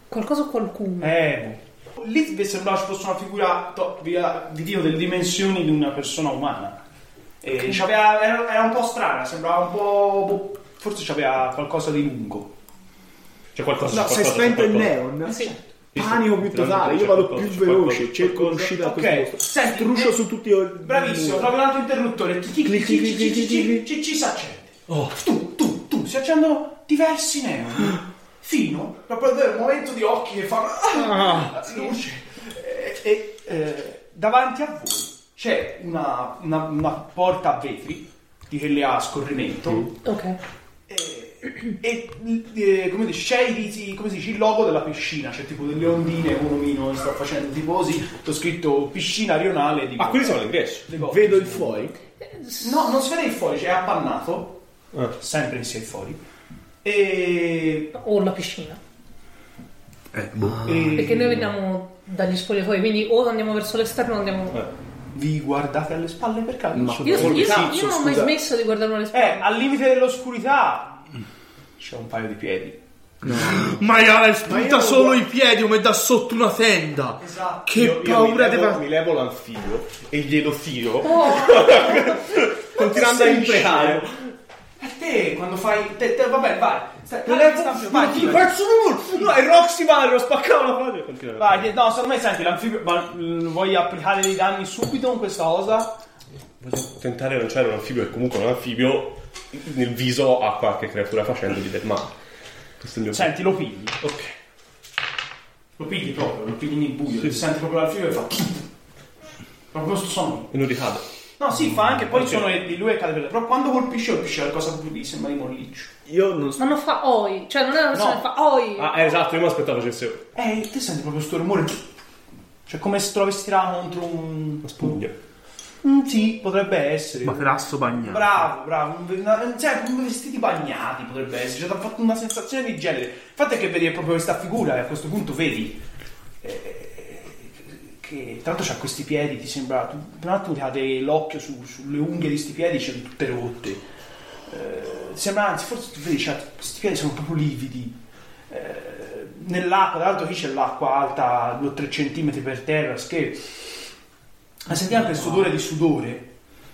[SPEAKER 5] Qualcosa o qualcuno?
[SPEAKER 1] Eh, boh. lì vi sembrava ci fosse una figura, to- via- vi dico, delle dimensioni di una persona umana. E c'aveva- era, era un po' strana, sembrava un po'. boh, forse c'aveva qualcosa di lungo.
[SPEAKER 3] C'è qualcosa
[SPEAKER 4] No,
[SPEAKER 3] c'è
[SPEAKER 4] sei
[SPEAKER 3] qualcosa,
[SPEAKER 4] spento
[SPEAKER 3] c'è
[SPEAKER 4] il
[SPEAKER 3] qualcosa.
[SPEAKER 4] neon.
[SPEAKER 5] Sì.
[SPEAKER 4] Panico più totale, io vado più veloce, cerco l'uscita da questo
[SPEAKER 1] Ok,
[SPEAKER 4] posto.
[SPEAKER 1] senti,
[SPEAKER 4] Struscio
[SPEAKER 1] eh,
[SPEAKER 4] su tutti i
[SPEAKER 1] Bravissimo,
[SPEAKER 4] Mm.
[SPEAKER 1] trovi un altro interruttore. Ci- ci-
[SPEAKER 4] Clic,
[SPEAKER 1] ci-
[SPEAKER 4] clic,
[SPEAKER 1] ci-
[SPEAKER 4] clic,
[SPEAKER 1] ci-
[SPEAKER 4] clic.
[SPEAKER 1] ci- ci si accende. Tu, tu, tu, si accendono diversi neon. Fino a poi avere un momento di occhi che fanno. Ah, la luce. E, e, eh, davanti a voi c'è una, una- una porta a vetri di quelle a scorrimento.
[SPEAKER 5] Mm. Ok.
[SPEAKER 1] E, e, eh, come dici, c'è i riti- come si dice, il logo della piscina, c'è tipo delle ondine, un omino che sta facendo tipo così, ho scritto piscina rionale di
[SPEAKER 3] Ah, quelli sono all'ingresso.
[SPEAKER 1] le cose.
[SPEAKER 4] Vedo il fuori.
[SPEAKER 1] No, non si vede il fuori, cioè è appannato, sempre in sé il fuori. E,
[SPEAKER 5] O la piscina.
[SPEAKER 2] Eh, boh.
[SPEAKER 1] e-
[SPEAKER 5] Perché noi veniamo dagli spogliatoi, quindi o andiamo verso l'esterno o andiamo...
[SPEAKER 1] Eh, vi guardate alle spalle per caso?
[SPEAKER 4] Ma-
[SPEAKER 5] Io, io-
[SPEAKER 4] Col
[SPEAKER 5] io
[SPEAKER 4] cazzo,
[SPEAKER 5] non ho mai
[SPEAKER 4] scusa.
[SPEAKER 5] smesso di guardarmi alle spalle.
[SPEAKER 1] Eh, al limite dell'oscurità c'è un paio di piedi.
[SPEAKER 2] Maiale spunta
[SPEAKER 4] io-
[SPEAKER 2] solo i piedi come da sotto una tenda.
[SPEAKER 1] Esatto.
[SPEAKER 2] Che
[SPEAKER 3] Io- io
[SPEAKER 2] paura
[SPEAKER 3] mi
[SPEAKER 2] deve
[SPEAKER 3] levo, mi levo l'anfilo e glielo tiro,
[SPEAKER 5] Oh,
[SPEAKER 3] continuando a imprecare.
[SPEAKER 1] E te quando fai... te- te- vabbè, vai. Stai, vai, stai- vai, vai.
[SPEAKER 3] No, è Roxy Mario, spaccava la faccia e continuava.
[SPEAKER 1] Vai, no, secondo me senti, l'anfibio. Ma mm, vuoi applicare dei danni subito con questa cosa?
[SPEAKER 3] Voglio tentare di lanciare un anfibio che comunque è un anfibio nel viso a qualche creatura facendogli del male. Questo è il mio
[SPEAKER 2] Cioè,
[SPEAKER 1] Senti, lo pigli.
[SPEAKER 3] Ok.
[SPEAKER 1] Lo pigli proprio, lo pigli nel buio. ti Senti proprio l'anfibio e fa. Proprio questo suono.
[SPEAKER 3] E non ricado.
[SPEAKER 1] No, si fa anche poi il suono di lui e cade per terra. Però quando colpisce, colpisce qualcosa più lì, sembra di molliccio.
[SPEAKER 4] Io non so.
[SPEAKER 5] ma non fa oi, cioè non è una persona
[SPEAKER 1] No.
[SPEAKER 5] che fa oi.
[SPEAKER 3] Ah, eh, esatto, io mi aspettavo facesse
[SPEAKER 1] Eh, te senti proprio sto rumore. Cioè, come se te lo avessi tirato contro un.
[SPEAKER 3] una spugna.
[SPEAKER 1] Mm, sì, potrebbe essere.
[SPEAKER 2] Materasso bagnato.
[SPEAKER 1] Bravo, bravo, un- una- cioè, come vestiti bagnati potrebbe essere, cioè, ti ha fatto una sensazione di genere. Il fatto è che vedi proprio questa figura e a questo punto vedi eh, che tra l'altro c'ha questi piedi, ti sembra, tu, per un attimo ti cade l'occhio su- sulle unghie di questi piedi, c'è tutte rotte. Eh, ti sembra, anzi, forse tu vedi, cioè, questi piedi sono proprio lividi. Eh, nell'acqua, tra l'altro qui c'è l'acqua alta 2-3 cm per terra, scherzo. Ma senti anche il sudore di sudore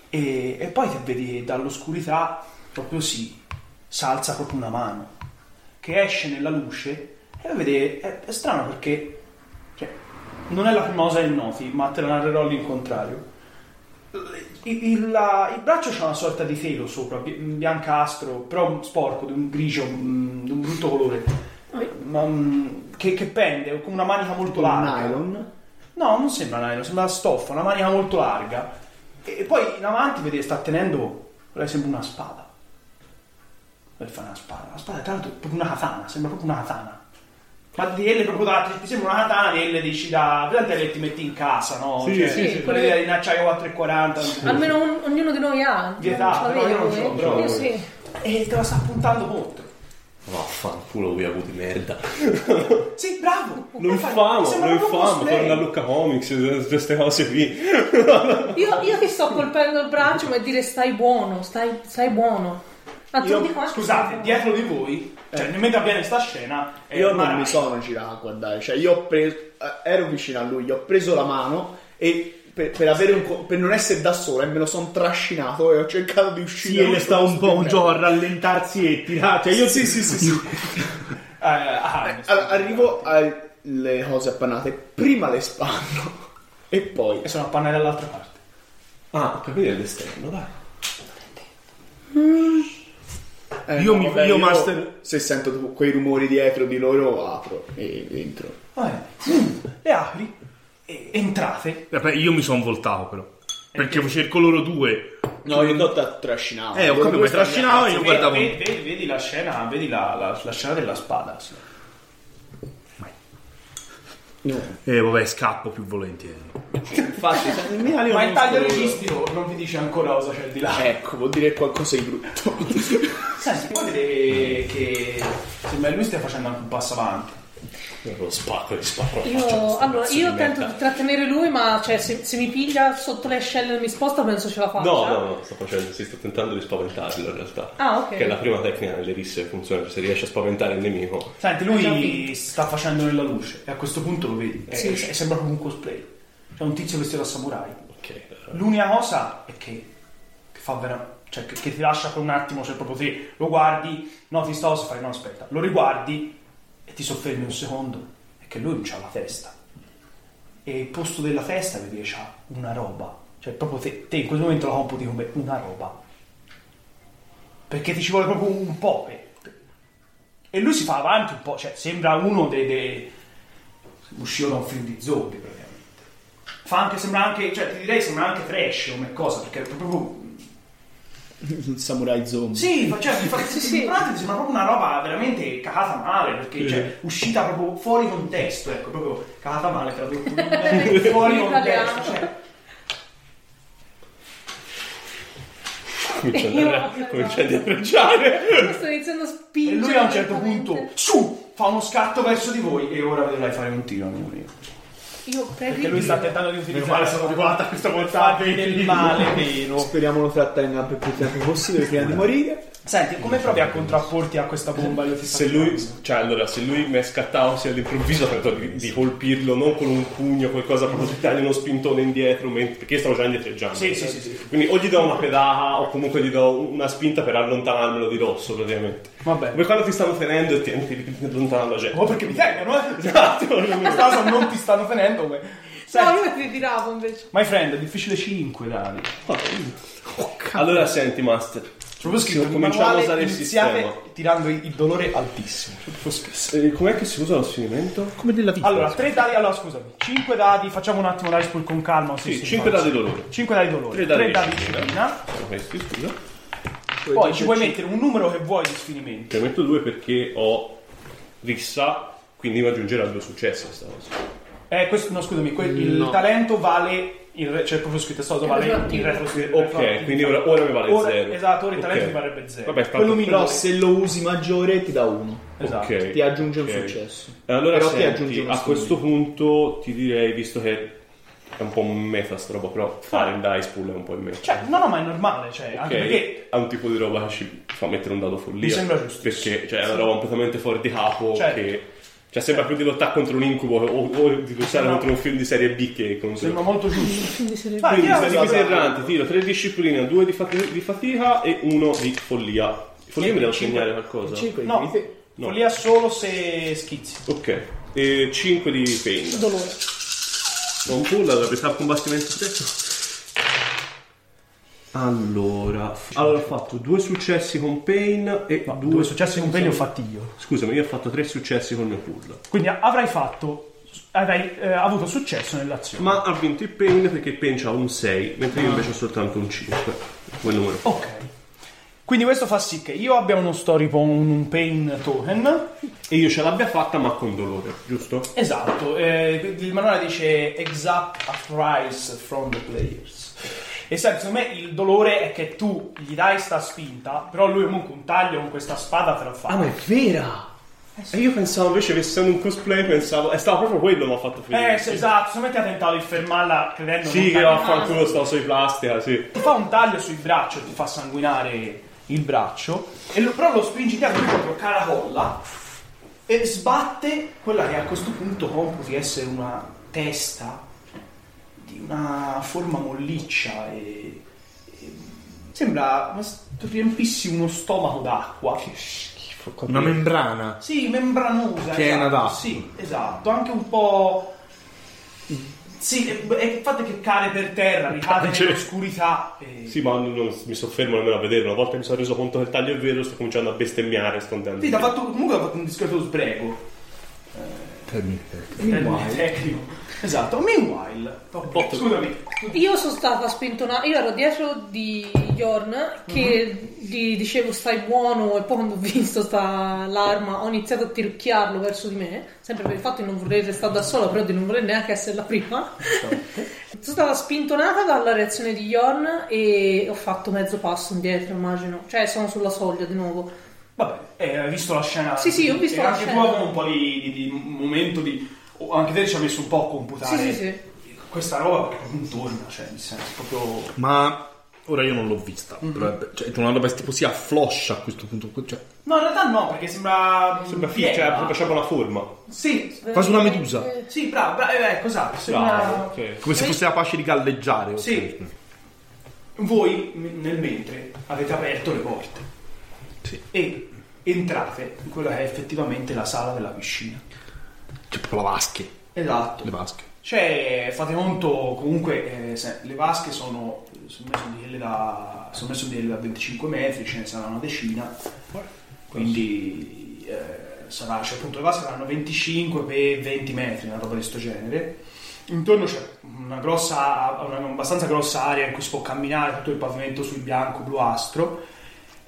[SPEAKER 1] e, e poi ti vedi che dall'oscurità proprio si salza proprio una mano che esce nella luce e vede, è, è strano perché cioè, non è la prima cosa che noti, ma te la narrerò all'incontrario. Il, il- la- il braccio c'ha una sorta di telo sopra, bi- biancastro, però sporco, di un grigio, mm, di un brutto colore, ma, mm, che, che pende, come una manica molto larga.
[SPEAKER 4] Nylon.
[SPEAKER 1] No, non sembra nylon, sembra stoffa, una manica molto larga. E poi in avanti vedi che sta tenendo. Lei sembra una spada. Per fare una spada. La spada, tra l'altro, è proprio una katana, sembra proprio una katana. Ma di quelle proprio da. Ti sembra una katana di quelle dici da. Prende le ti metti in casa, no?
[SPEAKER 3] Sì,
[SPEAKER 1] Cioè,
[SPEAKER 5] sì, sì.
[SPEAKER 1] Quelle in acciaio 440.
[SPEAKER 5] Almeno un- ognuno di noi ha.
[SPEAKER 1] Vietato,
[SPEAKER 5] ce
[SPEAKER 1] no, io
[SPEAKER 5] l'avevo,
[SPEAKER 1] non ce l'ho,
[SPEAKER 5] eh.
[SPEAKER 1] però-
[SPEAKER 5] Io sì.
[SPEAKER 1] E te la sta puntando contro.
[SPEAKER 3] Vaffanculo, uiago di merda.
[SPEAKER 1] Sei bravo!
[SPEAKER 3] Lo
[SPEAKER 1] E fai-
[SPEAKER 3] infamo,
[SPEAKER 1] sembra
[SPEAKER 3] lo
[SPEAKER 1] proprio un
[SPEAKER 3] infamo,
[SPEAKER 1] cosplay.
[SPEAKER 3] torna a Lucca Comics, eh, queste cose qui.
[SPEAKER 5] Io, io ti sto colpendo il braccio ma dire stai buono, stai, stai buono. Ma tu di qua-
[SPEAKER 1] Scusate, dietro di voi, cioè, mentre avviene sta scena, eh, è
[SPEAKER 4] Io
[SPEAKER 1] una-
[SPEAKER 4] non mi sono girato a guardare, cioè io ho preso, eh, ero vicino a lui, gli ho preso la mano e per, per avere un co- per non essere da sola e me lo sono trascinato e ho cercato di
[SPEAKER 8] Sì,
[SPEAKER 4] uscire.
[SPEAKER 8] e sta un po' un gioco a rallentarsi e tirare. Cioè, io
[SPEAKER 4] Sì, sì, sì, sì.
[SPEAKER 1] Eh, ah,
[SPEAKER 4] Allora, arrivo alle cose appannate, prima le spanno e poi...
[SPEAKER 1] e sono a pannare dall'altra parte.
[SPEAKER 3] Ah, per quindi è all'esterno, dai.
[SPEAKER 4] eh,
[SPEAKER 2] Io mi- io master-
[SPEAKER 4] Se sento tipo quei rumori dietro di loro apro e entro.
[SPEAKER 1] Vabbè. Mm. Le apri e entrate.
[SPEAKER 2] Vabbè, Eh, io mi sono voltato però. Perché cerco loro due.
[SPEAKER 4] No, io non ti trascinavo.
[SPEAKER 2] Eh, ho capito, mi trascinavo e io
[SPEAKER 1] Vedi-
[SPEAKER 2] guardavo.
[SPEAKER 1] vedi, vedi- vedi la scena, vedi la, la- la scena della spada. sì.
[SPEAKER 2] E Eh, vabbè, scappo più volentieri.
[SPEAKER 4] Infatti, se-
[SPEAKER 1] Ma il taglio registico non vi dice ancora cosa c'è di là.
[SPEAKER 4] ecco, vuol dire qualcosa di brutto.
[SPEAKER 1] Eh. Senti, poi vedete che sembra che lui stia facendo anche un passo avanti.
[SPEAKER 3] Lo spacco di spacco.
[SPEAKER 5] Io, allora, io tento di trattenere lui, ma cioè, se, se mi piglia sotto le ascelle e mi sposta, penso ce la faccia.
[SPEAKER 3] No, no, no, sto facendo, si sta tentando di spaventarlo in realtà.
[SPEAKER 5] Ah, ok.
[SPEAKER 3] Che è la prima tecnica nelle risse che funziona, cioè se riesci a spaventare il nemico.
[SPEAKER 1] Senti,
[SPEAKER 5] già
[SPEAKER 1] lui
[SPEAKER 5] finito.
[SPEAKER 1] sta facendo nella luce e a questo punto lo vedi. È,
[SPEAKER 5] Sì.
[SPEAKER 1] è- sembra come un cosplay. C'è un tizio vestito da samurai.
[SPEAKER 3] Ok.
[SPEAKER 1] L'unica cosa è che, che fa vera- cioè, che, che ti lascia per un attimo, se proprio te lo guardi, noti sta cosa, fai no aspetta, lo riguardi e ti soffermi un secondo, è che lui non c'ha la testa. E il posto della testa vedi che c'ha una roba, cioè proprio te, te in quel momento la computi come una roba. Perché ti ci vuole proprio un po'. per- per- E lui si fa avanti un po', cioè sembra uno dei... dei... usciva da un film di zombie praticamente fa anche, sembra anche, cioè ti direi sembra anche fresh come cosa, perché è proprio...
[SPEAKER 4] Un samurai zombie.
[SPEAKER 1] Sì, fa- cioè, ti fa, sì,
[SPEAKER 5] Sì, sì.
[SPEAKER 1] sembra proprio una roba veramente cagata male, perché cioè, uscita proprio fuori contesto, ecco, proprio cagata male tradotto in- fuori
[SPEAKER 5] In italiano.
[SPEAKER 1] contesto, cioè,
[SPEAKER 3] Comincia ad
[SPEAKER 5] Io-
[SPEAKER 3] arre- comincia ad arreggiare.
[SPEAKER 5] Io sto iniziando a
[SPEAKER 1] E
[SPEAKER 5] spingere.
[SPEAKER 1] lui a un certo
[SPEAKER 5] lentamente.
[SPEAKER 1] punto, su, fa uno scatto verso di voi e ora vedrai fare un tiro, amico mio.
[SPEAKER 5] Io prego.
[SPEAKER 1] Perché lui sta tentando di
[SPEAKER 2] Meno
[SPEAKER 1] utilizzare
[SPEAKER 2] male sono arrivata a questo
[SPEAKER 1] Fa
[SPEAKER 2] portata.
[SPEAKER 1] del male vero.
[SPEAKER 4] Speriamo lo trattenga per più tempo possibile prima di morire.
[SPEAKER 1] Senti, come provi a contrapporti a questa bomba? Io ti sto
[SPEAKER 3] Se lui,
[SPEAKER 1] tirando?
[SPEAKER 3] cioè allora, se lui mi è scattato così all'improvviso, tento di, di colpirlo non con un pugno, qualcosa, proprio di dargli uno spintone indietro, men- perché io stavo già indietreggiando.
[SPEAKER 1] Sì,
[SPEAKER 3] eh.
[SPEAKER 1] sì, sì, sì.
[SPEAKER 3] Quindi o gli do una pedata o comunque gli do una spinta per allontanarmelo di rosso praticamente.
[SPEAKER 1] Vabbè.
[SPEAKER 3] Come quando ti stanno tenendo e tenti di allontanare la gente.
[SPEAKER 1] Oh, perché mi tengono, eh?
[SPEAKER 3] Esatto, non
[SPEAKER 1] In
[SPEAKER 3] mi-
[SPEAKER 1] questo caso non ti stanno tenendo come...
[SPEAKER 5] No,
[SPEAKER 1] Senti,
[SPEAKER 5] io ti tiravo invece.
[SPEAKER 1] My friend, è difficile 5 dadi.
[SPEAKER 3] Allora senti, Master.
[SPEAKER 1] Proprio
[SPEAKER 3] scritto, cominciamo a usare il
[SPEAKER 1] iniziate
[SPEAKER 3] sistema.
[SPEAKER 1] tirando il dolore altissimo.
[SPEAKER 3] eh, com'è che si usa lo sfinimento?
[SPEAKER 2] Come della vita.
[SPEAKER 1] Allora, 3 dadi, allora scusami, 5 dadi, facciamo un attimo l'Icepool con calma.
[SPEAKER 3] Sì, 5 dadi dolore.
[SPEAKER 1] 5 dadi dolore,
[SPEAKER 3] Tre
[SPEAKER 1] 3
[SPEAKER 3] dadi
[SPEAKER 1] dadi,
[SPEAKER 3] di
[SPEAKER 1] di
[SPEAKER 3] disciplina.
[SPEAKER 1] disciplina.
[SPEAKER 3] Questi, scusa.
[SPEAKER 1] Poi ci puoi mettere un numero che vuoi di sfinimento.
[SPEAKER 3] Te ne metto 2 perché ho rissa, quindi mi aggiungerà due successi a sta cosa.
[SPEAKER 1] Eh, questo, no, scusami, que- il talento vale, il re- cioè proprio scritto, sta cosa vale il retroattivo.
[SPEAKER 3] Ok, quindi ora, ora mi vale
[SPEAKER 1] Ora-
[SPEAKER 3] 0.
[SPEAKER 1] Esatto, ora il talento
[SPEAKER 3] Ok.
[SPEAKER 1] ti varrebbe 0.
[SPEAKER 3] Vabbè, tanto-
[SPEAKER 1] quello
[SPEAKER 4] Però
[SPEAKER 1] minore.
[SPEAKER 4] se lo usi maggiore ti dà uno.
[SPEAKER 1] Esatto.
[SPEAKER 3] Ok.
[SPEAKER 4] Ti aggiunge un
[SPEAKER 3] Ok.
[SPEAKER 4] successo.
[SPEAKER 3] E Allora,
[SPEAKER 4] Però ti
[SPEAKER 3] senti,
[SPEAKER 4] aggiunge uno
[SPEAKER 3] a
[SPEAKER 4] stimolo.
[SPEAKER 3] questo punto ti direi, visto che è un po' meta sta roba, però fare il dice pool è un po' in meta.
[SPEAKER 1] Cioè, no, no, ma è normale, cioè,
[SPEAKER 3] Ok,
[SPEAKER 1] anche perché...
[SPEAKER 3] è un tipo di roba che ci fa mettere un dado follia.
[SPEAKER 1] Mi sembra giusto.
[SPEAKER 3] Perché cioè, è una roba completamente fuori di capo
[SPEAKER 1] Certo.
[SPEAKER 3] che... Cioè, sembra più di lottare contro un incubo o, o di lottare
[SPEAKER 1] Sembra-
[SPEAKER 3] contro un film di serie B che contro...
[SPEAKER 1] Sembra molto giusto.
[SPEAKER 5] Quindi se le-
[SPEAKER 1] Vai,
[SPEAKER 3] Quindi
[SPEAKER 1] tira
[SPEAKER 3] se
[SPEAKER 1] questa
[SPEAKER 3] di
[SPEAKER 1] cosa.
[SPEAKER 3] erranti tiro 3 discipline, 2 di, fati- di fatica e 1 di follia. Follia mi devo
[SPEAKER 1] Cinque-
[SPEAKER 3] segnare qualcosa?
[SPEAKER 4] 5 di
[SPEAKER 1] No,
[SPEAKER 4] te.
[SPEAKER 3] No.
[SPEAKER 1] follia solo se schizzi.
[SPEAKER 3] Ok. E 5 di pain.
[SPEAKER 5] Dolore.
[SPEAKER 3] Non pull, dovrebbe stare al combattimento stesso. Allora, allora ho fatto due successi con Pain e due,
[SPEAKER 1] Due successi con quelli ho fatti io.
[SPEAKER 3] Scusami, io ho fatto tre successi col mio pull.
[SPEAKER 1] Quindi avrai fatto. Avrai eh, avuto successo nell'azione.
[SPEAKER 3] Ma ha vinto il Pain perché il Pain ha un 6, mentre io invece ho soltanto un 5. Quel numero.
[SPEAKER 1] Ok. Quindi questo fa sì che io abbia uno story con un pain token.
[SPEAKER 3] E io ce l'abbia fatta ma con dolore, giusto?
[SPEAKER 1] Esatto. eh, il manuale dice exact a price from the players. E sai, secondo me il dolore è che tu gli dai sta spinta, però lui comunque un taglio con questa spada te la fa.
[SPEAKER 3] Ah, è vera!
[SPEAKER 1] Eh
[SPEAKER 3] E io pensavo invece che essendo un cosplay pensavo... È stato proprio quello che mi ha fatto finire.
[SPEAKER 1] eh, sì, esatto, secondo me ti ha tentato di fermarla credendo
[SPEAKER 3] Sì, che
[SPEAKER 1] non tagli-
[SPEAKER 3] vaffanculo, stavo sui plastica, sì.
[SPEAKER 1] ti fa un taglio sul braccio, ti fa sanguinare il braccio, e lo- però lo spingi dietro lui proprio caracolla e sbatte quella che a questo punto computi essere una testa di una forma molliccia e, e sembra come se tu riempissi uno stomaco d'acqua.
[SPEAKER 2] Una membrana.
[SPEAKER 1] Sì, membranosa.
[SPEAKER 2] Piena
[SPEAKER 1] esatto,
[SPEAKER 2] d'acqua.
[SPEAKER 1] Sì, esatto, anche un po'... Sì, e- e il fatto è che cade per terra, ricade
[SPEAKER 3] Cioè-
[SPEAKER 1] nell'oscurità. e-
[SPEAKER 3] Sì, ma non, non mi soffermo nemmeno a vederlo. Una volta mi sono reso conto che il taglio è vero, sto cominciando a bestemmiare, sto andando.
[SPEAKER 1] Sì, t'ha fatto, comunque ha fatto un discreto sbrego.
[SPEAKER 2] Termine.
[SPEAKER 1] Termine tecnico. Esatto, meanwhile, Top Boy, scusami,
[SPEAKER 5] Io sono stata spintonata, io ero dietro di Jorn che
[SPEAKER 1] Mhm.
[SPEAKER 5] gli dicevo stai buono e poi quando ho visto sta l'arma ho iniziato a tirocchiarlo verso di me, sempre per il fatto di non voler restare da sola, però di non voler neanche essere la prima.
[SPEAKER 1] Certo.
[SPEAKER 5] sono stata spintonata dalla reazione di Jorn e ho fatto mezzo passo indietro, immagino, cioè sono sulla soglia di nuovo.
[SPEAKER 1] Vabbè, eh, hai visto la scena?
[SPEAKER 5] Sì, sì, ho visto
[SPEAKER 1] e
[SPEAKER 5] la
[SPEAKER 1] anche
[SPEAKER 5] scena.
[SPEAKER 1] tu avevo un po' di, di- di momento di... o Anche te ci ha messo un po' a computare.
[SPEAKER 5] Sì, sì, sì.
[SPEAKER 1] Questa roba perché non torna, cioè, nel senso, proprio...
[SPEAKER 2] Ma ora io non l'ho vista. però è- Cioè, è una roba che tipo si affloscia a questo punto. Cioè,
[SPEAKER 1] No, in realtà no, perché sembra...
[SPEAKER 3] Sembra fi-
[SPEAKER 1] fiera.
[SPEAKER 3] cioè, proprio c'è una forma.
[SPEAKER 1] Sì,
[SPEAKER 2] Quasi una medusa.
[SPEAKER 1] sì, bravo, bravo, eh, ecco, esatto, sembra...
[SPEAKER 3] Bravo. ok.
[SPEAKER 2] come se fosse capace di galleggiare. ok.
[SPEAKER 1] Sì. Voi m- nel mentre avete aperto le porte
[SPEAKER 2] Sì.
[SPEAKER 1] e entrate in quella che è effettivamente la sala della piscina.
[SPEAKER 2] C'è proprio la vasche.
[SPEAKER 1] Esatto.
[SPEAKER 2] Le vasche.
[SPEAKER 1] Cioè, fate conto, comunque, eh, se- le vasche sono, sono messo di quelle da, sono messo di quelle da 25 metri, ce ne sarà una decina, quindi eh, sarà, cioè appunto le vasche saranno 25 per 20 metri, una roba di questo genere. Intorno c'è una grossa, una abbastanza grossa area in cui si può camminare, tutto il pavimento sul bianco bluastro,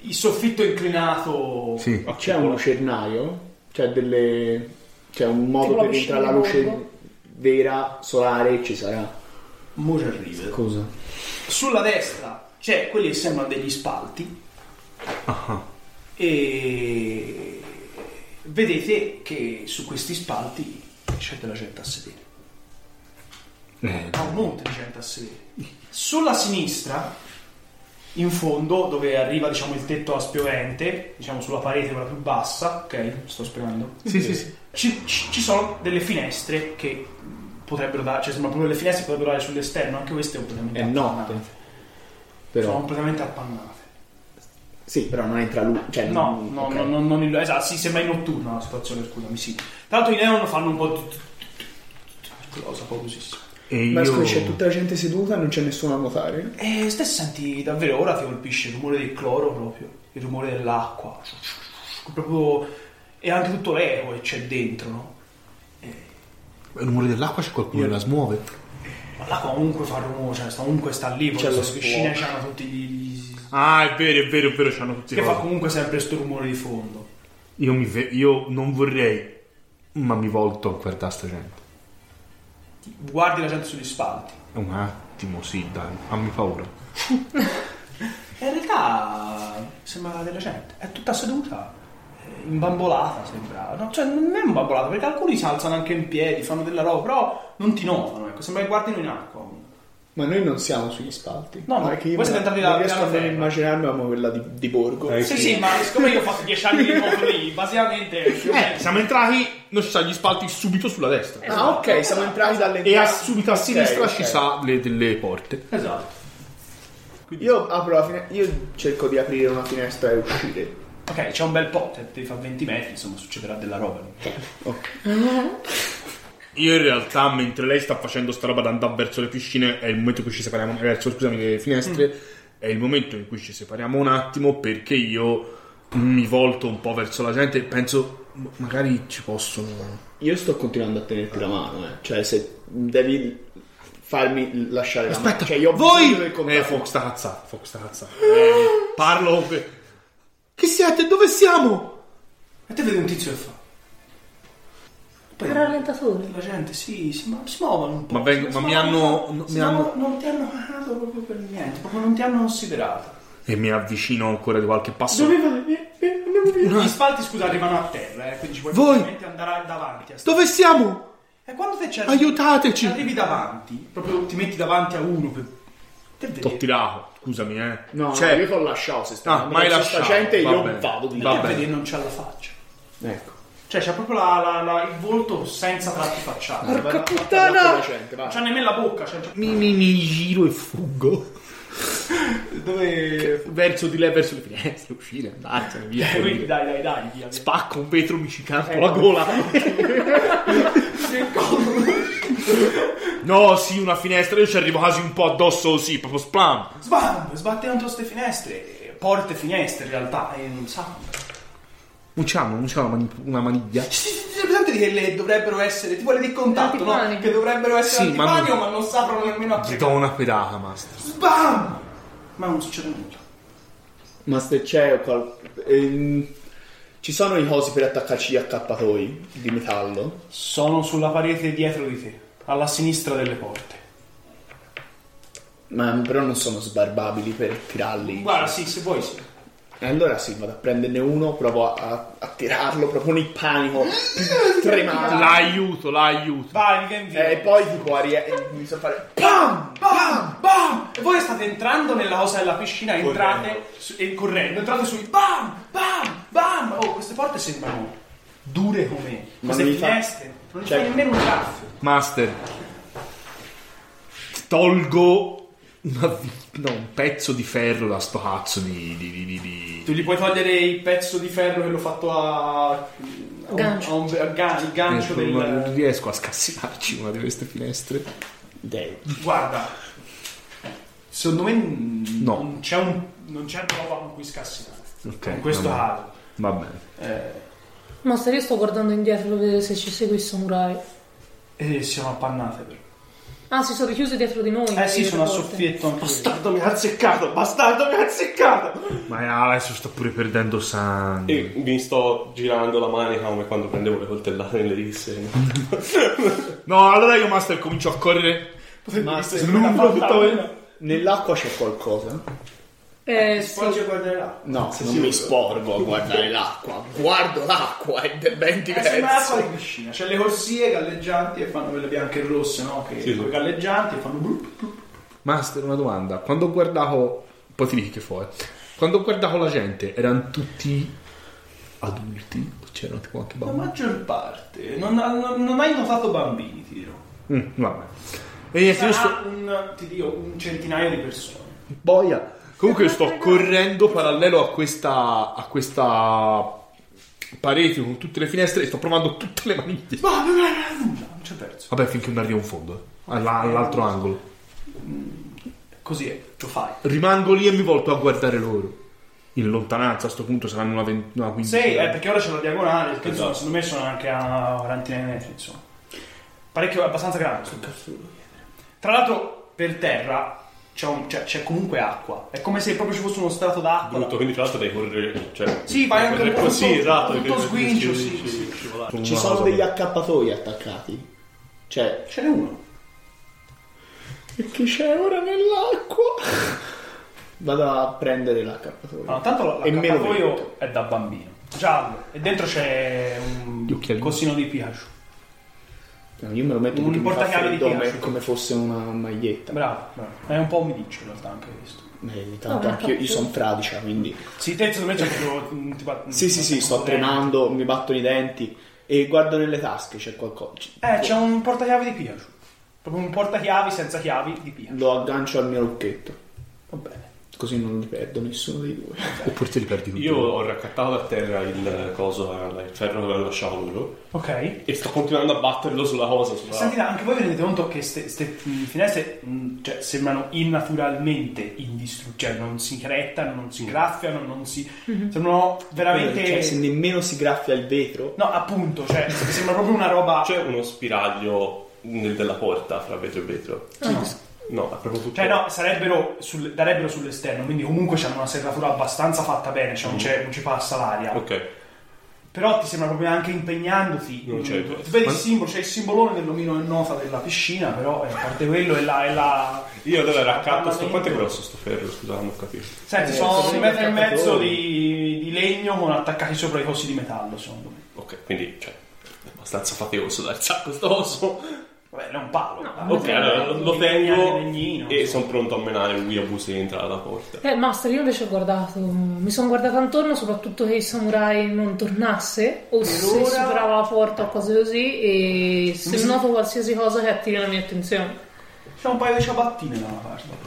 [SPEAKER 1] il soffitto inclinato...
[SPEAKER 2] Sì.
[SPEAKER 4] C'è un lucernario? C'è delle. C'è un modo
[SPEAKER 5] Tipo la
[SPEAKER 4] per entrare la
[SPEAKER 5] piscina di
[SPEAKER 4] luce
[SPEAKER 5] Borgo.
[SPEAKER 4] vera, solare, ci sarà.
[SPEAKER 1] Mo' ci arrivo.
[SPEAKER 4] Cosa?
[SPEAKER 1] Sulla destra c'è quelli che sembrano degli spalti. E vedete che su questi spalti c'è della gente a sedere.
[SPEAKER 2] Eh,
[SPEAKER 1] Ma un monte di gente a sedere. Sulla sinistra, in fondo, dove arriva diciamo il tetto a spiovente, diciamo sulla parete quella più bassa, ok? Sto spiegando.
[SPEAKER 2] sì, sì, sì.
[SPEAKER 1] Ci, ci- ci sono delle finestre che potrebbero dare, cioè sembrano proprio le finestre che potrebbero dare sull'esterno, anche queste completamente
[SPEAKER 4] È notte.
[SPEAKER 1] appannate. Sono
[SPEAKER 4] Però.
[SPEAKER 1] completamente appannate.
[SPEAKER 4] Sì, però non entra luce. Cioè,
[SPEAKER 1] No, no,
[SPEAKER 4] ok.
[SPEAKER 1] no, no, non il- esatto, sì, sembra in notturna la situazione, scusami, sì. Tra l'altro i neon fanno un po'... tut- tut- cosa, poi così.
[SPEAKER 2] E
[SPEAKER 4] Ma
[SPEAKER 2] io...
[SPEAKER 4] scusa, c'è tutta la gente seduta e non c'è nessuno a notare?
[SPEAKER 1] E stesso Eh, senti davvero, ora ti colpisce il rumore del cloro proprio, il rumore dell'acqua, proprio... e anche tutto l'eco che c'è dentro, no?
[SPEAKER 2] Il rumore dell'acqua c'è qualcuno che la smuove.
[SPEAKER 1] Ma l'acqua comunque fa rumore, cioè sta- comunque sta lì, poi
[SPEAKER 4] C'è lo
[SPEAKER 1] queste piscine
[SPEAKER 4] squall-
[SPEAKER 1] c'hanno tutti gli... gli-
[SPEAKER 2] Ah, è vero, è vero, è vero, c'hanno tutti i
[SPEAKER 1] che fa
[SPEAKER 2] cosi.
[SPEAKER 1] comunque sempre sto rumore di fondo.
[SPEAKER 2] Io, mi ve- io non vorrei, ma mi volto a guardare sta gente.
[SPEAKER 1] Guardi la gente sugli spalti.
[SPEAKER 2] Un attimo, sì, dai, fammi paura.
[SPEAKER 1] E in realtà sembra della gente, è tutta seduta, eh, imbambolata sembra, no, cioè non è imbambolata perché alcuni si alzano anche in piedi, fanno della roba, però non ti notano, ecco, sembra che guardino in acqua.
[SPEAKER 4] Ma noi non siamo sugli spalti.
[SPEAKER 1] No, ma
[SPEAKER 4] Perché io
[SPEAKER 1] voi
[SPEAKER 4] non
[SPEAKER 1] siete entrati
[SPEAKER 4] non
[SPEAKER 1] da-
[SPEAKER 4] riesco
[SPEAKER 1] dalla
[SPEAKER 4] a non
[SPEAKER 1] terra.
[SPEAKER 4] immaginarmi come quella di, di Borgo.
[SPEAKER 1] Eh,
[SPEAKER 2] Eh
[SPEAKER 1] Sì, sì, ma siccome io ho fatto 10 anni di moto lì, basicamente...
[SPEAKER 2] Eh, siamo entrati, non ci sono gli spalti subito sulla destra.
[SPEAKER 4] Ah, ok, siamo entrati dalle
[SPEAKER 2] E a- subito a
[SPEAKER 4] Ok,
[SPEAKER 2] sinistra
[SPEAKER 4] ok.
[SPEAKER 2] ci sa le- delle porte.
[SPEAKER 1] Esatto.
[SPEAKER 4] Io apro la finestra. Io cerco di aprire una finestra e uscire.
[SPEAKER 1] Ok, c'è un bel pot, ti fa 20 metri, insomma succederà della roba. lì.
[SPEAKER 2] Io in realtà, mentre lei sta facendo sta roba da andare verso le piscine, è il momento in cui ci separiamo, verso, scusami, le finestre, è il momento in cui ci separiamo un attimo perché io mi volto un po' verso la gente e penso, "Ma- magari ci possono...
[SPEAKER 4] Io sto continuando a tenerti la mano, eh. Cioè, se devi farmi lasciare la mano.
[SPEAKER 2] Aspetta,
[SPEAKER 4] Cioè, io ho
[SPEAKER 2] voi...
[SPEAKER 4] bisogno del
[SPEAKER 2] Eh,
[SPEAKER 4] contatto.
[SPEAKER 2] Fox sta cazzata, Fox sta cazzata. Eh, parlo... Chi siete? Dove siamo?
[SPEAKER 1] E te vedi un tizio che fa... Poi
[SPEAKER 5] Il rallentatore.
[SPEAKER 1] la gente sì, si, ma, si muovono un po'.
[SPEAKER 2] Ma vengo-
[SPEAKER 1] si-
[SPEAKER 2] ma
[SPEAKER 1] si
[SPEAKER 2] mi
[SPEAKER 1] muovono-
[SPEAKER 2] hanno-
[SPEAKER 1] si
[SPEAKER 2] mi hanno-
[SPEAKER 1] muovono- Non ti hanno pagato proprio per niente, proprio non ti hanno considerato.
[SPEAKER 2] E mi avvicino ancora di qualche passo.
[SPEAKER 1] Dove Gli spalti, scusa, arrivano a terra, eh, quindi ci puoi
[SPEAKER 2] Eh. Voi-
[SPEAKER 1] veramente andare davanti. A sta-
[SPEAKER 2] Dove siamo?
[SPEAKER 1] E quando te ci arrivi, ci
[SPEAKER 2] Aiutateci!
[SPEAKER 1] arrivi davanti, proprio ti metti davanti a uno per... Te vedi-
[SPEAKER 2] T'ho tirato, scusami, eh.
[SPEAKER 4] No,
[SPEAKER 2] Cioè-
[SPEAKER 4] no, io t'ho lasciato. Se sta
[SPEAKER 2] Ah,
[SPEAKER 4] andando
[SPEAKER 2] m'hai
[SPEAKER 4] verso sta
[SPEAKER 2] lasciato,
[SPEAKER 4] gente,
[SPEAKER 2] va
[SPEAKER 4] io
[SPEAKER 2] bene.
[SPEAKER 4] vado di
[SPEAKER 2] Va
[SPEAKER 4] là.
[SPEAKER 1] te
[SPEAKER 2] bene.
[SPEAKER 1] vedi e non c'ha la faccia.
[SPEAKER 4] Ecco.
[SPEAKER 1] Cioè, c'ha proprio la- la- la- il volto senza tratti facciali.
[SPEAKER 2] Eh.
[SPEAKER 4] Porca
[SPEAKER 5] puttana!
[SPEAKER 4] Gente, va.
[SPEAKER 1] Non c'ha nemmeno la bocca, cioè... c'ha-
[SPEAKER 2] Mi, mi- mi giro e fuggo
[SPEAKER 1] Dove...
[SPEAKER 2] verso di lei, verso le finestre, uscire, andarsene via.
[SPEAKER 1] Eh, Quindi Eh, dai, dai, dai, via. via.
[SPEAKER 2] Spacco un vetro, mi ci campo la gola. no, sì, una finestra. Io ci arrivo quasi un po' addosso, sì, proprio splam.
[SPEAKER 9] eh,
[SPEAKER 1] Sbam! Sbatte contro queste finestre. eh, Porte e finestre, in realtà, e non sa.
[SPEAKER 2] Non c'ha, non c'ha una, mani- una maniglia.
[SPEAKER 9] Sì, sì, sì, sì, presente che le dovrebbero essere tipo le di contatto, no?
[SPEAKER 5] Antipani.
[SPEAKER 9] Che dovrebbero essere
[SPEAKER 2] Sì, ma
[SPEAKER 9] antipanio,
[SPEAKER 2] non-
[SPEAKER 9] ma non s'aprono nemmeno a
[SPEAKER 2] Gli
[SPEAKER 9] tre.
[SPEAKER 2] do una pedata, master.
[SPEAKER 9] Bam! Ma non succede nulla.
[SPEAKER 4] Master c'è qual- ehm, ci sono i cosi per attaccarci gli accappatoi di metallo?
[SPEAKER 1] Sono sulla parete dietro di te, alla sinistra delle porte.
[SPEAKER 4] Ma però non sono sbarbabili per tirarli.
[SPEAKER 1] Guarda, sì, se vuoi sì.
[SPEAKER 4] E allora sì, vado a prenderne uno, provo a, a- a tirarlo, proprio nel panico, tremando.
[SPEAKER 2] L'aiuto, l'aiuto.
[SPEAKER 1] Vai, vi invito.
[SPEAKER 4] Eh, E poi tipo aria, e mi so fare...
[SPEAKER 1] Bam! Bam! Bam! E voi state entrando nella cosa della piscina, entrate su- e correndo, entrate sui bam! Bam! Bam! Oh, queste porte sembrano dure come queste
[SPEAKER 4] non gli fa-
[SPEAKER 1] finestre. Non c'è
[SPEAKER 4] cioè-
[SPEAKER 1] nemmeno un raffio.
[SPEAKER 2] Master. Tolgo una vi- no, un pezzo di ferro da sto cazzo di... di, di, di, di-
[SPEAKER 1] Tu gli puoi togliere il pezzo di ferro che l'ho fatto a... a un-
[SPEAKER 5] Gancio.
[SPEAKER 1] a un- a ga- il gancio
[SPEAKER 2] Eh, Non
[SPEAKER 1] del...
[SPEAKER 2] riesco a scassinarci una di queste finestre.
[SPEAKER 1] Guarda, secondo me n-
[SPEAKER 2] No.
[SPEAKER 1] non c'è un... non c'è roba con cui scassinare.
[SPEAKER 2] Ok.
[SPEAKER 1] In questo
[SPEAKER 2] va bene.
[SPEAKER 1] caso.
[SPEAKER 2] Va bene.
[SPEAKER 5] Master, io sto guardando indietro per vedere se ci segue il samurai.
[SPEAKER 1] E Eh, siamo appannate però.
[SPEAKER 5] Ah, si sono richiusi dietro di noi.
[SPEAKER 1] Eh sì, sono a
[SPEAKER 5] le porte.
[SPEAKER 1] soffietto anche io.
[SPEAKER 9] Bastardo mi ha azzeccato, bastardo mi ha azzeccato!
[SPEAKER 2] Ma adesso sto pure perdendo sangue.
[SPEAKER 3] E mi sto girando la manica come quando prendevo le coltellate nelle risse.
[SPEAKER 2] No, allora io, Master, comincio a correre.
[SPEAKER 4] Master,
[SPEAKER 2] Lungo tutta quella-
[SPEAKER 4] nell'acqua c'è qualcosa?
[SPEAKER 5] Eh,
[SPEAKER 1] Poi ci
[SPEAKER 5] sì.
[SPEAKER 1] guarderà.
[SPEAKER 4] No, non mi sporgo a guardare l'acqua. Guardo l'acqua ed è ben
[SPEAKER 1] Eh, sembra
[SPEAKER 4] diverso.
[SPEAKER 1] l'acqua di piscina. C'è le corsie galleggianti e fanno quelle bianche e rosse, no? Che
[SPEAKER 3] Sì, sì.
[SPEAKER 1] quelle galleggianti e fanno blup.
[SPEAKER 2] Master, una domanda. Quando ho guardato... Poi ti dico che fu, eh. Quando ho guardato la gente, erano tutti adulti? O C'erano tipo anche
[SPEAKER 1] La
[SPEAKER 2] bambini?
[SPEAKER 1] maggior parte. Non, non- non hai notato bambini, ti dirò.
[SPEAKER 2] Mm, Ah. vabbè. E niente, Eh, io sto...
[SPEAKER 1] Sarà un, ti dico, un centinaio di persone.
[SPEAKER 2] Boia. Comunque sto correndo parallelo a questa... a questa parete con tutte le finestre e sto provando tutte le maniglie.
[SPEAKER 1] Ma Boh, non era nulla, non c'è perso.
[SPEAKER 2] Vabbè, finché non arrivo in fondo. eh. Alla- all'altro angolo.
[SPEAKER 1] Così è, lo fai.
[SPEAKER 2] Rimango lì e mi volto a guardare loro. In lontananza, a sto punto saranno una, vent- una quindicina.
[SPEAKER 1] Sei, eh, perché ora c'è la diagonale,
[SPEAKER 4] Esatto.
[SPEAKER 1] che insomma, secondo me sono anche a quarantina di metri, insomma. Parecchio, abbastanza grande. insomma. Tra l'altro, per terra c'è, un- cioè, c'è comunque acqua. È come se proprio ci fosse uno strato d'acqua.
[SPEAKER 3] Brutto, quindi tra l'altro devi correre. Cioè,
[SPEAKER 1] Sì,
[SPEAKER 4] Eh,
[SPEAKER 1] vai anche
[SPEAKER 3] correre
[SPEAKER 1] molto-
[SPEAKER 3] così, esatto.
[SPEAKER 1] molto
[SPEAKER 3] perché-
[SPEAKER 1] sguincio,
[SPEAKER 3] sci-
[SPEAKER 1] sì,
[SPEAKER 3] sci-
[SPEAKER 1] sì.
[SPEAKER 3] scivolare.
[SPEAKER 4] Ci sono degli accappatoi attaccati. Cioè,
[SPEAKER 1] Ce n'è uno.
[SPEAKER 4] perché c'è ora nell'acqua? Vado a prendere l'accappatoio.
[SPEAKER 1] Allora, Ah, tanto
[SPEAKER 4] E me lo
[SPEAKER 1] l'accappatoio è da bambino. Giallo. E dentro c'è
[SPEAKER 2] Gli
[SPEAKER 1] un
[SPEAKER 2] occhialini.
[SPEAKER 1] cosino di Pikachu.
[SPEAKER 4] No, io me lo metto
[SPEAKER 1] Un
[SPEAKER 4] perché mi fa
[SPEAKER 1] portachiavi di
[SPEAKER 4] freddo
[SPEAKER 1] ghiaccio.
[SPEAKER 4] come, come fosse una maglietta.
[SPEAKER 1] Bravo, bravo. È un po' umidiccio in realtà anche questo.
[SPEAKER 4] Eh, tanto
[SPEAKER 5] No,
[SPEAKER 4] anche io,
[SPEAKER 5] ma-
[SPEAKER 4] sono fradicia, quindi...
[SPEAKER 1] Sì, te secondo me c'è proprio... mm, tipo-
[SPEAKER 4] Eh.
[SPEAKER 1] eh,
[SPEAKER 4] Sì, sì, sì, sto tremando, mi battono i denti e guardo nelle tasche, c'è qualcosa. C-
[SPEAKER 1] Eh, c'è un portachiavi di Pikachu. Proprio un portachiavi senza chiavi di Pikachu.
[SPEAKER 4] Lo aggancio al mio lucchetto,
[SPEAKER 1] Va bene.
[SPEAKER 4] così non li perdo nessuno dei due.
[SPEAKER 2] Oppure te li perdi tutti.
[SPEAKER 3] Io ho raccattato a terra il coso, eh, il ferro che avevo lasciato loro
[SPEAKER 1] Ok.
[SPEAKER 3] e sto continuando a batterlo sulla cosa. Sulla...
[SPEAKER 1] Sentite, anche voi vi rendete conto che queste finestre mh, cioè, sembrano innaturalmente indistruttibili, cioè non si crettano, non si graffiano, non si... sembrano veramente...
[SPEAKER 4] Mhm. Cioè, se nemmeno si graffia il vetro,
[SPEAKER 1] No, appunto, cioè, sembra proprio una roba... Cioè,
[SPEAKER 3] C'è uno spiraglio nel- della porta fra vetro e vetro.
[SPEAKER 5] Ah,
[SPEAKER 3] No, è proprio tutto.
[SPEAKER 1] Cioè, no, sarebbero sul- darebbero sull'esterno, quindi comunque c'hanno una serratura abbastanza fatta bene, cioè
[SPEAKER 4] Mm.
[SPEAKER 1] non, c'è- non ci passa l'aria.
[SPEAKER 3] Ok.
[SPEAKER 1] Però ti sembra proprio anche impegnandoti.
[SPEAKER 3] Non c'è il
[SPEAKER 1] Mm,
[SPEAKER 3] resto.
[SPEAKER 1] Vedi
[SPEAKER 3] Ma-
[SPEAKER 1] il simbolo, c'è il simbolone dell'omino e nota della piscina, però eh, a parte quello è la... È la...
[SPEAKER 3] Io allora raccatto sto. Quanto è
[SPEAKER 1] grosso?
[SPEAKER 3] grosso sto ferro? Scusa, non ho capito.
[SPEAKER 1] Senti,
[SPEAKER 4] Eh,
[SPEAKER 1] sono
[SPEAKER 4] sono
[SPEAKER 1] un metro e
[SPEAKER 4] attaccatori.
[SPEAKER 1] mezzo di, di legno con attaccati sopra i cosi di metallo, secondo me.
[SPEAKER 3] Ok, quindi cioè, è abbastanza faticoso da alzare questo oso.
[SPEAKER 1] Vabbè, era un palo. Ah,
[SPEAKER 3] Ok, allora lo- lo tengo
[SPEAKER 1] legnino,
[SPEAKER 3] e
[SPEAKER 1] insomma.
[SPEAKER 3] sono pronto a menare il Weeaboo se entra dalla porta.
[SPEAKER 5] Eh, Master, io invece ho guardato, mi sono guardata antorno, soprattutto che il samurai non tornasse, o se
[SPEAKER 1] ora-
[SPEAKER 5] superava la porta o cose così, e se noto qualsiasi cosa che attiri la mia attenzione.
[SPEAKER 1] C'è un paio di ciabattine da una parte.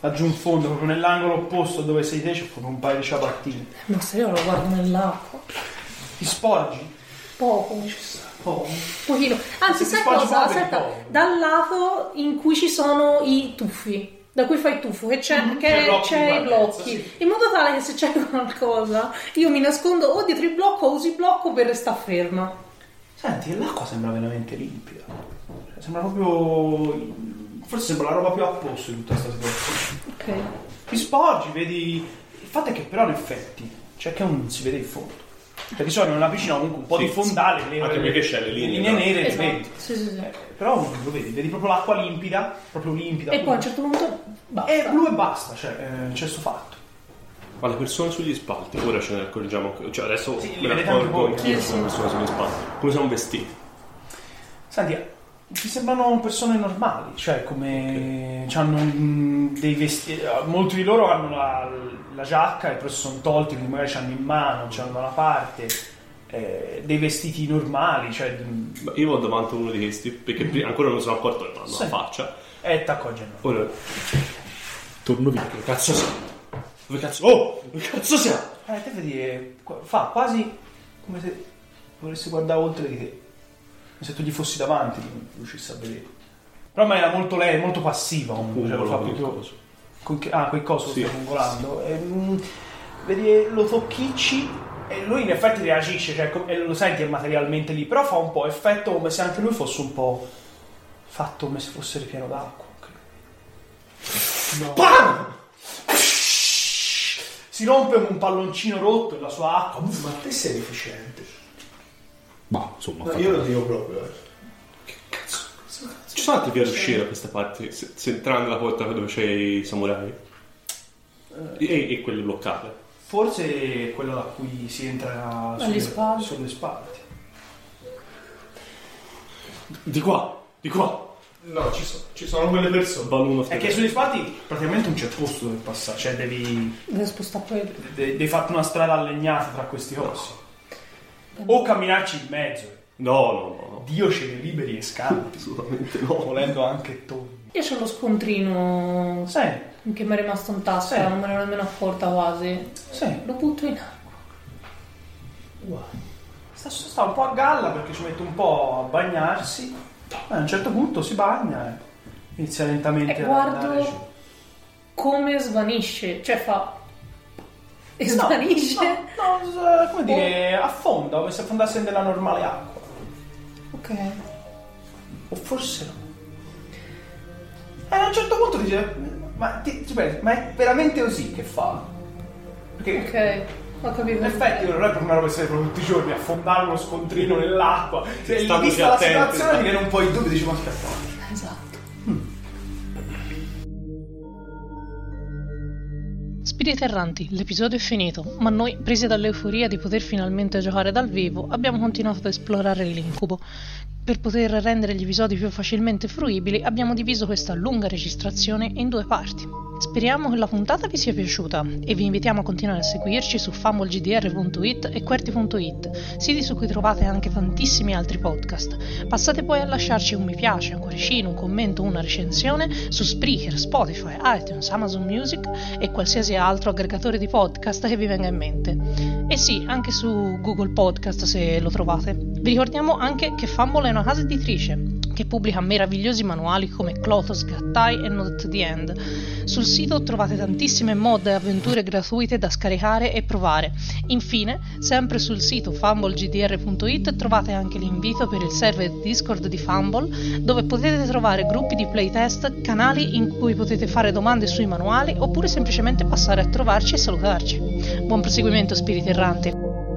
[SPEAKER 1] Laggiù in fondo, proprio nell'angolo opposto a dove sei te, c'è proprio un paio di ciabattine.
[SPEAKER 5] Eh, Master, io lo guardo nell'acqua,
[SPEAKER 1] Ti sporgi?
[SPEAKER 5] poco, ci sta,
[SPEAKER 1] Oh.
[SPEAKER 5] un pochino. Anzi,
[SPEAKER 1] Se ti
[SPEAKER 5] sai
[SPEAKER 1] sporgi
[SPEAKER 5] cosa?
[SPEAKER 1] poco, è
[SPEAKER 5] Aspetta,
[SPEAKER 1] poco.
[SPEAKER 5] dal lato in cui ci sono i tuffi. da cui fai tuffo, che c'è, che
[SPEAKER 10] Che blocchi
[SPEAKER 5] c'è i
[SPEAKER 10] in partenza,
[SPEAKER 5] blocchi, in modo tale che se c'è qualcosa io mi nascondo o dietro il blocco o usi il blocco per restare ferma.
[SPEAKER 1] Senti, l'acqua sembra veramente limpida. Cioè, Sembra proprio. Forse sembra la roba più a posto di tutta questa situazione.
[SPEAKER 5] Ok.
[SPEAKER 1] Ti sporgi, vedi. Il fatto è che, però, in effetti, cioè che non si vede il fondo. Perché di solito in una piscina comunque un po'
[SPEAKER 3] Sì.
[SPEAKER 1] di fondale, le,
[SPEAKER 3] Anche perché c'è le linee, no?
[SPEAKER 1] nere le
[SPEAKER 5] Esatto.
[SPEAKER 1] vedi.
[SPEAKER 5] Sì, sì, sì.
[SPEAKER 1] Eh, Però non lo vedi, vedi proprio l'acqua limpida, proprio limpida.
[SPEAKER 5] E poi a un certo punto basta.
[SPEAKER 1] E blu e basta, cioè, eh, c'è sto fatto.
[SPEAKER 3] Ma le persone sugli spalti, ora ce ne accorgiamo, che- cioè adesso
[SPEAKER 1] Sì, li
[SPEAKER 3] me ne
[SPEAKER 1] vedete anche
[SPEAKER 3] accorgo
[SPEAKER 1] voi. eh.
[SPEAKER 3] anch'io
[SPEAKER 5] Sì,
[SPEAKER 3] sono
[SPEAKER 5] sì.
[SPEAKER 3] persone sugli spalti. Come sono vestiti?
[SPEAKER 1] Senti, ti sembrano persone normali, cioè come... hanno dei vestiti... Molti di loro hanno la, la giacca e poi si sono tolti, quindi magari c'hanno in mano, c'hanno da una parte, eh, dei vestiti normali, cioè... mm,
[SPEAKER 3] Beh, Io vado davanti a uno di questi perché pri- ancora non mi sono accorto che hanno
[SPEAKER 1] Sì.
[SPEAKER 3] la faccia.
[SPEAKER 1] E t'accogliono.
[SPEAKER 3] Ora torno via. Dove cazzo siamo? Dove cazzo? Oh! Dove cazzo siamo?
[SPEAKER 1] Eh, te vedi, eh, qua- fa quasi come se volessi guardare oltre di te. Come se tu gli fossi davanti, non riuscissi a vedere. Però in maniera molto lei, molto passiva comunque. Cioè, lo fa
[SPEAKER 3] Congolo,
[SPEAKER 1] proprio-
[SPEAKER 3] quel coso.
[SPEAKER 1] con che- ah, quel coso
[SPEAKER 3] Sì.
[SPEAKER 1] lo sta congolando. E, mm, vedi, eh, lo tocchicci e lui in effetti reagisce, cioè, com- e lo senti è materialmente lì, però fa un po' effetto come se anche lui fosse un po' fatto come se fosse ripieno d'acqua. No. Si rompe un palloncino rotto e la sua acqua.
[SPEAKER 11] Ma te sei deficiente.
[SPEAKER 2] Ma insomma,
[SPEAKER 11] No, io lo dico proprio. eh.
[SPEAKER 3] Ci sono altri via d'uscita da questa parte? Se, se entrare nella porta dove c'è i samurai? E, e quelle bloccate?
[SPEAKER 1] Forse è quello da cui si entra sulle
[SPEAKER 5] spalle.
[SPEAKER 1] Sulle spalle.
[SPEAKER 3] Di qua! Di qua!
[SPEAKER 11] No, ci, so- ci sono quelle persone.
[SPEAKER 3] Balluno
[SPEAKER 1] È che sulle spalle praticamente non c'è posto dove passare, cioè devi,
[SPEAKER 5] Devo spostare poi.
[SPEAKER 1] de- devi farti una strada allineata tra questi corsi. O camminarci in mezzo.
[SPEAKER 3] No, no, no, no.
[SPEAKER 1] Dio ce ne liberi e scampi,
[SPEAKER 3] Assolutamente no.
[SPEAKER 1] volendo anche tu.
[SPEAKER 5] Io c'ho lo scontrino
[SPEAKER 1] Sì,
[SPEAKER 5] che mi è rimasto in tasca,
[SPEAKER 1] Sì.
[SPEAKER 5] non me ne ero nemmeno accorta quasi.
[SPEAKER 1] sì.
[SPEAKER 5] Lo butto in acqua.
[SPEAKER 1] Sta, sta un po' a galla perché ci mette un po' a bagnarsi. Ma a un certo punto si bagna e inizia lentamente
[SPEAKER 5] E
[SPEAKER 1] ad andare giù.
[SPEAKER 5] guardo come svanisce, cioè fa. E svanisce.
[SPEAKER 1] No, no, s- come dire, affonda come se affondasse nella normale acqua.
[SPEAKER 5] Ok.
[SPEAKER 1] O forse no. E a un certo punto dice, ma, ti- ti pensi, ma è veramente così che fa? Perché
[SPEAKER 5] Ok, ho capito.
[SPEAKER 1] in effetti non è per una roba che sai proprio tutti i giorni, affondare uno scontrino nell'acqua. Se
[SPEAKER 3] Stanno
[SPEAKER 1] vista
[SPEAKER 3] già
[SPEAKER 1] la
[SPEAKER 3] attenti,
[SPEAKER 1] situazione viene un po' in dubbio, dici ma aspetta.
[SPEAKER 5] Esatto. Spiriti erranti, l'episodio è finito, ma noi, presi dall'euforia di poter finalmente giocare dal vivo, abbiamo continuato ad esplorare l'incubo. Per poter rendere gli episodi più facilmente fruibili, abbiamo diviso questa lunga registrazione in due parti. Speriamo che la puntata vi sia piaciuta e vi invitiamo a continuare a seguirci su fumblegdr.it e querti.it, siti su cui trovate anche tantissimi altri podcast. Passate poi a lasciarci un mi piace, un cuoricino, un commento, una recensione su Spreaker, Spotify, iTunes, Amazon Music e qualsiasi altro aggregatore di podcast che vi venga in mente. E sì, anche su Google Podcast se lo trovate. Vi ricordiamo anche che Fumble è una casa editrice che pubblica meravigliosi manuali come Clotos, Gattai e Not the End. Sul sito trovate tantissime mod e avventure gratuite da scaricare e provare. Infine, sempre sul sito fumblegdr.it trovate anche l'invito per il server Discord di Fumble, dove potete trovare gruppi di playtest, canali in cui potete fare domande sui manuali oppure semplicemente passare a trovarci e salutarci. Buon proseguimento, spiriti erranti!